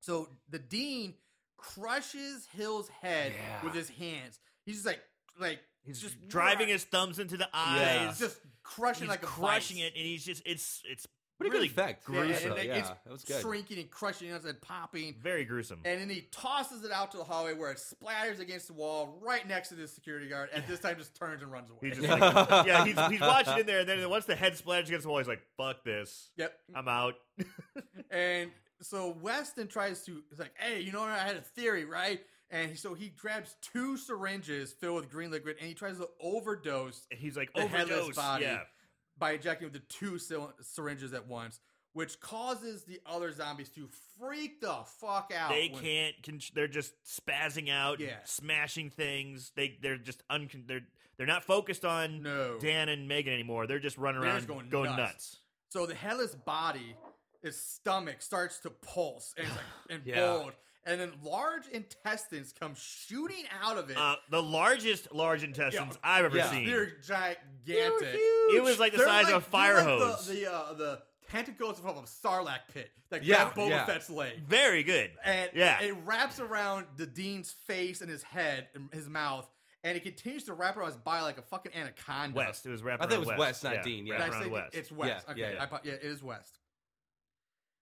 [SPEAKER 1] So the dean crushes Hill's head
[SPEAKER 4] Yeah.
[SPEAKER 1] with his hands. He's just like like
[SPEAKER 3] He's
[SPEAKER 1] just
[SPEAKER 3] just driving
[SPEAKER 1] right-
[SPEAKER 3] his thumbs into the
[SPEAKER 4] Yeah.
[SPEAKER 3] eyes.
[SPEAKER 1] just crushing
[SPEAKER 3] he's
[SPEAKER 1] like a
[SPEAKER 3] crushing
[SPEAKER 1] vice.
[SPEAKER 3] it, and he's just it's it's
[SPEAKER 4] Pretty
[SPEAKER 3] really
[SPEAKER 4] good effect.
[SPEAKER 1] Yeah, and
[SPEAKER 4] Gruesome.
[SPEAKER 1] it-
[SPEAKER 4] Yeah,
[SPEAKER 1] it's
[SPEAKER 4] that was good.
[SPEAKER 1] shrinking and crushing us and popping.
[SPEAKER 3] very gruesome.
[SPEAKER 1] And then he tosses it out to the hallway where it splatters against the wall right next to the security guard. And this time just turns and runs away.
[SPEAKER 3] He's just like, yeah, he's, he's watching in there, and then once the head splatters against the wall, he's like, "Fuck this,
[SPEAKER 1] yep.
[SPEAKER 3] I'm out."
[SPEAKER 1] And so Weston tries to, he's like, hey, you know what? I had a theory, right? And so he grabs two syringes filled with green liquid and he tries to overdose
[SPEAKER 3] And he's like,
[SPEAKER 1] The headless
[SPEAKER 3] "Overdose."
[SPEAKER 1] body.
[SPEAKER 3] Yeah,
[SPEAKER 1] by ejecting with the two syl- syringes at once, which causes the other zombies to freak the fuck out.
[SPEAKER 3] they
[SPEAKER 1] when-
[SPEAKER 3] can't. Con- they're just spazzing out,
[SPEAKER 1] Yeah.
[SPEAKER 3] smashing things. They they're just uncon. They're they're not focused on
[SPEAKER 1] No.
[SPEAKER 3] Dan and Megan anymore. They're just running
[SPEAKER 1] They're
[SPEAKER 3] around,
[SPEAKER 1] just going
[SPEAKER 3] going
[SPEAKER 1] nuts.
[SPEAKER 3] nuts.
[SPEAKER 1] So the headless body, his stomach starts to pulse and it's like and
[SPEAKER 4] Yeah.
[SPEAKER 1] bulge, and then large intestines come shooting out of it.
[SPEAKER 3] Uh, the largest large intestines I've ever
[SPEAKER 4] Yeah.
[SPEAKER 3] seen.
[SPEAKER 1] They're gigantic.
[SPEAKER 3] It was like the
[SPEAKER 1] They're
[SPEAKER 3] size
[SPEAKER 1] like-
[SPEAKER 3] of a fire
[SPEAKER 1] they're like
[SPEAKER 3] hose.
[SPEAKER 1] The the, uh, the tentacles from a sarlacc pit that
[SPEAKER 4] Yeah,
[SPEAKER 1] grab Boba
[SPEAKER 4] yeah.
[SPEAKER 1] Fett's leg.
[SPEAKER 3] Very good.
[SPEAKER 1] And
[SPEAKER 3] Yeah.
[SPEAKER 1] it wraps around the dean's face and his head and his mouth, and it continues to wrap around his body like a fucking anaconda.
[SPEAKER 3] West. It was wrapped
[SPEAKER 4] I thought it
[SPEAKER 3] around
[SPEAKER 4] was
[SPEAKER 3] West,
[SPEAKER 4] West, not
[SPEAKER 3] yeah.
[SPEAKER 4] Dean, yeah.
[SPEAKER 3] Wrapped
[SPEAKER 1] Did I
[SPEAKER 3] around
[SPEAKER 1] say-
[SPEAKER 3] West.
[SPEAKER 1] It's West.
[SPEAKER 4] Yeah,
[SPEAKER 1] okay.
[SPEAKER 4] yeah, yeah.
[SPEAKER 1] I po- yeah, it is West.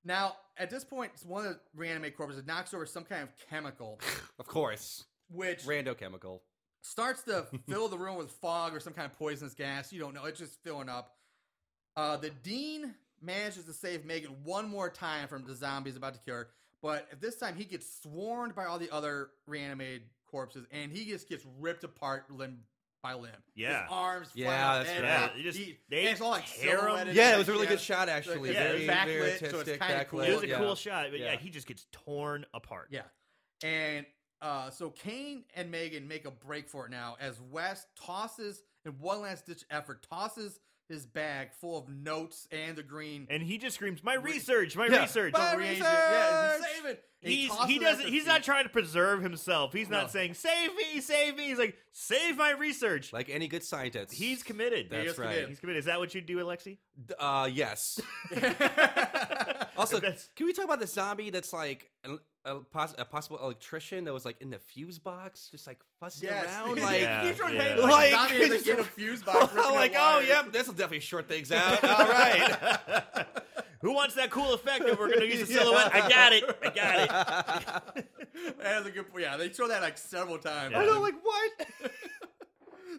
[SPEAKER 1] Now, at this point, it's one of the reanimate corpses it knocks over some kind of chemical,
[SPEAKER 4] Of course.
[SPEAKER 1] which
[SPEAKER 4] Rando chemical.
[SPEAKER 1] starts to fill the room with fog or some kind of poisonous gas. You don't know. It's just filling up. Uh, the dean manages to save Megan one more time from the zombies about to kill her, but at this time he gets swarmed by all the other reanimated corpses, and he just gets ripped apart limb by limb.
[SPEAKER 3] Yeah.
[SPEAKER 1] His arms, flat
[SPEAKER 4] Yeah,
[SPEAKER 1] out,
[SPEAKER 4] that's
[SPEAKER 1] head
[SPEAKER 4] right.
[SPEAKER 1] out.
[SPEAKER 3] Yeah, they just-
[SPEAKER 1] He-
[SPEAKER 3] they
[SPEAKER 1] and it's all like
[SPEAKER 3] tear 'em.
[SPEAKER 1] silhouetted
[SPEAKER 4] Yeah, it
[SPEAKER 1] and
[SPEAKER 4] was a really
[SPEAKER 1] shit.
[SPEAKER 4] good shot, actually.
[SPEAKER 1] yeah,
[SPEAKER 4] very,
[SPEAKER 1] it's backlit,
[SPEAKER 4] very
[SPEAKER 1] so it's
[SPEAKER 4] artistic,
[SPEAKER 1] kinda cool.
[SPEAKER 3] It was a
[SPEAKER 4] backlit, yeah.
[SPEAKER 3] cool shot, but yeah.
[SPEAKER 4] Yeah.
[SPEAKER 3] he just gets torn apart.
[SPEAKER 1] Yeah. And uh, so Kane and Megan make a break for it now as West tosses, in one last ditch effort, tosses his bag full of notes and the green.
[SPEAKER 3] And he just screams, "My research, my
[SPEAKER 4] Yeah.
[SPEAKER 3] research."
[SPEAKER 4] But-
[SPEAKER 1] the reagent. Yeah,
[SPEAKER 4] research!
[SPEAKER 1] save it. And
[SPEAKER 3] He's
[SPEAKER 1] tosses
[SPEAKER 3] he
[SPEAKER 1] it at
[SPEAKER 3] doesn't
[SPEAKER 1] their
[SPEAKER 3] he's not
[SPEAKER 1] feet.
[SPEAKER 3] trying to preserve himself. He's not
[SPEAKER 1] No.
[SPEAKER 3] saying, "Save me, save me." He's like, "Save my research."
[SPEAKER 4] Like any good scientist.
[SPEAKER 3] he's committed.
[SPEAKER 1] He
[SPEAKER 4] That's
[SPEAKER 1] is
[SPEAKER 4] right.
[SPEAKER 1] committed.
[SPEAKER 3] He's committed. Is that what you do, Alexi?
[SPEAKER 4] D- Uh, yes. Also,
[SPEAKER 3] That's-
[SPEAKER 4] can we talk about the zombie that's like a, a, poss- a possible electrician that was like in the fuse box, just like fussing
[SPEAKER 1] Yes.
[SPEAKER 4] around?
[SPEAKER 1] Yeah.
[SPEAKER 4] Like,
[SPEAKER 1] He's trying to hang
[SPEAKER 3] yeah.
[SPEAKER 1] like,
[SPEAKER 4] Like,
[SPEAKER 1] Zombie has
[SPEAKER 4] it's
[SPEAKER 1] a kid
[SPEAKER 4] just-
[SPEAKER 1] fuse box. ripping
[SPEAKER 4] like,
[SPEAKER 1] the
[SPEAKER 4] oh,
[SPEAKER 1] wires.
[SPEAKER 4] yep, this will definitely short things out. All right.
[SPEAKER 3] Who wants that cool effect that we're going to use a silhouette? I got it. I got it.
[SPEAKER 1] That was a good point. Yeah, they show that like several times.
[SPEAKER 3] Yeah. I know,
[SPEAKER 4] like, what?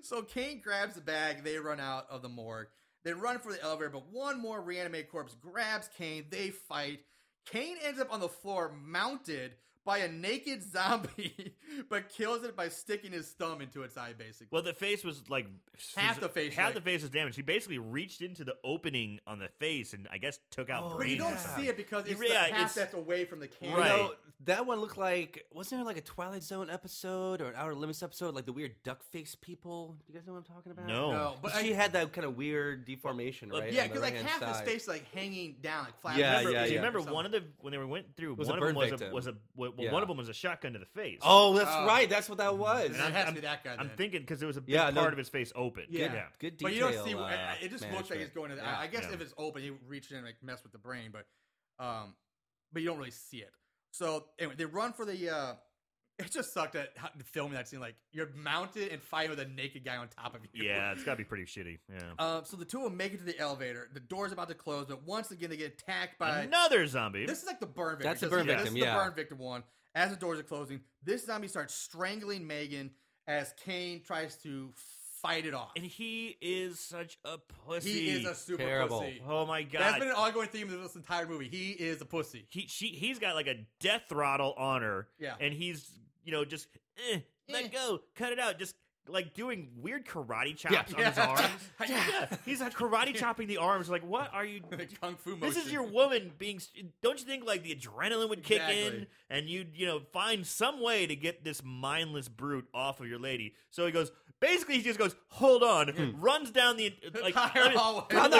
[SPEAKER 1] So Kane grabs the bag. They run out of the morgue. They run for the elevator, but one more reanimated corpse grabs Kane. They fight. Kane ends up on the floor, mounted by a naked zombie, but kills it by sticking his thumb into its eye, basically.
[SPEAKER 3] Well, the face was like
[SPEAKER 1] Half the face,
[SPEAKER 3] Half
[SPEAKER 1] like-
[SPEAKER 3] the face was damaged. He basically reached into the opening on the face and I guess took out
[SPEAKER 4] Oh,
[SPEAKER 1] but
[SPEAKER 3] brain.
[SPEAKER 1] you
[SPEAKER 3] or
[SPEAKER 1] don't
[SPEAKER 4] yeah.
[SPEAKER 1] see it because
[SPEAKER 3] You
[SPEAKER 1] it's
[SPEAKER 3] rea-
[SPEAKER 1] the half
[SPEAKER 3] it's-
[SPEAKER 1] that's away from the camera.
[SPEAKER 3] Right.
[SPEAKER 4] You know, that one looked like, wasn't there like a Twilight Zone episode or an Outer Limits episode, like the weird duck face people? Do you guys know what I'm talking about?
[SPEAKER 3] No.
[SPEAKER 1] No, but I,
[SPEAKER 4] she had that kind of weird deformation, right?
[SPEAKER 1] yeah,
[SPEAKER 4] on the
[SPEAKER 1] because like
[SPEAKER 4] right-hand
[SPEAKER 1] half his
[SPEAKER 4] side.
[SPEAKER 1] face like hanging down, like flat.
[SPEAKER 4] Yeah,
[SPEAKER 3] remember,
[SPEAKER 4] yeah,
[SPEAKER 3] do you
[SPEAKER 4] yeah.
[SPEAKER 3] remember one of the when they went through
[SPEAKER 4] was a
[SPEAKER 3] one of them
[SPEAKER 4] burn
[SPEAKER 3] was a,
[SPEAKER 4] victim.
[SPEAKER 3] was a well,
[SPEAKER 4] Yeah.
[SPEAKER 3] one of them was a shotgun to the face.
[SPEAKER 4] Oh, that's
[SPEAKER 1] Oh.
[SPEAKER 4] right. That's what that was.
[SPEAKER 1] It has to be that guy.
[SPEAKER 3] I'm
[SPEAKER 1] then.
[SPEAKER 3] thinking because there was a big
[SPEAKER 4] Yeah,
[SPEAKER 3] part
[SPEAKER 4] no-
[SPEAKER 3] of his face open.
[SPEAKER 1] Yeah.
[SPEAKER 4] Good detail.
[SPEAKER 1] But you don't see.
[SPEAKER 4] uh,
[SPEAKER 1] I- I- it just looks like
[SPEAKER 4] management.
[SPEAKER 1] he's going to. The,
[SPEAKER 4] Yeah.
[SPEAKER 1] I guess
[SPEAKER 3] Yeah.
[SPEAKER 1] if it's open, he would reach in and like mess with the brain, but, um, but you don't really see it. So anyway, they run for the. uh It just sucked at how- filming that scene. Like you're mounted and fighting with a naked guy on top of you.
[SPEAKER 3] Yeah, it's got to be pretty shitty. Yeah.
[SPEAKER 1] Uh, so the two of them make it to the elevator. The door's about to close, but once again they get attacked by.
[SPEAKER 3] Another zombie.
[SPEAKER 1] This is like the burn victim.
[SPEAKER 4] That's the
[SPEAKER 1] 'cause
[SPEAKER 4] burn
[SPEAKER 1] yeah,
[SPEAKER 4] victim,
[SPEAKER 1] This is
[SPEAKER 4] yeah.
[SPEAKER 1] the burn victim one. As the doors are closing, this zombie starts strangling Megan as Kane tries to fight it off.
[SPEAKER 3] and he is such a pussy.
[SPEAKER 1] He is a super
[SPEAKER 4] Terrible.
[SPEAKER 1] pussy.
[SPEAKER 3] oh my god.
[SPEAKER 1] That's been an ongoing theme of this entire movie. He is a pussy.
[SPEAKER 3] he she he's got like a death throttle on her,
[SPEAKER 1] Yeah.
[SPEAKER 3] and he's you know just eh,
[SPEAKER 1] Eh.
[SPEAKER 3] let go, cut it out, just like doing weird karate chops on his
[SPEAKER 1] Yeah.
[SPEAKER 3] arms.
[SPEAKER 1] Yeah.
[SPEAKER 3] he's like karate chopping the arms. Like what are you?
[SPEAKER 1] The kung fu motion.
[SPEAKER 3] This is your woman being. st- Don't you think like the adrenaline would kick in,
[SPEAKER 1] Exactly.
[SPEAKER 3] and you'd you know find some way to get this mindless brute off of your lady? So he goes. Basically, he just goes, hold on, runs down the like
[SPEAKER 1] Entire
[SPEAKER 3] let
[SPEAKER 1] Hmm.
[SPEAKER 3] me-
[SPEAKER 1] hallway.
[SPEAKER 3] let me-
[SPEAKER 4] Down the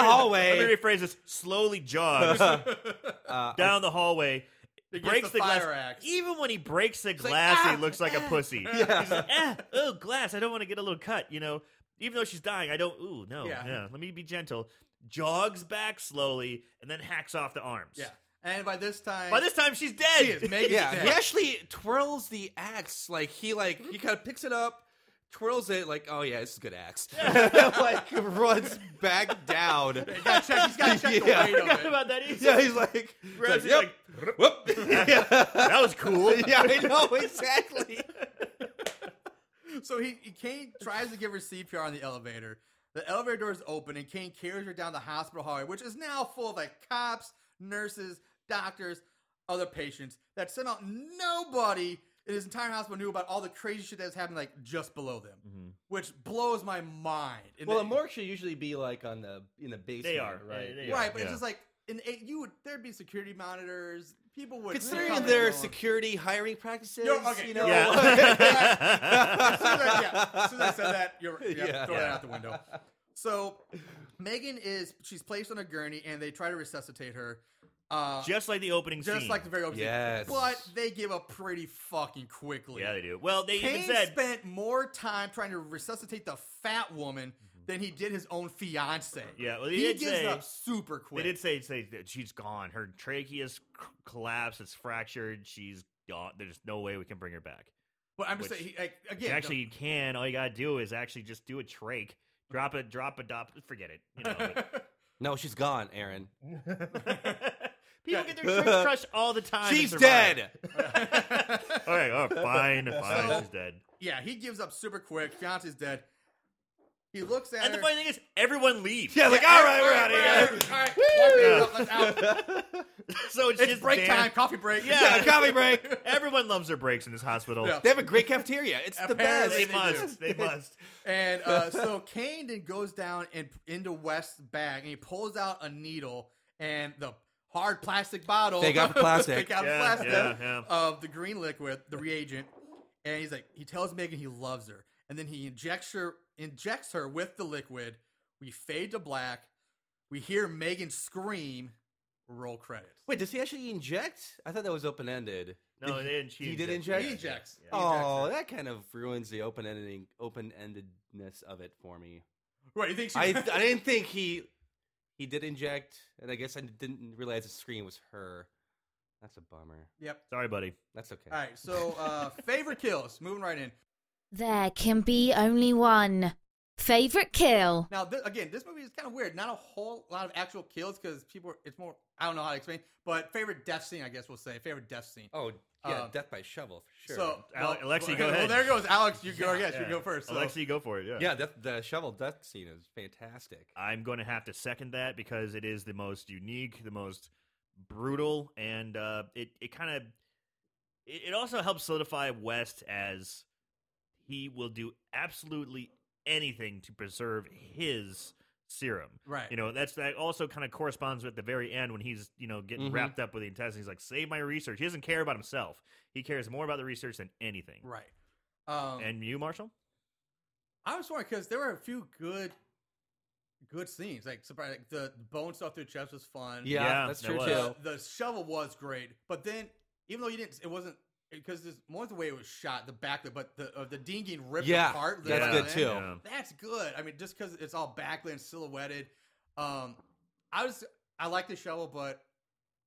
[SPEAKER 4] hallway.
[SPEAKER 3] Let me rephrase this. Slowly jogs
[SPEAKER 4] Uh,
[SPEAKER 3] down the hallway
[SPEAKER 1] It gets
[SPEAKER 3] breaks
[SPEAKER 1] the
[SPEAKER 3] the, glass.
[SPEAKER 1] fire axe.
[SPEAKER 3] Even when he breaks the
[SPEAKER 1] like,
[SPEAKER 3] glass,
[SPEAKER 1] "Ah,
[SPEAKER 3] he looks like a
[SPEAKER 1] ah."
[SPEAKER 3] pussy.
[SPEAKER 1] Yeah.
[SPEAKER 3] He's like, ah, oh, glass. I don't want to get a little cut, you know. Even though she's dying, I don't. Ooh, no.
[SPEAKER 1] Yeah.
[SPEAKER 3] Yeah. Let me be gentle. Jogs back slowly and then hacks off the arms.
[SPEAKER 1] Yeah. And by this time,
[SPEAKER 3] By this time, she's dead.
[SPEAKER 1] She is, Megan's
[SPEAKER 4] yeah,
[SPEAKER 1] dead.
[SPEAKER 4] he actually twirls the axe. Like he like he kind of picks it up, twirls it. Like oh yeah, this is a good axe. like runs back down.
[SPEAKER 1] He's gotta check, he's gotta check
[SPEAKER 4] Yeah.
[SPEAKER 1] the weight
[SPEAKER 3] Forgot
[SPEAKER 1] of it.
[SPEAKER 3] about that. He's
[SPEAKER 4] Yeah, he's like, he's
[SPEAKER 3] Grabs
[SPEAKER 4] like,
[SPEAKER 3] it,
[SPEAKER 4] yep, whoop. yeah.
[SPEAKER 3] that was cool.
[SPEAKER 4] yeah, I know exactly.
[SPEAKER 1] So he, he Kane tries to give her CPR on the elevator. The elevator doors open and Kane carries her down the hospital hallway, which is now full of like cops, nurses, doctors, other patients that sent out nobody in his entire hospital knew about all the crazy shit that was happening like just below them,
[SPEAKER 3] Mhm.
[SPEAKER 1] which blows my mind. And
[SPEAKER 4] Well, a
[SPEAKER 1] then-
[SPEAKER 4] morgue should usually be like on the in the basement.
[SPEAKER 3] are,
[SPEAKER 4] right.
[SPEAKER 3] yeah, they
[SPEAKER 1] right, but
[SPEAKER 3] yeah.
[SPEAKER 1] it's just like in eight, you would there'd be security monitors, people would
[SPEAKER 4] Considering
[SPEAKER 1] come
[SPEAKER 4] their
[SPEAKER 1] and go.
[SPEAKER 4] security hiring practices,
[SPEAKER 1] You're- okay,
[SPEAKER 4] you
[SPEAKER 1] you're
[SPEAKER 4] know.
[SPEAKER 1] as soon as I, yeah, as soon as I said that, you're yeah,
[SPEAKER 4] Yeah.
[SPEAKER 1] throw that
[SPEAKER 3] Yeah.
[SPEAKER 1] out the window. So Megan is she's placed on a gurney and they try to resuscitate her. Uh, just,
[SPEAKER 3] Just like the opening scene.
[SPEAKER 1] like the very opening.
[SPEAKER 4] Yes.
[SPEAKER 1] But they give up pretty fucking quickly.
[SPEAKER 3] yeah, they do. Well, they
[SPEAKER 1] Kane
[SPEAKER 3] even said
[SPEAKER 1] spent more time trying to resuscitate the fat woman than he did his own fiance.
[SPEAKER 3] Mm-hmm. Yeah, well, he
[SPEAKER 1] he,
[SPEAKER 3] did
[SPEAKER 1] gives
[SPEAKER 3] say-
[SPEAKER 1] up super quick.
[SPEAKER 3] They did say say that she's gone. Her trachea's c- collapsed. It's fractured. She's gone. There's no way we can bring her back.
[SPEAKER 1] but I'm just
[SPEAKER 3] which-
[SPEAKER 1] saying, he, like,
[SPEAKER 3] Which
[SPEAKER 1] again,
[SPEAKER 3] actually, you can. All you gotta do is actually just do a trach. Drop it. Drop a dop. Forget it. You know, but-
[SPEAKER 4] No, she's gone, Aaron.
[SPEAKER 3] people get their trach crushed all the time. to
[SPEAKER 4] She's
[SPEAKER 3] survive.
[SPEAKER 4] dead.
[SPEAKER 3] All right. Oh, fine. Fine.
[SPEAKER 1] So-
[SPEAKER 3] she's dead.
[SPEAKER 1] yeah, he gives up super quick. Fiance's dead. He looks at
[SPEAKER 3] And
[SPEAKER 1] her.
[SPEAKER 3] the funny thing is, everyone leaves.
[SPEAKER 4] Yeah, like all right, we're out of here.
[SPEAKER 1] All right, one minute up, let's out.
[SPEAKER 3] so it's,
[SPEAKER 1] It's
[SPEAKER 3] just
[SPEAKER 1] break
[SPEAKER 3] Dan-
[SPEAKER 1] time, coffee break.
[SPEAKER 3] Yeah.
[SPEAKER 4] Yeah, coffee break.
[SPEAKER 3] Everyone loves their breaks in this hospital.
[SPEAKER 1] Yeah.
[SPEAKER 4] They have a great cafeteria. It's the best.
[SPEAKER 1] Apparently Yes,
[SPEAKER 3] They
[SPEAKER 1] they
[SPEAKER 3] must. They must.
[SPEAKER 1] And uh, so Kane then goes down and into West's bag, and he pulls out a needle and the hard plastic bottle.
[SPEAKER 4] Take out the plastic.
[SPEAKER 1] Take out the
[SPEAKER 3] Yeah,
[SPEAKER 1] plastic
[SPEAKER 3] yeah, yeah.
[SPEAKER 1] of the green liquid, the reagent. And he's like, he tells Megan he loves her, and then he injects her, injects her with the liquid. We fade to black. We hear Megan scream. Roll credits.
[SPEAKER 4] Wait, does he actually inject? I thought that was open ended.
[SPEAKER 3] No, they didn't.
[SPEAKER 4] He
[SPEAKER 3] She
[SPEAKER 4] did
[SPEAKER 3] inject-
[SPEAKER 4] inject?
[SPEAKER 1] He
[SPEAKER 3] yeah,
[SPEAKER 1] injects.
[SPEAKER 3] yeah.
[SPEAKER 1] He
[SPEAKER 4] Oh,
[SPEAKER 1] injects
[SPEAKER 4] that kind of ruins the open ending open endedness of it for me.
[SPEAKER 1] her. right. He thinks she,
[SPEAKER 4] I I didn't think he he did inject, and I guess I didn't realize the screen was her. That's a bummer.
[SPEAKER 1] Yep.
[SPEAKER 3] Sorry, buddy.
[SPEAKER 4] That's okay.
[SPEAKER 1] All right. So uh, favorite kills. Moving right in.
[SPEAKER 2] There can be only one. Favorite kill.
[SPEAKER 1] Now, th- again, this movie is kind of weird. Not a whole lot of actual kills because people. Are, it's more. I don't know how to explain. But favorite death scene, I guess we'll say favorite death scene.
[SPEAKER 4] Oh yeah,
[SPEAKER 3] Uh,
[SPEAKER 1] Um,
[SPEAKER 4] death by shovel for sure.
[SPEAKER 1] So,
[SPEAKER 3] Ale- Alexi, go
[SPEAKER 1] Well,
[SPEAKER 3] ahead.
[SPEAKER 1] there goes Alex. You go.
[SPEAKER 4] Yeah,
[SPEAKER 1] yes,
[SPEAKER 3] Yeah.
[SPEAKER 1] you go first. So.
[SPEAKER 3] Alexi, go for it. Yeah. Uh,
[SPEAKER 4] yeah, that, the shovel death scene is fantastic.
[SPEAKER 3] I'm going to have to second that because it is the most unique, the most brutal, and uh, it it kind of it, it also helps solidify West as he will do absolutely anything to preserve his serum.
[SPEAKER 1] right.
[SPEAKER 3] You know, that's that also kind of corresponds with the very end when he's, you know, getting
[SPEAKER 1] Mm-hmm.
[SPEAKER 4] Mhm.
[SPEAKER 3] wrapped up with the intestines. He's like, save my research. He doesn't care about himself. He cares more about the research than anything.
[SPEAKER 1] right. Um,
[SPEAKER 3] And you, Marshall?
[SPEAKER 1] I was wondering because there were a few good, good scenes. Like, surprise, like the bone stuff through chest was fun.
[SPEAKER 4] Yeah,
[SPEAKER 3] Yeah,
[SPEAKER 4] that's
[SPEAKER 3] that
[SPEAKER 4] true
[SPEAKER 3] was.
[SPEAKER 1] the,
[SPEAKER 4] too.
[SPEAKER 1] the shovel was great, but then even though you didn't, it wasn't because there's more the way it was shot, the back, but the uh, the Dean getting ripped
[SPEAKER 4] Yeah,
[SPEAKER 1] apart.
[SPEAKER 4] that's
[SPEAKER 1] the-
[SPEAKER 4] good
[SPEAKER 1] the-
[SPEAKER 4] too.
[SPEAKER 3] Yeah.
[SPEAKER 1] That's good. I mean, just because it's all backlit and silhouetted. Um, I was I like the shovel, but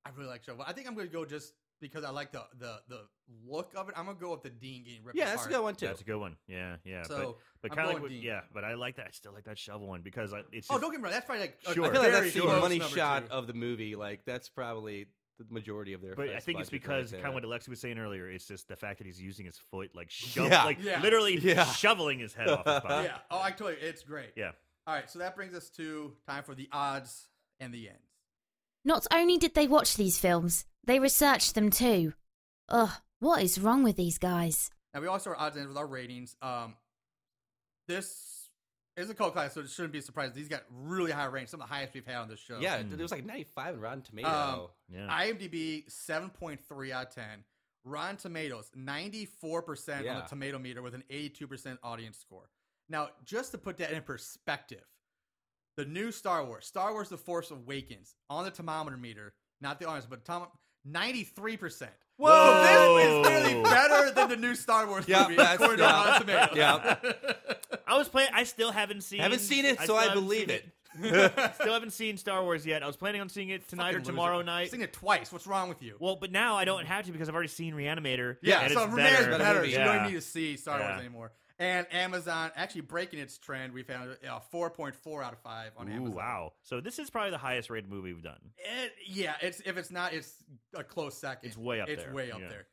[SPEAKER 1] I really like shovel. I think I'm gonna go just because I like the the the look of it. I'm gonna go with the Dean getting ripped
[SPEAKER 4] Yeah, that's a
[SPEAKER 1] apart.
[SPEAKER 4] good one too.
[SPEAKER 3] That's a good one. Yeah, yeah. but-
[SPEAKER 1] So
[SPEAKER 3] But
[SPEAKER 1] I'm
[SPEAKER 3] kind of
[SPEAKER 1] going
[SPEAKER 3] like, what-
[SPEAKER 1] Dean.
[SPEAKER 3] yeah, but I like that. I still like that shovel one because I, it's just,
[SPEAKER 1] oh, don't get me wrong. That's probably like a-
[SPEAKER 3] Sure.
[SPEAKER 1] a
[SPEAKER 4] I feel like
[SPEAKER 1] very
[SPEAKER 4] that's the
[SPEAKER 1] close
[SPEAKER 4] money
[SPEAKER 1] number
[SPEAKER 4] shot
[SPEAKER 1] two.
[SPEAKER 4] of the movie. Like that's probably the majority of their.
[SPEAKER 3] but I
[SPEAKER 4] first
[SPEAKER 3] think it's
[SPEAKER 4] budget right
[SPEAKER 3] because kind of
[SPEAKER 4] there.
[SPEAKER 3] what Alexi was saying earlier. It's just the fact that he's using his foot, like shove,
[SPEAKER 4] Yeah.
[SPEAKER 3] like
[SPEAKER 1] Yeah.
[SPEAKER 3] literally
[SPEAKER 4] Yeah.
[SPEAKER 3] shoveling his head off his body.
[SPEAKER 1] yeah. Oh, I totally. It's great.
[SPEAKER 3] Yeah.
[SPEAKER 1] All right. So that brings us to time for the odds and the ends.
[SPEAKER 2] Not only did they watch these films, they researched them too. Ugh, what is wrong with these guys?
[SPEAKER 1] Now we also our odds and ends with our ratings. Um, this is a cult class, so it shouldn't be a surprise. These got really high range, some of the highest we've had on this show.
[SPEAKER 4] Yeah,
[SPEAKER 3] Mm.
[SPEAKER 4] it was like 95 in Rotten Tomato.
[SPEAKER 1] Um,
[SPEAKER 3] Yeah.
[SPEAKER 1] IMDb seven point three out of ten. Rotten Tomatoes ninety four percent on the
[SPEAKER 4] Yeah.
[SPEAKER 1] tomato meter with an eighty two percent audience score. Now, just to put that in perspective, the new Star Wars, Star Wars: The Force Awakens, on the tomometer meter, not the audience, but tom- 93%.
[SPEAKER 3] Whoa.
[SPEAKER 1] So this is clearly better than the new Star Wars
[SPEAKER 4] Yeah,
[SPEAKER 1] movie,
[SPEAKER 4] that's-
[SPEAKER 1] according
[SPEAKER 4] yeah.
[SPEAKER 1] to Rotten Tomatoes.
[SPEAKER 4] Yeah.
[SPEAKER 3] I was playing. I still haven't seen.
[SPEAKER 4] Haven't seen it, so
[SPEAKER 3] still
[SPEAKER 4] I
[SPEAKER 3] haven't
[SPEAKER 4] believe
[SPEAKER 3] seen
[SPEAKER 4] it.
[SPEAKER 3] still haven't seen Star Wars yet. I was planning on seeing it tonight
[SPEAKER 1] Fucking
[SPEAKER 3] or
[SPEAKER 1] loser.
[SPEAKER 3] tomorrow night.
[SPEAKER 1] Seen it twice. What's wrong with you?
[SPEAKER 3] Well, but now I don't have to because I've already seen Reanimator.
[SPEAKER 1] yeah,
[SPEAKER 3] and
[SPEAKER 1] so
[SPEAKER 3] it's
[SPEAKER 1] Reanimator's
[SPEAKER 3] better.
[SPEAKER 1] better. so
[SPEAKER 4] movie.
[SPEAKER 1] You don't
[SPEAKER 3] Yeah.
[SPEAKER 1] even need to see Star
[SPEAKER 3] Yeah.
[SPEAKER 1] Wars anymore. And Amazon actually breaking its trend. We found uh, 4.4 out of 5 on
[SPEAKER 3] Ooh,
[SPEAKER 1] Amazon.
[SPEAKER 3] wow. So this is probably the highest rated movie we've done.
[SPEAKER 1] It, yeah, it's if it's not, it's a close second.
[SPEAKER 3] It's way up
[SPEAKER 1] It's
[SPEAKER 3] there,
[SPEAKER 1] way up
[SPEAKER 3] yeah.
[SPEAKER 1] there.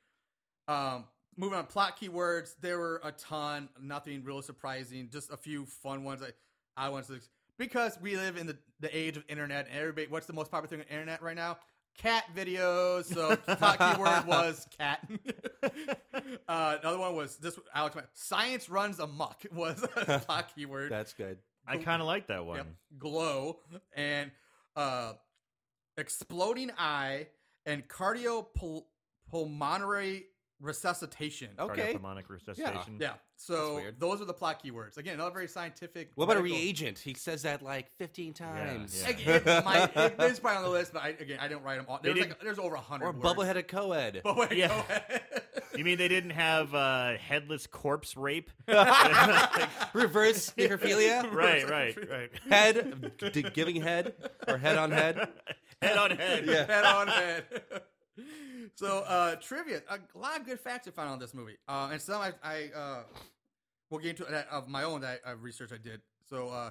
[SPEAKER 1] Um, moving on, plot keywords. There were a ton. Nothing really surprising. Just a few fun ones. I, I want to because we live in the, the age of internet. And everybody, what's the most popular thing on the internet right now? Cat videos. So plot keyword was cat. uh, another one was this. Alex, science runs amok was a plot keyword.
[SPEAKER 4] That's good.
[SPEAKER 3] I
[SPEAKER 1] Gl-
[SPEAKER 3] kind of like that one.
[SPEAKER 1] Yep. Glow and uh, exploding eye and cardiopulmonary resuscitation.
[SPEAKER 4] Okay.
[SPEAKER 3] Cardiopulmonic resuscitation.
[SPEAKER 1] Yeah. So
[SPEAKER 4] That's weird.
[SPEAKER 1] those are the plot keywords. Again, not very scientific.
[SPEAKER 4] What about a
[SPEAKER 1] medical-
[SPEAKER 4] reagent? He says that like 15 times.
[SPEAKER 3] yeah.
[SPEAKER 1] Again, it might- it- it's probably on the list, but I, again, I didn't write them all. There's,
[SPEAKER 3] didn't-
[SPEAKER 1] like, there's over a hundred.
[SPEAKER 4] Or
[SPEAKER 1] words.
[SPEAKER 4] bubbleheaded co-ed.
[SPEAKER 1] Bubblehead.
[SPEAKER 3] Yeah.
[SPEAKER 1] go ahead.
[SPEAKER 3] You mean they didn't have uh, headless corpse rape?
[SPEAKER 4] Reverse necrophilia.
[SPEAKER 3] right, right, right.
[SPEAKER 4] head, d- giving head, or head on head.
[SPEAKER 3] Head on head.
[SPEAKER 4] Yeah.
[SPEAKER 1] head on head. so uh, trivia, a lot of good facts I found on this movie, uh, and some I, I uh, will get into that of my own that uh, research I did. So uh,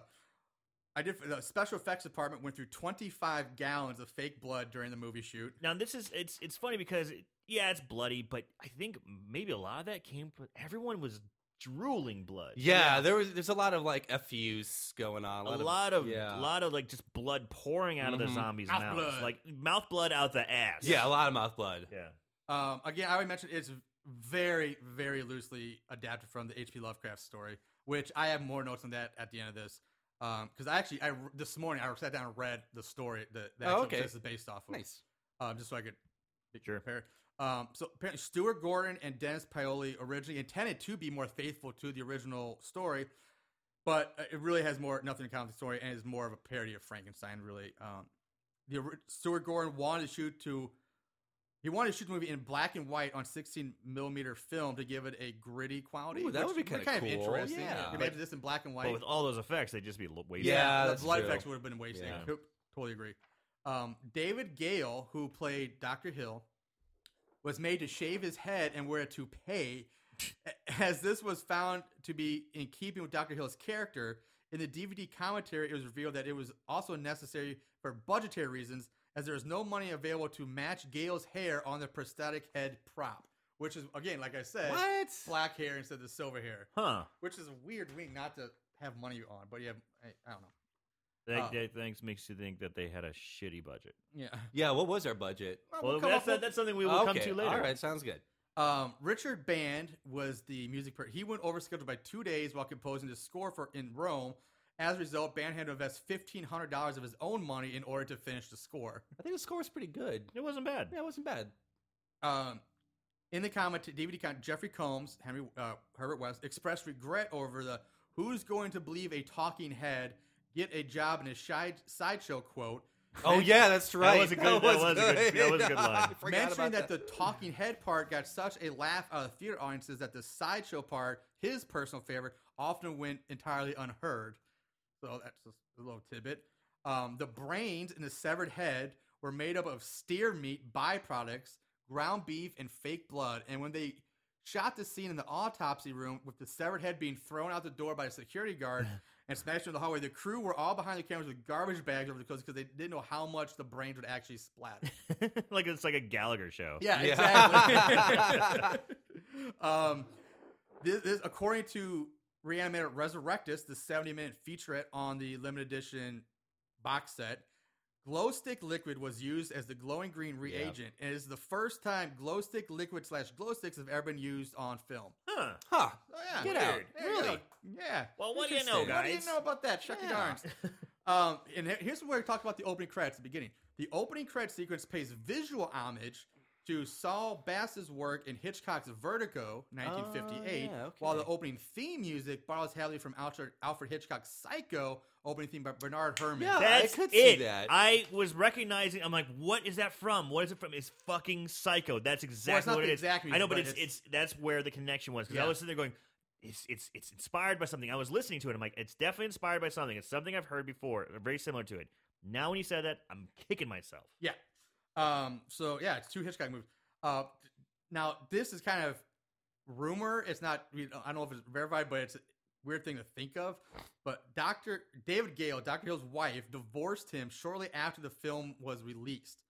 [SPEAKER 1] I did the special effects department went through 25 gallons of fake blood during the movie shoot.
[SPEAKER 3] Now this is it's it's funny because it, yeah, it's bloody, but I think maybe a lot of that came from everyone was drooling blood.
[SPEAKER 4] Yeah, there was. There's a lot of like effuse going on.
[SPEAKER 3] a lot of
[SPEAKER 4] yeah,
[SPEAKER 3] lot of like just blood pouring out of
[SPEAKER 4] Mhm.
[SPEAKER 3] the zombies'
[SPEAKER 1] Mouth
[SPEAKER 3] mouths,
[SPEAKER 1] blood.
[SPEAKER 3] like mouth blood out the ass.
[SPEAKER 4] yeah, a lot of mouth blood.
[SPEAKER 3] yeah.
[SPEAKER 1] Um, again, I already mentioned it's very, very loosely adapted from the H.P. Lovecraft story, which I have more notes on that at the end of this. Because I actually, I this morning I sat down and read the story that the
[SPEAKER 4] Oh,
[SPEAKER 1] actual
[SPEAKER 4] okay.
[SPEAKER 1] this is based off of.
[SPEAKER 4] Nice.
[SPEAKER 1] um, just so I could be
[SPEAKER 3] Sure.
[SPEAKER 1] prepared. Um, so apparently, Stuart Gordon and Dennis Paoli originally intended to be more faithful to the original story, but uh, it really has more nothing to do with the story and is more of a parody of Frankenstein. Really, um, the ori- Stuart Gordon wanted to shoot to he wanted to shoot the movie in black and white on 16 millimeter film to give it a gritty quality.
[SPEAKER 4] Ooh, that
[SPEAKER 1] which
[SPEAKER 4] would be
[SPEAKER 1] would
[SPEAKER 4] kinda
[SPEAKER 1] kind
[SPEAKER 4] cool.
[SPEAKER 1] of interesting.
[SPEAKER 4] Yeah.
[SPEAKER 1] Can you imagine this in black and white.
[SPEAKER 3] But with all those effects, they'd just be lo- way.
[SPEAKER 4] Yeah,
[SPEAKER 1] the
[SPEAKER 4] that's
[SPEAKER 1] blood
[SPEAKER 4] true.
[SPEAKER 1] effects would have been wasted.
[SPEAKER 3] Yeah.
[SPEAKER 1] Yep, Totally agree. Um, David Gale, who played Doctor Hill, was made to shave his head and wear a toupee, as this was found to be in keeping with Doctor Hill's character. In the DVD commentary, it was revealed that it was also necessary for budgetary reasons, as there is no money available to match Gale's hair on the prosthetic head prop, which is again, like I said,
[SPEAKER 4] What?
[SPEAKER 1] black hair instead of the silver hair,
[SPEAKER 3] Huh.
[SPEAKER 1] which is a weird wing not to have money on. But yeah, I, I don't know.
[SPEAKER 3] That,
[SPEAKER 1] Oh.
[SPEAKER 3] that thanks makes you think that they had a shitty budget.
[SPEAKER 1] Yeah.
[SPEAKER 4] Yeah, what was our budget?
[SPEAKER 3] Well,
[SPEAKER 1] we'll come
[SPEAKER 3] that's
[SPEAKER 1] up with-
[SPEAKER 3] that's something we will come
[SPEAKER 4] Okay,
[SPEAKER 3] to later.
[SPEAKER 4] All right, sounds good.
[SPEAKER 1] um, Richard Band was the music. Per- he went over schedule by two days while composing his score for in Rome. As a result, Band had to invest fifteen hundred dollars of his own money in order to finish the score.
[SPEAKER 4] I think the score was pretty good.
[SPEAKER 3] It wasn't bad.
[SPEAKER 4] Yeah, it wasn't bad.
[SPEAKER 1] Um, in the comment DVD count, Jeffrey Combs, Henry uh, Herbert West expressed regret over the "Who's going to believe a talking head get a job in a shy- sideshow?" quote.
[SPEAKER 4] Oh yeah, that's right.
[SPEAKER 3] was a good- that was a good- that was a good line.
[SPEAKER 4] I forgot
[SPEAKER 1] mentioning that,
[SPEAKER 4] about
[SPEAKER 1] the talking head part got such a laugh out of theater audiences that the sideshow part, his personal favorite, often went entirely unheard. So that's just a little tidbit. Um, the brains and the severed head were made up of steer meat byproducts, ground beef, and fake blood. And when they shot the scene in the autopsy room with the severed head being thrown out the door by a security guard and smashed into the hallway, the crew were all behind the cameras with garbage bags over the coast because they didn't know how much the brains would actually splatter.
[SPEAKER 3] like it's like a Gallagher show.
[SPEAKER 1] Yeah,
[SPEAKER 4] Yeah.
[SPEAKER 1] exactly. um, this, this, according to Reanimator Resurrectus, the 70 minute featurette on the limited edition box set, glow stick liquid was used as the glowing green reagent, and it is the first time glow stick liquid slash glow sticks have ever been used on film.
[SPEAKER 3] Huh.
[SPEAKER 4] Huh.
[SPEAKER 1] Oh, yeah.
[SPEAKER 4] Get out.
[SPEAKER 1] Yeah,
[SPEAKER 4] Really?
[SPEAKER 1] yeah. Yeah.
[SPEAKER 3] Well, what do you know,
[SPEAKER 4] Interesting.
[SPEAKER 1] What do you
[SPEAKER 3] guys?
[SPEAKER 1] know about that? Chuck your
[SPEAKER 4] Yeah.
[SPEAKER 1] darns. Um, and he- here's where we talk about the opening credits at the beginning. The opening credit sequence pays visual homage to Saul Bass's work in Hitchcock's Vertigo, 1958,
[SPEAKER 3] Oh, yeah, okay.
[SPEAKER 1] while the opening theme music borrows heavily from Alfred, Alfred Hitchcock's Psycho opening theme by Bernard Herrmann.
[SPEAKER 4] Yeah. I
[SPEAKER 3] That's
[SPEAKER 4] could see
[SPEAKER 3] it.
[SPEAKER 4] that.
[SPEAKER 3] I was recognizing. I'm like, what is that from? What is it from? It's fucking Psycho. That's exactly
[SPEAKER 1] not
[SPEAKER 3] what
[SPEAKER 1] the
[SPEAKER 3] it is.
[SPEAKER 1] exact
[SPEAKER 3] I know,
[SPEAKER 1] music,
[SPEAKER 3] but,
[SPEAKER 1] but
[SPEAKER 3] it's,
[SPEAKER 1] it's-
[SPEAKER 3] it's that's where the connection was because
[SPEAKER 1] Yeah.
[SPEAKER 3] I was sitting there going, it's it's it's inspired by something. I was listening to it. I'm like, it's definitely inspired by something. It's something I've heard before. Very similar to it. Now when you said that, I'm kicking myself.
[SPEAKER 1] Yeah. Um, so yeah, it's two Hitchcock movies. Uh, now this is kind of rumor. It's not. we don't- I don't know if it's verified, but it's a weird thing to think of. But Doctor David Gale, Doctor Hill's wife, divorced him shortly after the film was released.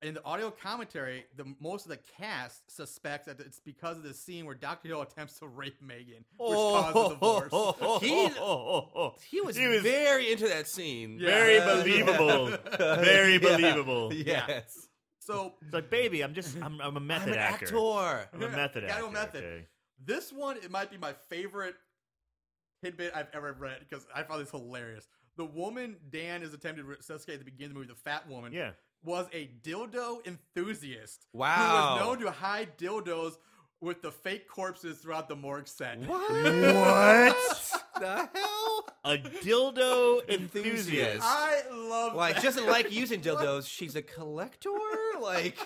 [SPEAKER 1] In the audio commentary, the most of the cast suspects that it's because of the scene where Doctor Hill attempts to rape Megan, which caused the divorce.
[SPEAKER 4] He-
[SPEAKER 3] oh,
[SPEAKER 4] He was,
[SPEAKER 3] He was-
[SPEAKER 4] very into that scene.
[SPEAKER 1] Yeah.
[SPEAKER 3] very
[SPEAKER 1] Yeah.
[SPEAKER 3] believable. Very believable.
[SPEAKER 4] Yes.
[SPEAKER 1] So
[SPEAKER 3] It's like, baby, I'm just I'm, I'm a method
[SPEAKER 4] I'm an
[SPEAKER 3] actor.
[SPEAKER 4] actor.
[SPEAKER 3] I'm a method
[SPEAKER 1] Gotta
[SPEAKER 3] actor.
[SPEAKER 1] go method.
[SPEAKER 3] okay?
[SPEAKER 1] This one, it might be my favorite tidbit I've ever read because I found this hilarious. The woman Dan is attempting to resuscitate at the beginning of the movie, the fat woman,
[SPEAKER 3] Yeah.
[SPEAKER 1] was a dildo enthusiast.
[SPEAKER 4] Wow.
[SPEAKER 1] Who was known to hide dildos with the fake corpses throughout the morgue set.
[SPEAKER 4] What?
[SPEAKER 3] What?
[SPEAKER 4] the hell?
[SPEAKER 3] a dildo enthusiast.
[SPEAKER 4] Enthusiast.
[SPEAKER 1] I love
[SPEAKER 4] Like,
[SPEAKER 1] that.
[SPEAKER 4] she doesn't like using dildos. She's a collector? Like,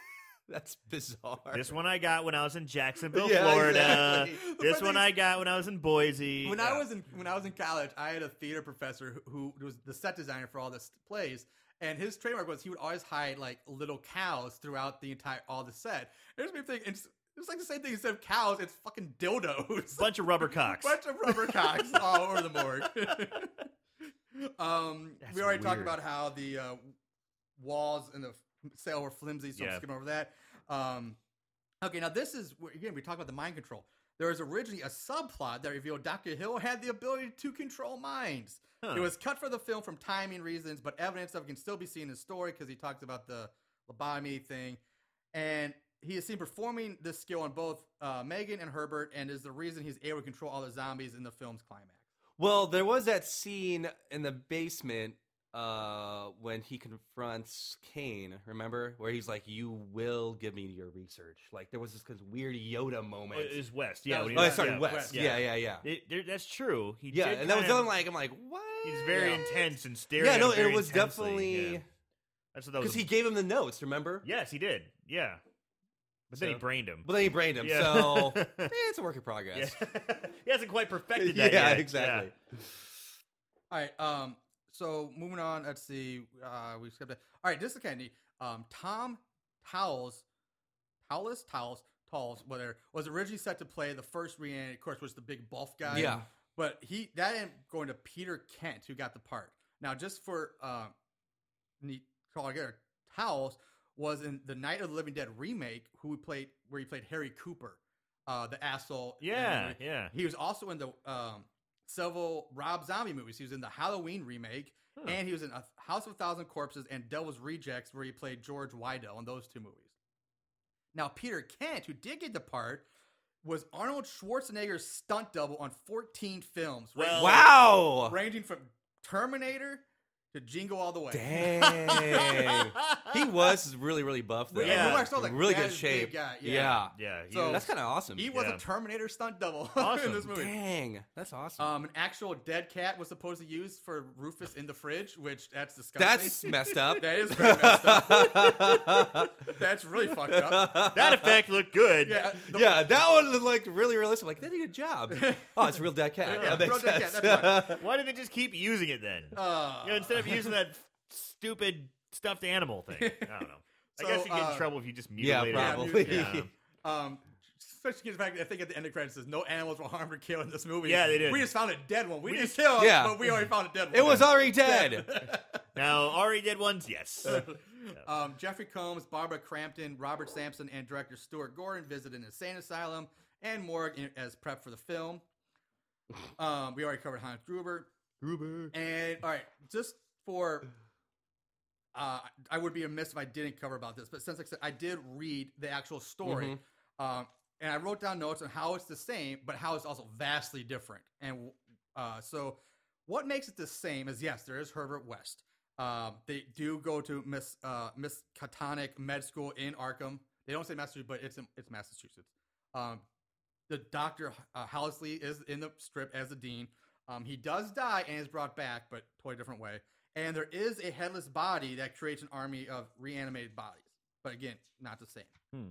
[SPEAKER 4] that's bizarre.
[SPEAKER 3] This one I got when I was in Jacksonville,
[SPEAKER 4] Yeah,
[SPEAKER 3] Florida.
[SPEAKER 4] exactly.
[SPEAKER 1] The
[SPEAKER 3] This
[SPEAKER 1] funny
[SPEAKER 3] one
[SPEAKER 1] thing
[SPEAKER 3] I got when I was in Boise.
[SPEAKER 1] when I
[SPEAKER 3] Yeah.
[SPEAKER 1] was in when I was in college, I had a theater professor who, who was the set designer for all the s- plays, and his trademark was he would always hide like little cows throughout the entire all the set. There's me thinking it's, it's like the same thing instead of cows, it's fucking dildos,
[SPEAKER 3] bunch of rubber cocks.
[SPEAKER 1] bunch of rubber cocks all over the morgue. um,
[SPEAKER 3] That's
[SPEAKER 1] we already talked
[SPEAKER 3] weird.
[SPEAKER 1] about how the uh, walls in the cell were flimsy, so I'm
[SPEAKER 3] Yeah.
[SPEAKER 1] skipping over that. Um, okay, now this is where- again we talk about the mind control. There was originally a subplot that revealed Dr. Hill had the ability to control minds.
[SPEAKER 3] Huh.
[SPEAKER 1] It was cut from the film from timing reasons, but evidence of it can still be seen in the story because he talks about the lobotomy thing. And he is seen performing this skill on both uh, Megan and Herbert, and is the reason he's able to control all the zombies in the film's climax.
[SPEAKER 4] Well, there was that scene in the basement uh, when he confronts Kane, remember? Where he's like, You will give me your research. Like, there was this 'cause weird Yoda moment.
[SPEAKER 3] It was West.
[SPEAKER 1] That
[SPEAKER 3] Yeah.
[SPEAKER 1] was
[SPEAKER 3] when he
[SPEAKER 4] oh,
[SPEAKER 3] was-
[SPEAKER 4] sorry,
[SPEAKER 3] yeah,
[SPEAKER 4] West.
[SPEAKER 1] West.
[SPEAKER 4] Yeah, yeah, yeah.
[SPEAKER 3] It- there- that's true. He
[SPEAKER 4] Yeah,
[SPEAKER 3] did
[SPEAKER 4] and that was
[SPEAKER 3] kind
[SPEAKER 4] the
[SPEAKER 3] of-
[SPEAKER 4] other like, I'm like, What?
[SPEAKER 3] He's very
[SPEAKER 4] Yeah.
[SPEAKER 3] intense and staring.
[SPEAKER 4] Yeah,
[SPEAKER 3] at
[SPEAKER 4] no,
[SPEAKER 3] him very
[SPEAKER 4] it was
[SPEAKER 3] intensely.
[SPEAKER 4] definitely.
[SPEAKER 3] Yeah. That's what that was.
[SPEAKER 4] Because he gave him the notes, remember?
[SPEAKER 3] yes, he did. Yeah, but then he
[SPEAKER 4] So-
[SPEAKER 3] brained him.
[SPEAKER 4] But then he brained him,
[SPEAKER 3] Yeah.
[SPEAKER 4] so eh, it's a work in progress.
[SPEAKER 3] Yeah. he hasn't quite perfected
[SPEAKER 4] Yeah,
[SPEAKER 3] that yet. Yeah.
[SPEAKER 4] exactly.
[SPEAKER 1] All right. Um. So moving on. Let's see. Uh, we skipped it. All right. This is kind of neat. Um. Tom Towles, Towles, Towles, Towles, whatever, was originally set to play the first reanimated, of course, was the big buff guy.
[SPEAKER 4] Yeah.
[SPEAKER 1] But he that ended up going to Peter Kent, who got the part. Now, just for uh, neat call together, Towles was in the Night of the Living Dead remake, who played where he played Harry Cooper, uh, the asshole. in the
[SPEAKER 3] Yeah,
[SPEAKER 1] movie.
[SPEAKER 4] Mm-hmm.
[SPEAKER 3] yeah.
[SPEAKER 1] He was also in the um, several Rob Zombie movies. He was in the Halloween remake,
[SPEAKER 3] Huh.
[SPEAKER 1] and he was in a House of a Thousand Corpses and Devil's Rejects, where he played George Wydell in those two movies. Now, Peter Kent, who did get the part, was Arnold Schwarzenegger's stunt double on 14 films, ra-
[SPEAKER 3] Well-
[SPEAKER 4] Wow.
[SPEAKER 1] ranging from Terminator to Jingle All the Way.
[SPEAKER 4] Dang. he was really, really buff though.
[SPEAKER 1] When-
[SPEAKER 3] Yeah.
[SPEAKER 1] when I saw that,
[SPEAKER 4] really
[SPEAKER 1] that
[SPEAKER 4] good
[SPEAKER 1] is a big
[SPEAKER 4] shape.
[SPEAKER 1] guy,
[SPEAKER 4] yeah.
[SPEAKER 3] Yeah, he
[SPEAKER 1] So-
[SPEAKER 3] was-
[SPEAKER 4] that's kind of awesome.
[SPEAKER 1] He was
[SPEAKER 3] Yeah.
[SPEAKER 1] a Terminator stunt double in
[SPEAKER 3] Awesome.
[SPEAKER 1] this movie.
[SPEAKER 4] Dang, that's awesome.
[SPEAKER 1] Um, an actual dead cat was supposed to use for Rufus in the fridge, which that's disgusting.
[SPEAKER 4] that's messed up.
[SPEAKER 1] that is very messed up. that's really fucked up.
[SPEAKER 3] that effect looked good.
[SPEAKER 1] Yeah, the-
[SPEAKER 4] yeah, that one looked like really realistic. Like they did a good job. Oh, it's a real dead cat.
[SPEAKER 1] Yeah,
[SPEAKER 4] that makes
[SPEAKER 1] real dead cat,
[SPEAKER 4] sense.
[SPEAKER 1] that's
[SPEAKER 3] Why did they just keep using it then?
[SPEAKER 1] uh,
[SPEAKER 3] you know, instead of using that stupid stuffed animal thing. I don't know.
[SPEAKER 1] So,
[SPEAKER 3] I guess you get in
[SPEAKER 1] uh,
[SPEAKER 3] trouble if you just
[SPEAKER 4] yeah,
[SPEAKER 3] mutilate it.
[SPEAKER 4] probably.
[SPEAKER 3] Yeah.
[SPEAKER 1] um, especially gets back. I think at the end of credits it says no animals were harmed or killed in this movie.
[SPEAKER 3] Yeah, they did.
[SPEAKER 1] We just found a dead one. We,
[SPEAKER 3] We
[SPEAKER 1] didn't
[SPEAKER 3] just-
[SPEAKER 1] kill,
[SPEAKER 4] yeah.
[SPEAKER 1] but we already found a dead one.
[SPEAKER 4] It was already dead.
[SPEAKER 3] Now, already dead ones, yes.
[SPEAKER 1] Um, Jeffrey Combs, Barbara Crampton, Robert Sampson, and director Stuart Gordon visit an insane asylum and morgue in- as prep for the film. Um, we already covered Hans Gruber.
[SPEAKER 4] Gruber.
[SPEAKER 1] And all right, just for uh, I would be amiss if I didn't cover about this, but since I said I did read the actual story, um, and I wrote down notes on how it's the same, but how it's also vastly different. And uh, so, what makes it the same is yes, there is Herbert West. Um, they do go to Miss uh, Miss Catonic Med School in Arkham. They don't say Massachusetts, but it's in, it's Massachusetts. Um, the Doctor uh, Housley is in the strip as the dean. Um, he does die and is brought back, but totally different way. And there is a headless body that creates an army of reanimated bodies, but again, not the same.
[SPEAKER 3] Hmm.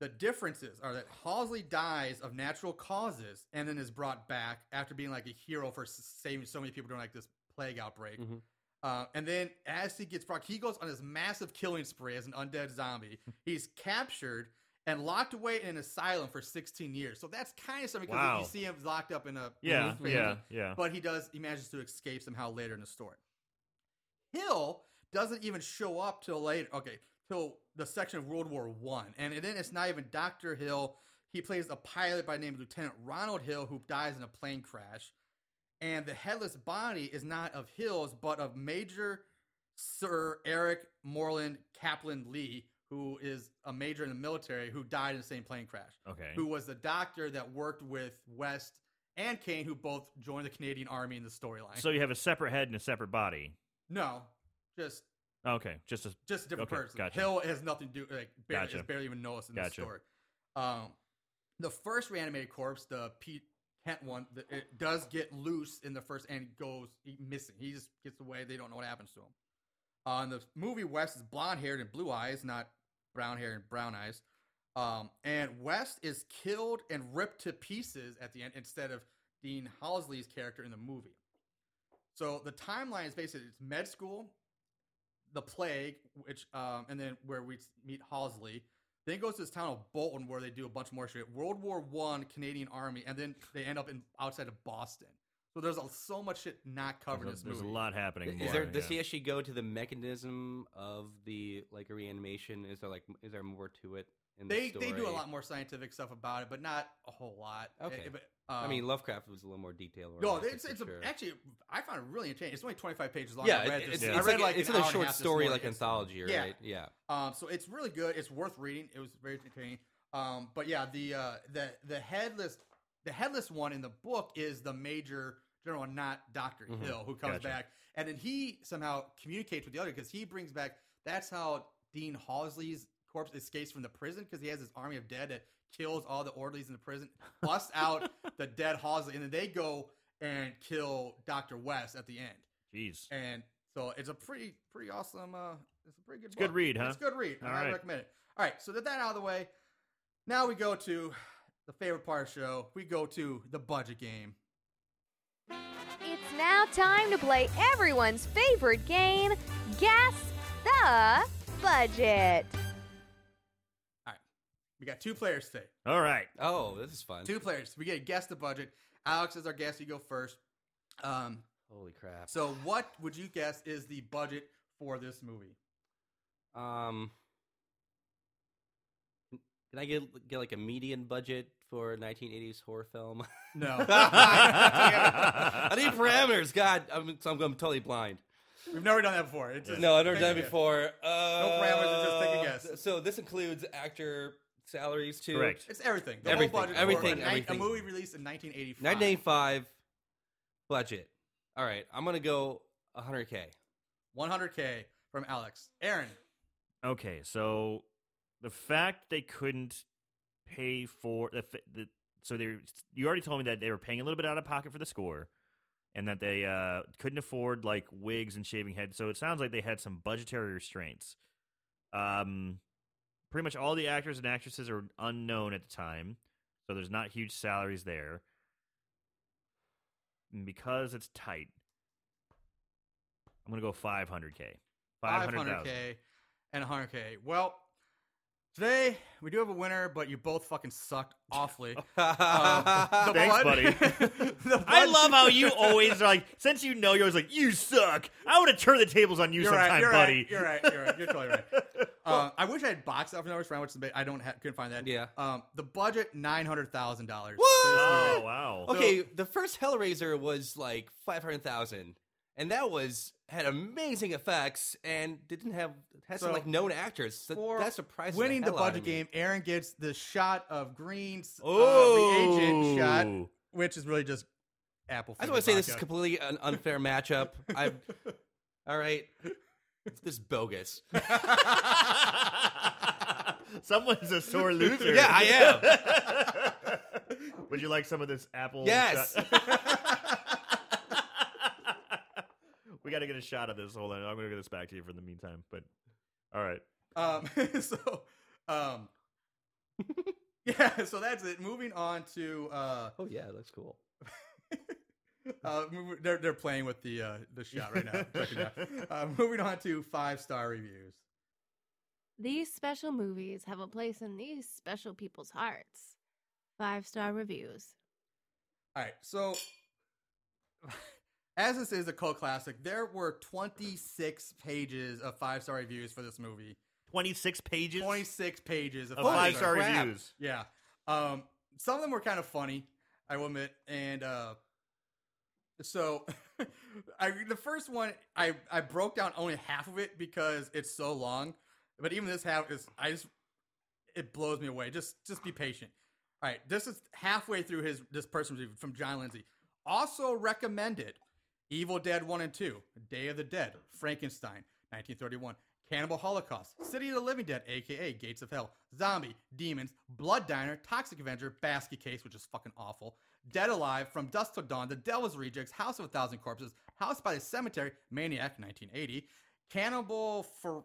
[SPEAKER 1] The differences are that Housley dies of natural causes and then is brought back after being like a hero for s- saving so many people during like this plague outbreak.
[SPEAKER 3] Mm-hmm.
[SPEAKER 4] Mhm.
[SPEAKER 1] Uh, and then as he gets brought, he goes on this massive killing spree as an undead zombie. He's captured and locked away in an asylum for 16 years. So that's kind of something because
[SPEAKER 3] Wow.
[SPEAKER 1] you see him locked up in a
[SPEAKER 3] Yeah,
[SPEAKER 1] prison.
[SPEAKER 3] yeah, yeah.
[SPEAKER 1] But he does. He manages to escape somehow later in the story. Hill doesn't even show up till later. Okay, till the section of World War One, and then it's not even Doctor Hill. He plays a pilot by the name of Lieutenant Ronald Hill who dies in a plane crash, and the headless body is not of Hill's but of Major Sir Eric Moreland Kaplan Lee, who is a major in the military who died in the same plane crash
[SPEAKER 3] Okay.
[SPEAKER 1] who was the doctor that worked with West and Kane, who both joined the Canadian Army in the storyline.
[SPEAKER 3] So you have a separate head and a separate body.
[SPEAKER 1] no, just
[SPEAKER 3] Okay, just a
[SPEAKER 1] just a different
[SPEAKER 3] Okay,
[SPEAKER 1] person.
[SPEAKER 3] gotcha.
[SPEAKER 1] Hill has nothing to do. Like barely,
[SPEAKER 3] Gotcha.
[SPEAKER 1] is barely even noticed in
[SPEAKER 3] Gotcha.
[SPEAKER 1] the story. Um, the first reanimated corpse, the Pete Kent one, the, it does get loose in the first and goes he missing. He just gets away. They don't know what happens to him. On the movie, West is blonde haired and blue eyes, not brown hair and brown eyes. Um, and West is killed and ripped to pieces at the end instead of Dean Housley's character in the movie. So the timeline is basically it's med school, the plague, which um, and then where we meet Housley. Then it goes to this town of Bolton where they do a bunch more shit. World War One, Canadian Army, and then they end up in outside of Boston. So there's a, so much shit not covered in this
[SPEAKER 3] there's, a, there's a
[SPEAKER 1] movie.
[SPEAKER 3] lot happening.
[SPEAKER 4] Is
[SPEAKER 3] more,
[SPEAKER 4] there, does
[SPEAKER 3] yeah.
[SPEAKER 4] he actually go to the mechanism of the like a reanimation? Is there like m- is there more to it? In the
[SPEAKER 1] They they do a
[SPEAKER 4] story?
[SPEAKER 1] lot more scientific stuff about it, but not a whole lot.
[SPEAKER 4] Okay.
[SPEAKER 1] Eh, but,
[SPEAKER 4] I
[SPEAKER 1] um,
[SPEAKER 4] mean, Lovecraft was a little more detailed.
[SPEAKER 1] no, it's it's a, actually I found it really entertaining. It's only 25 pages long.
[SPEAKER 4] yeah,
[SPEAKER 1] I read
[SPEAKER 4] it-
[SPEAKER 1] this.
[SPEAKER 4] it's,
[SPEAKER 3] Yeah.
[SPEAKER 1] I
[SPEAKER 4] it's
[SPEAKER 1] read
[SPEAKER 4] like,
[SPEAKER 1] like
[SPEAKER 4] it's
[SPEAKER 1] an
[SPEAKER 4] a
[SPEAKER 1] hour and a
[SPEAKER 4] short
[SPEAKER 1] half this
[SPEAKER 4] story
[SPEAKER 1] morning.
[SPEAKER 4] like
[SPEAKER 1] It's-
[SPEAKER 4] anthology,
[SPEAKER 1] yeah.
[SPEAKER 4] right? Yeah,
[SPEAKER 1] Um, so it's really good. It's worth reading. It was very entertaining. Um, but yeah, the uh, the the headless the headless one in the book is the major general, not Doctor
[SPEAKER 4] Mhm.
[SPEAKER 1] Hill, who comes
[SPEAKER 3] Gotcha.
[SPEAKER 1] back, and then he somehow communicates with the other because he brings back. That's how Dean Halsley's corpse escapes from the prison because he has his army of dead that kills all the orderlies in the prison, busts out the dead Halsley, and then they go and kill Doctor West at the end.
[SPEAKER 3] Jeez.
[SPEAKER 1] And so it's a pretty pretty awesome. Uh, it's a pretty good. It's
[SPEAKER 3] good read, huh?
[SPEAKER 1] It's a good read.
[SPEAKER 3] All
[SPEAKER 1] I highly
[SPEAKER 3] right.
[SPEAKER 1] recommend it. All right, so with that out of the way, now we go to the favorite part of the show. We go to the budget game.
[SPEAKER 2] It's now time to play everyone's favorite game, Guess the Budget.
[SPEAKER 1] We got two players today.
[SPEAKER 3] All right.
[SPEAKER 4] Oh, this is fun.
[SPEAKER 1] Two players. We get to guess the budget. Alex is our guest. You go first. Um,
[SPEAKER 4] Holy crap!
[SPEAKER 1] so what would you guess is the budget for this movie?
[SPEAKER 4] um, can I get get like a median budget for a 1980s horror film?
[SPEAKER 1] No.
[SPEAKER 4] I need parameters. God, I'm so I'm, going totally blind.
[SPEAKER 1] We've never done that before. It's just-
[SPEAKER 4] No, I've never done
[SPEAKER 1] Yeah.
[SPEAKER 4] it before. Uh,
[SPEAKER 1] parameters, just take a guess.
[SPEAKER 4] th- So this includes actor salaries too.
[SPEAKER 3] Correct.
[SPEAKER 1] It's everything. The
[SPEAKER 4] Everything,
[SPEAKER 1] whole budget. for
[SPEAKER 4] everything,
[SPEAKER 1] a ni-
[SPEAKER 4] everything.
[SPEAKER 1] A movie released in 1985.
[SPEAKER 4] 985 budget. All right, I'm gonna go 100k.
[SPEAKER 1] 100K from Alex. Aaron,
[SPEAKER 3] Okay, so the fact they couldn't pay for the, fa- the so they were- you already told me that they were paying a little bit out of pocket for the score, and that they uh, couldn't afford like wigs and shaving heads. So it sounds like they had some budgetary restraints. Um, pretty much all the actors and actresses are unknown at the time, so there's not huge salaries there. And because it's tight, I'm gonna go 500k. 500,000.
[SPEAKER 1] 500K, and 100K. Well, today we do have a winner, but you both fucking sucked awfully. Uh,
[SPEAKER 3] the Thanks,
[SPEAKER 1] bud-
[SPEAKER 3] buddy.
[SPEAKER 1] the
[SPEAKER 3] I
[SPEAKER 1] bud-
[SPEAKER 3] love how you always are like, since you know, you're always like, you suck. I would have turned the tables on you
[SPEAKER 1] You're
[SPEAKER 3] sometime,
[SPEAKER 1] right, you're
[SPEAKER 3] buddy.
[SPEAKER 1] Right, you're right. You're right. You're totally right. Uh, I wish I had box office numbers for how much. the- I don't. Ha- couldn't find that.
[SPEAKER 4] Yeah.
[SPEAKER 1] Um, the budget nine hundred thousand dollars.
[SPEAKER 4] What?
[SPEAKER 3] Oh, wow.
[SPEAKER 4] Okay, the first Hellraiser was like 500,000, and that was had amazing effects and didn't have had some
[SPEAKER 1] So,
[SPEAKER 4] like known actors. So
[SPEAKER 1] for
[SPEAKER 4] that surprised the
[SPEAKER 1] Winning the
[SPEAKER 4] hell out of
[SPEAKER 1] budget
[SPEAKER 4] me.
[SPEAKER 1] game, Aaron gets the shot of green
[SPEAKER 3] Oh,
[SPEAKER 1] uh, reagent shot, which is really just apple.
[SPEAKER 4] I just want to say this is
[SPEAKER 1] vodka.
[SPEAKER 4] completely an unfair matchup. I all right, this is bogus.
[SPEAKER 3] Someone's a sore loser.
[SPEAKER 4] Yeah, I
[SPEAKER 3] am. Would you like some of this apple?
[SPEAKER 4] Yes.
[SPEAKER 3] shot- we got to get a shot of this. Hold on. I'm going to get this back to you for the meantime. But all right.
[SPEAKER 1] Um, so, um, yeah, so that's it. Moving on to uh,
[SPEAKER 4] Oh yeah, that's cool.
[SPEAKER 1] uh, mov- they're they're playing with the uh, the shot right now. Check it out. Uh, moving on to five star reviews.
[SPEAKER 5] These special movies have a place in these special people's hearts. Five star reviews.
[SPEAKER 1] All right, so as this is a cult classic, there were 26 pages of five star reviews for this movie.
[SPEAKER 3] 26 pages
[SPEAKER 1] 26 pages of
[SPEAKER 3] of
[SPEAKER 4] Holy
[SPEAKER 3] five star
[SPEAKER 4] crap.
[SPEAKER 3] reviews.
[SPEAKER 1] Yeah. Um, some of them were kind of funny, I will admit. And uh, so I the first one I, I broke down only half of it because it's so long. But even this half is I just it blows me away. Just just be patient. All right, this is halfway through his this person's review from John Lindsay. Also recommended Evil Dead 1 and 2, Day of the Dead, Frankenstein, 1931, Cannibal Holocaust, City of the Living Dead, aka Gates of Hell, Zombie, Demons, Blood Diner, Toxic Avenger, Basket Case, which is fucking awful, Dead Alive, From Dusk Till Dawn, The Devil's Rejects, House of a Thousand Corpses, House by the Cemetery, Maniac, 1980, Cannibal for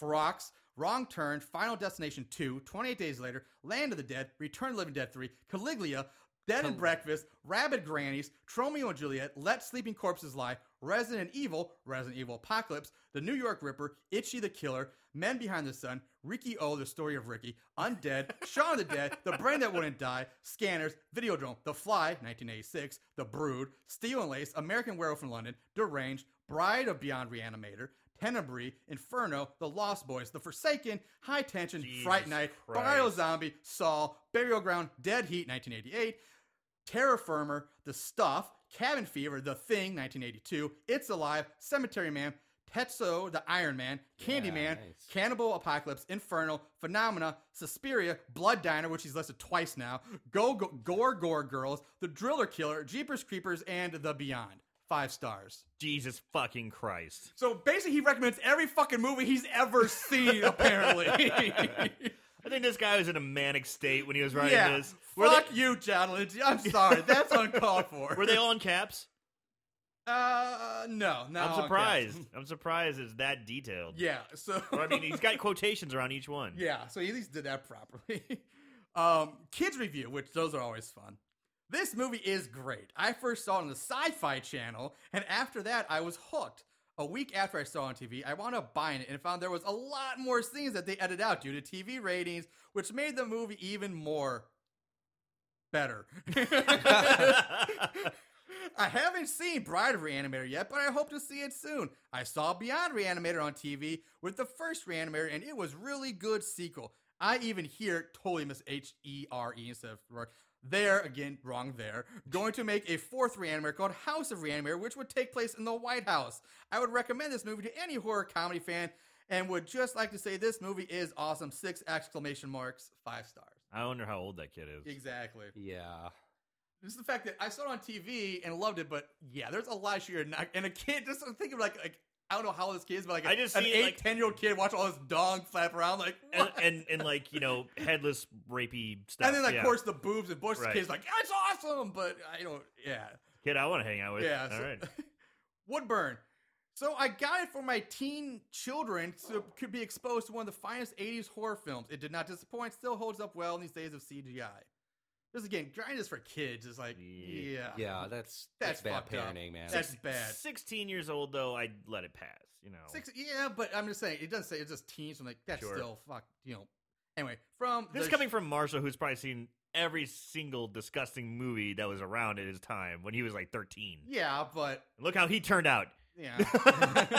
[SPEAKER 1] Ferox, Wrong Turn, Final Destination 2, 28 Days Later, Land of the Dead, Return of the Living Dead 3, Caligula, Dead and
[SPEAKER 4] Cal-
[SPEAKER 1] Breakfast, Rabid Grannies, Tromeo and Juliet, Let Sleeping Corpses Lie, Resident Evil, Resident Evil Apocalypse, The New York Ripper, Itchy the Killer, Men Behind the Sun, Ricky O, The Story of Ricky, Undead, Shaun of the Dead, The Brain That Wouldn't Die, Scanners, Videodrome, The Fly, 1986, The Brood, Steel and Lace, American Werewolf in London, Deranged, Bride of Beyond Reanimator, Tenebrae, Inferno, The Lost Boys, The Forsaken, High Tension, Fright
[SPEAKER 3] Jesus
[SPEAKER 1] Night,
[SPEAKER 3] Christ.
[SPEAKER 1] Bio Zombie, Saul, Burial Ground, Dead Heat, 1988, Terra Firmer, The Stuff, Cabin Fever, The Thing, 1982, It's Alive, Cemetery Man, Tetsuo, The Iron Man, Candyman,
[SPEAKER 4] nice.
[SPEAKER 1] Cannibal Apocalypse, Infernal, Phenomena, Suspiria, Blood Diner, which he's listed twice now, Go, Go Gore Gore Girls, The Driller Killer, Jeepers Creepers, and The Beyond. Five stars.
[SPEAKER 3] Jesus fucking Christ.
[SPEAKER 1] So basically, he recommends every fucking movie he's ever seen. Apparently,
[SPEAKER 3] I think this guy was in a manic state when he was writing
[SPEAKER 1] yeah.
[SPEAKER 3] this. Were
[SPEAKER 1] Fuck you, John Lindsay. I'm sorry, that's uncalled for.
[SPEAKER 3] they, were they all in caps?
[SPEAKER 1] Uh, no, no.
[SPEAKER 3] I'm surprised. I'm surprised it's that detailed.
[SPEAKER 1] Yeah. So
[SPEAKER 3] Or, I mean, he's got quotations around each one.
[SPEAKER 1] Yeah, so he at least did that properly. um, kids review, which those are always fun. This movie is great. I first saw it on the Sci Fi channel, and after that, I was hooked. A week after I saw it on TV, I wound up buying it and found there was a lot more scenes that they edited out due to TV ratings, which made the movie even more better. I haven't seen Bride of Reanimator yet, but I hope to see it soon. I saw Beyond Reanimator on TV with the first Reanimator, and it was really good sequel. I even here totally miss H E R E instead of R. there again, wrong there. Going to make a fourth Reanimator called House of Reanimator, which would take place in the White House. I would recommend this movie to any horror comedy fan, and would just like to say this movie is awesome. Six exclamation marks, five stars.
[SPEAKER 3] I wonder how old that kid is.
[SPEAKER 1] Exactly.
[SPEAKER 4] Yeah.
[SPEAKER 1] Just the fact that I saw it on TV and loved it, but yeah, there's a lot of shit you're not. And a kid, just think of like, like I don't know how old this kid is, but like
[SPEAKER 3] I just
[SPEAKER 1] an
[SPEAKER 3] see it,
[SPEAKER 1] eight,
[SPEAKER 3] like-
[SPEAKER 1] ten year old kid watch all this dong flap around, like,
[SPEAKER 3] And,
[SPEAKER 1] what? And,
[SPEAKER 3] and and like you know, headless rapey stuff.
[SPEAKER 1] then like,
[SPEAKER 3] yeah.
[SPEAKER 1] of course, the boobs and bush.
[SPEAKER 3] Right.
[SPEAKER 1] Kids like, that's awesome, but I don't. Yeah,
[SPEAKER 3] kid, I want to hang out with.
[SPEAKER 1] yeah.
[SPEAKER 3] all
[SPEAKER 1] so-
[SPEAKER 3] right.
[SPEAKER 1] Woodburn. So I got it for my teen children, so it could be exposed to one of the finest '80s horror films. It did not disappoint. Still holds up well in these days of CGI. This again, grinding this for kids is like, yeah,
[SPEAKER 3] Yeah.
[SPEAKER 4] Yeah, that's
[SPEAKER 1] That's
[SPEAKER 4] that's, bad
[SPEAKER 1] fucked up.
[SPEAKER 4] parenting, man.
[SPEAKER 1] that's bad.
[SPEAKER 3] Sixteen years old though, I'd let it pass. You know,
[SPEAKER 1] Six, yeah, but I'm just saying it doesn't say it's just teens. I'm like that's
[SPEAKER 3] Sure.
[SPEAKER 1] still fuck, you know. Anyway, from
[SPEAKER 3] this
[SPEAKER 1] the
[SPEAKER 3] is coming from Marshall, who's probably seen every single disgusting movie that was around at his time when he was like thirteen.
[SPEAKER 1] yeah, but
[SPEAKER 3] Look how he turned out.
[SPEAKER 1] yeah,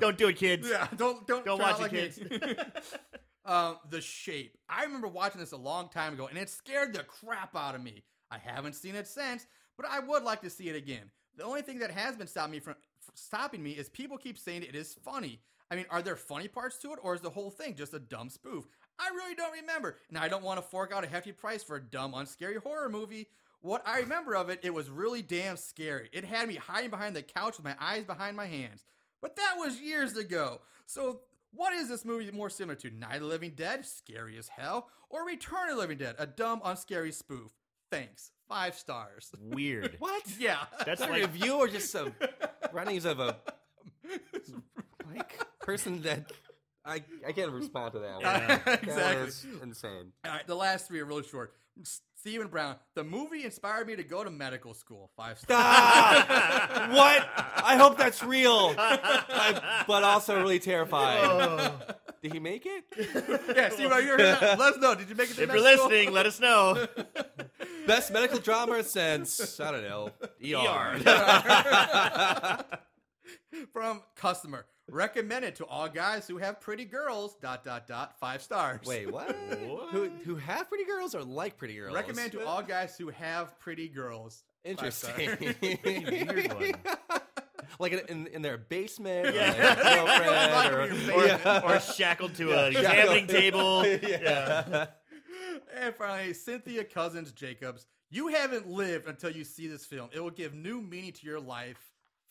[SPEAKER 3] Don't do it, kids.
[SPEAKER 1] yeah, don't don't
[SPEAKER 3] Don't
[SPEAKER 1] try
[SPEAKER 3] watch it,
[SPEAKER 1] like me.
[SPEAKER 3] kids.
[SPEAKER 1] um, the shape. I remember watching this a long time ago, and it scared the crap out of me. I haven't seen it since, but I would like to see it again. The only thing that has been stopping me from f- stopping me is people keep saying it is funny. I mean, are there funny parts to it, or is the whole thing just a dumb spoof? I really don't remember, and I don't want to fork out a hefty price for a dumb, unscary horror movie. What I remember of it, it was really damn scary. It had me hiding behind the couch with my eyes behind my hands. But that was years ago. So What is this movie more similar to? Night of the Living Dead, scary as hell, or Return of the Living Dead, a dumb, unscary spoof? Thanks. Five stars.
[SPEAKER 3] Weird.
[SPEAKER 4] What?
[SPEAKER 1] Yeah.
[SPEAKER 3] That's
[SPEAKER 4] Is that a
[SPEAKER 3] like
[SPEAKER 4] review or just some runnings of a like person that I I can't respond to that. one.
[SPEAKER 3] Yeah.
[SPEAKER 4] That is
[SPEAKER 1] exactly.
[SPEAKER 4] insane.
[SPEAKER 1] All right, the last three are really short. S- Stephen Brown, the movie inspired me to go to medical school. Five stars.
[SPEAKER 4] Ah, what? I hope that's real, I- but also really terrifying. Did he make it?
[SPEAKER 1] yeah, Stephen, Brown, you heard that? Let us know. Did you make it? To
[SPEAKER 3] if you're
[SPEAKER 1] med school?
[SPEAKER 3] listening, let us know.
[SPEAKER 4] Best medical drama since I don't know. ER.
[SPEAKER 1] E From customer, recommended to all guys who have pretty girls. Dot dot dot. Five stars.
[SPEAKER 4] Wait, what?
[SPEAKER 3] What?
[SPEAKER 4] Who who have pretty girls or like pretty girls?
[SPEAKER 1] Recommend to all guys who have pretty girls. Five stars.
[SPEAKER 4] Interesting.
[SPEAKER 3] Weird one.
[SPEAKER 4] like in, in, in their basement, or
[SPEAKER 3] Yeah.
[SPEAKER 4] their girlfriend,
[SPEAKER 1] Like
[SPEAKER 4] or-
[SPEAKER 1] in your
[SPEAKER 3] Or,
[SPEAKER 1] basement.
[SPEAKER 4] Yeah.
[SPEAKER 3] or shackled to an
[SPEAKER 4] Yeah.
[SPEAKER 3] examining
[SPEAKER 4] Shackled.
[SPEAKER 3] table.
[SPEAKER 1] And finally, Cynthia Cousins Jacobs, you haven't lived until you see this film. It will give new meaning to your life.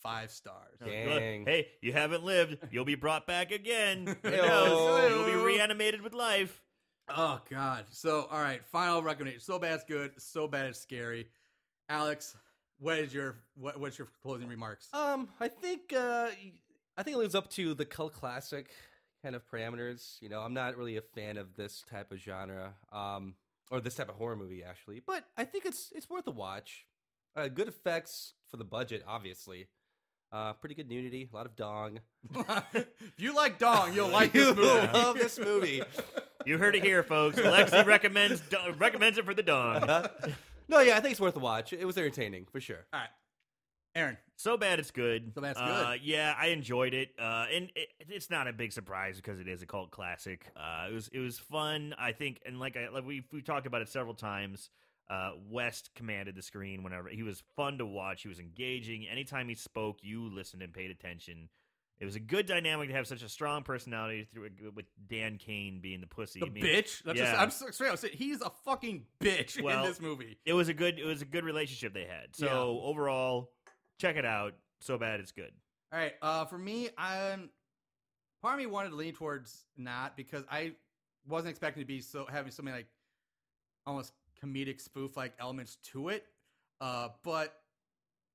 [SPEAKER 1] Five stars.
[SPEAKER 4] Dang.
[SPEAKER 3] Hey, you haven't lived. You'll be brought back again. Who
[SPEAKER 4] Ew.
[SPEAKER 3] knows? You'll be reanimated with life.
[SPEAKER 1] Oh God! So all right, final recommendation. So bad it's good. So bad it's scary. Alex, what is your what, what's your closing remarks?
[SPEAKER 4] Um, I think uh, y- I think it lives up to the cult classic kind of parameters. You know, I'm not really a fan of this type of genre, um, or this type of horror movie actually, but I think it's it's worth a watch. Uh, good effects for the budget, obviously. Uh, pretty good nudity, a lot of dong.
[SPEAKER 1] if you like Dong, you'll like this
[SPEAKER 4] You
[SPEAKER 1] movie.
[SPEAKER 4] love this movie.
[SPEAKER 3] You heard it here, folks. Lexi recommends recommends it for the dawn.
[SPEAKER 4] no, yeah, I think it's worth a watch. It was entertaining for sure.
[SPEAKER 1] All right, Aaron.
[SPEAKER 3] So bad it's good.
[SPEAKER 1] So Bad It's
[SPEAKER 3] Uh, yeah, I enjoyed it, uh, and it, it's not a big surprise because it is a cult classic. Uh, it was it was fun, I think, and like I like we we talked about it several times. Uh, West commanded the screen whenever he was fun to watch. He was engaging. Anytime he spoke, you listened and paid attention. It was a good dynamic to have such a strong personality through with Dan Kane being the pussy.
[SPEAKER 1] The
[SPEAKER 3] I mean,
[SPEAKER 1] bitch. That's
[SPEAKER 3] yeah.
[SPEAKER 1] just, I'm so- straight up. saying, He's a fucking bitch
[SPEAKER 3] Well,
[SPEAKER 1] in this movie.
[SPEAKER 3] It was a good it was a good relationship they had. So
[SPEAKER 1] Yeah.
[SPEAKER 3] overall, check it out. So bad it's good.
[SPEAKER 1] All right. Uh, for me, I'm part of me wanted to lean towards not because I wasn't expecting to be so having so many like almost comedic spoof like elements to it. Uh, but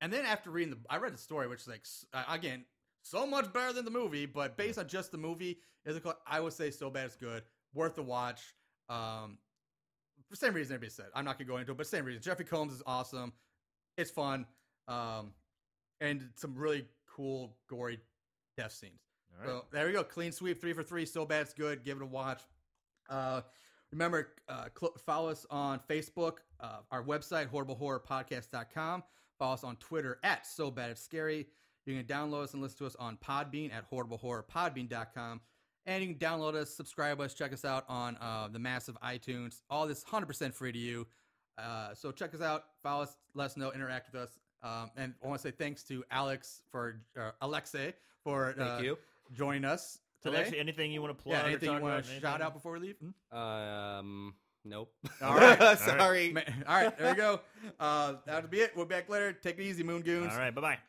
[SPEAKER 1] and then after reading the, I read the story, which is like s- uh, again so much better than the movie, but based on just the movie, is it called? I would say so bad it's good, worth the watch. Um, for same reason everybody said. I'm not gonna go into it, but same reason. Jeffrey Combs is awesome. It's fun. Um, and some really cool gory death scenes.
[SPEAKER 3] All right.
[SPEAKER 1] So there we go. Clean sweep, three for three. So bad it's good. Give it a watch. Uh, remember, uh, cl- follow us on Facebook, uh, our website, horriblehorrorpodcast.com. Follow us on Twitter at So Bad It's Scary. You can download us and listen to us on Podbean at horriblehorrorpodbean.com. And you can download us, subscribe us, check us out on uh, the massive iTunes. All this 100% free to you. Uh, so check us out, follow us, let us know, interact with us. Um, and I want to say thanks to Alex for uh, Alexei for
[SPEAKER 4] Thank
[SPEAKER 1] uh,
[SPEAKER 4] you.
[SPEAKER 1] joining us
[SPEAKER 3] So
[SPEAKER 1] today.
[SPEAKER 3] Lexi, anything you want to plug?
[SPEAKER 1] yeah,
[SPEAKER 3] or
[SPEAKER 1] anything you
[SPEAKER 3] talk
[SPEAKER 1] want
[SPEAKER 3] about,
[SPEAKER 1] to
[SPEAKER 3] anything?
[SPEAKER 1] shout out before we leave? Hmm?
[SPEAKER 4] Um, nope.
[SPEAKER 1] All right, all right.
[SPEAKER 4] sorry.
[SPEAKER 1] Ma- All right, there we go. Uh, that'll be it. We'll be back later. Take it easy, Moon Goons.
[SPEAKER 3] All right, bye bye.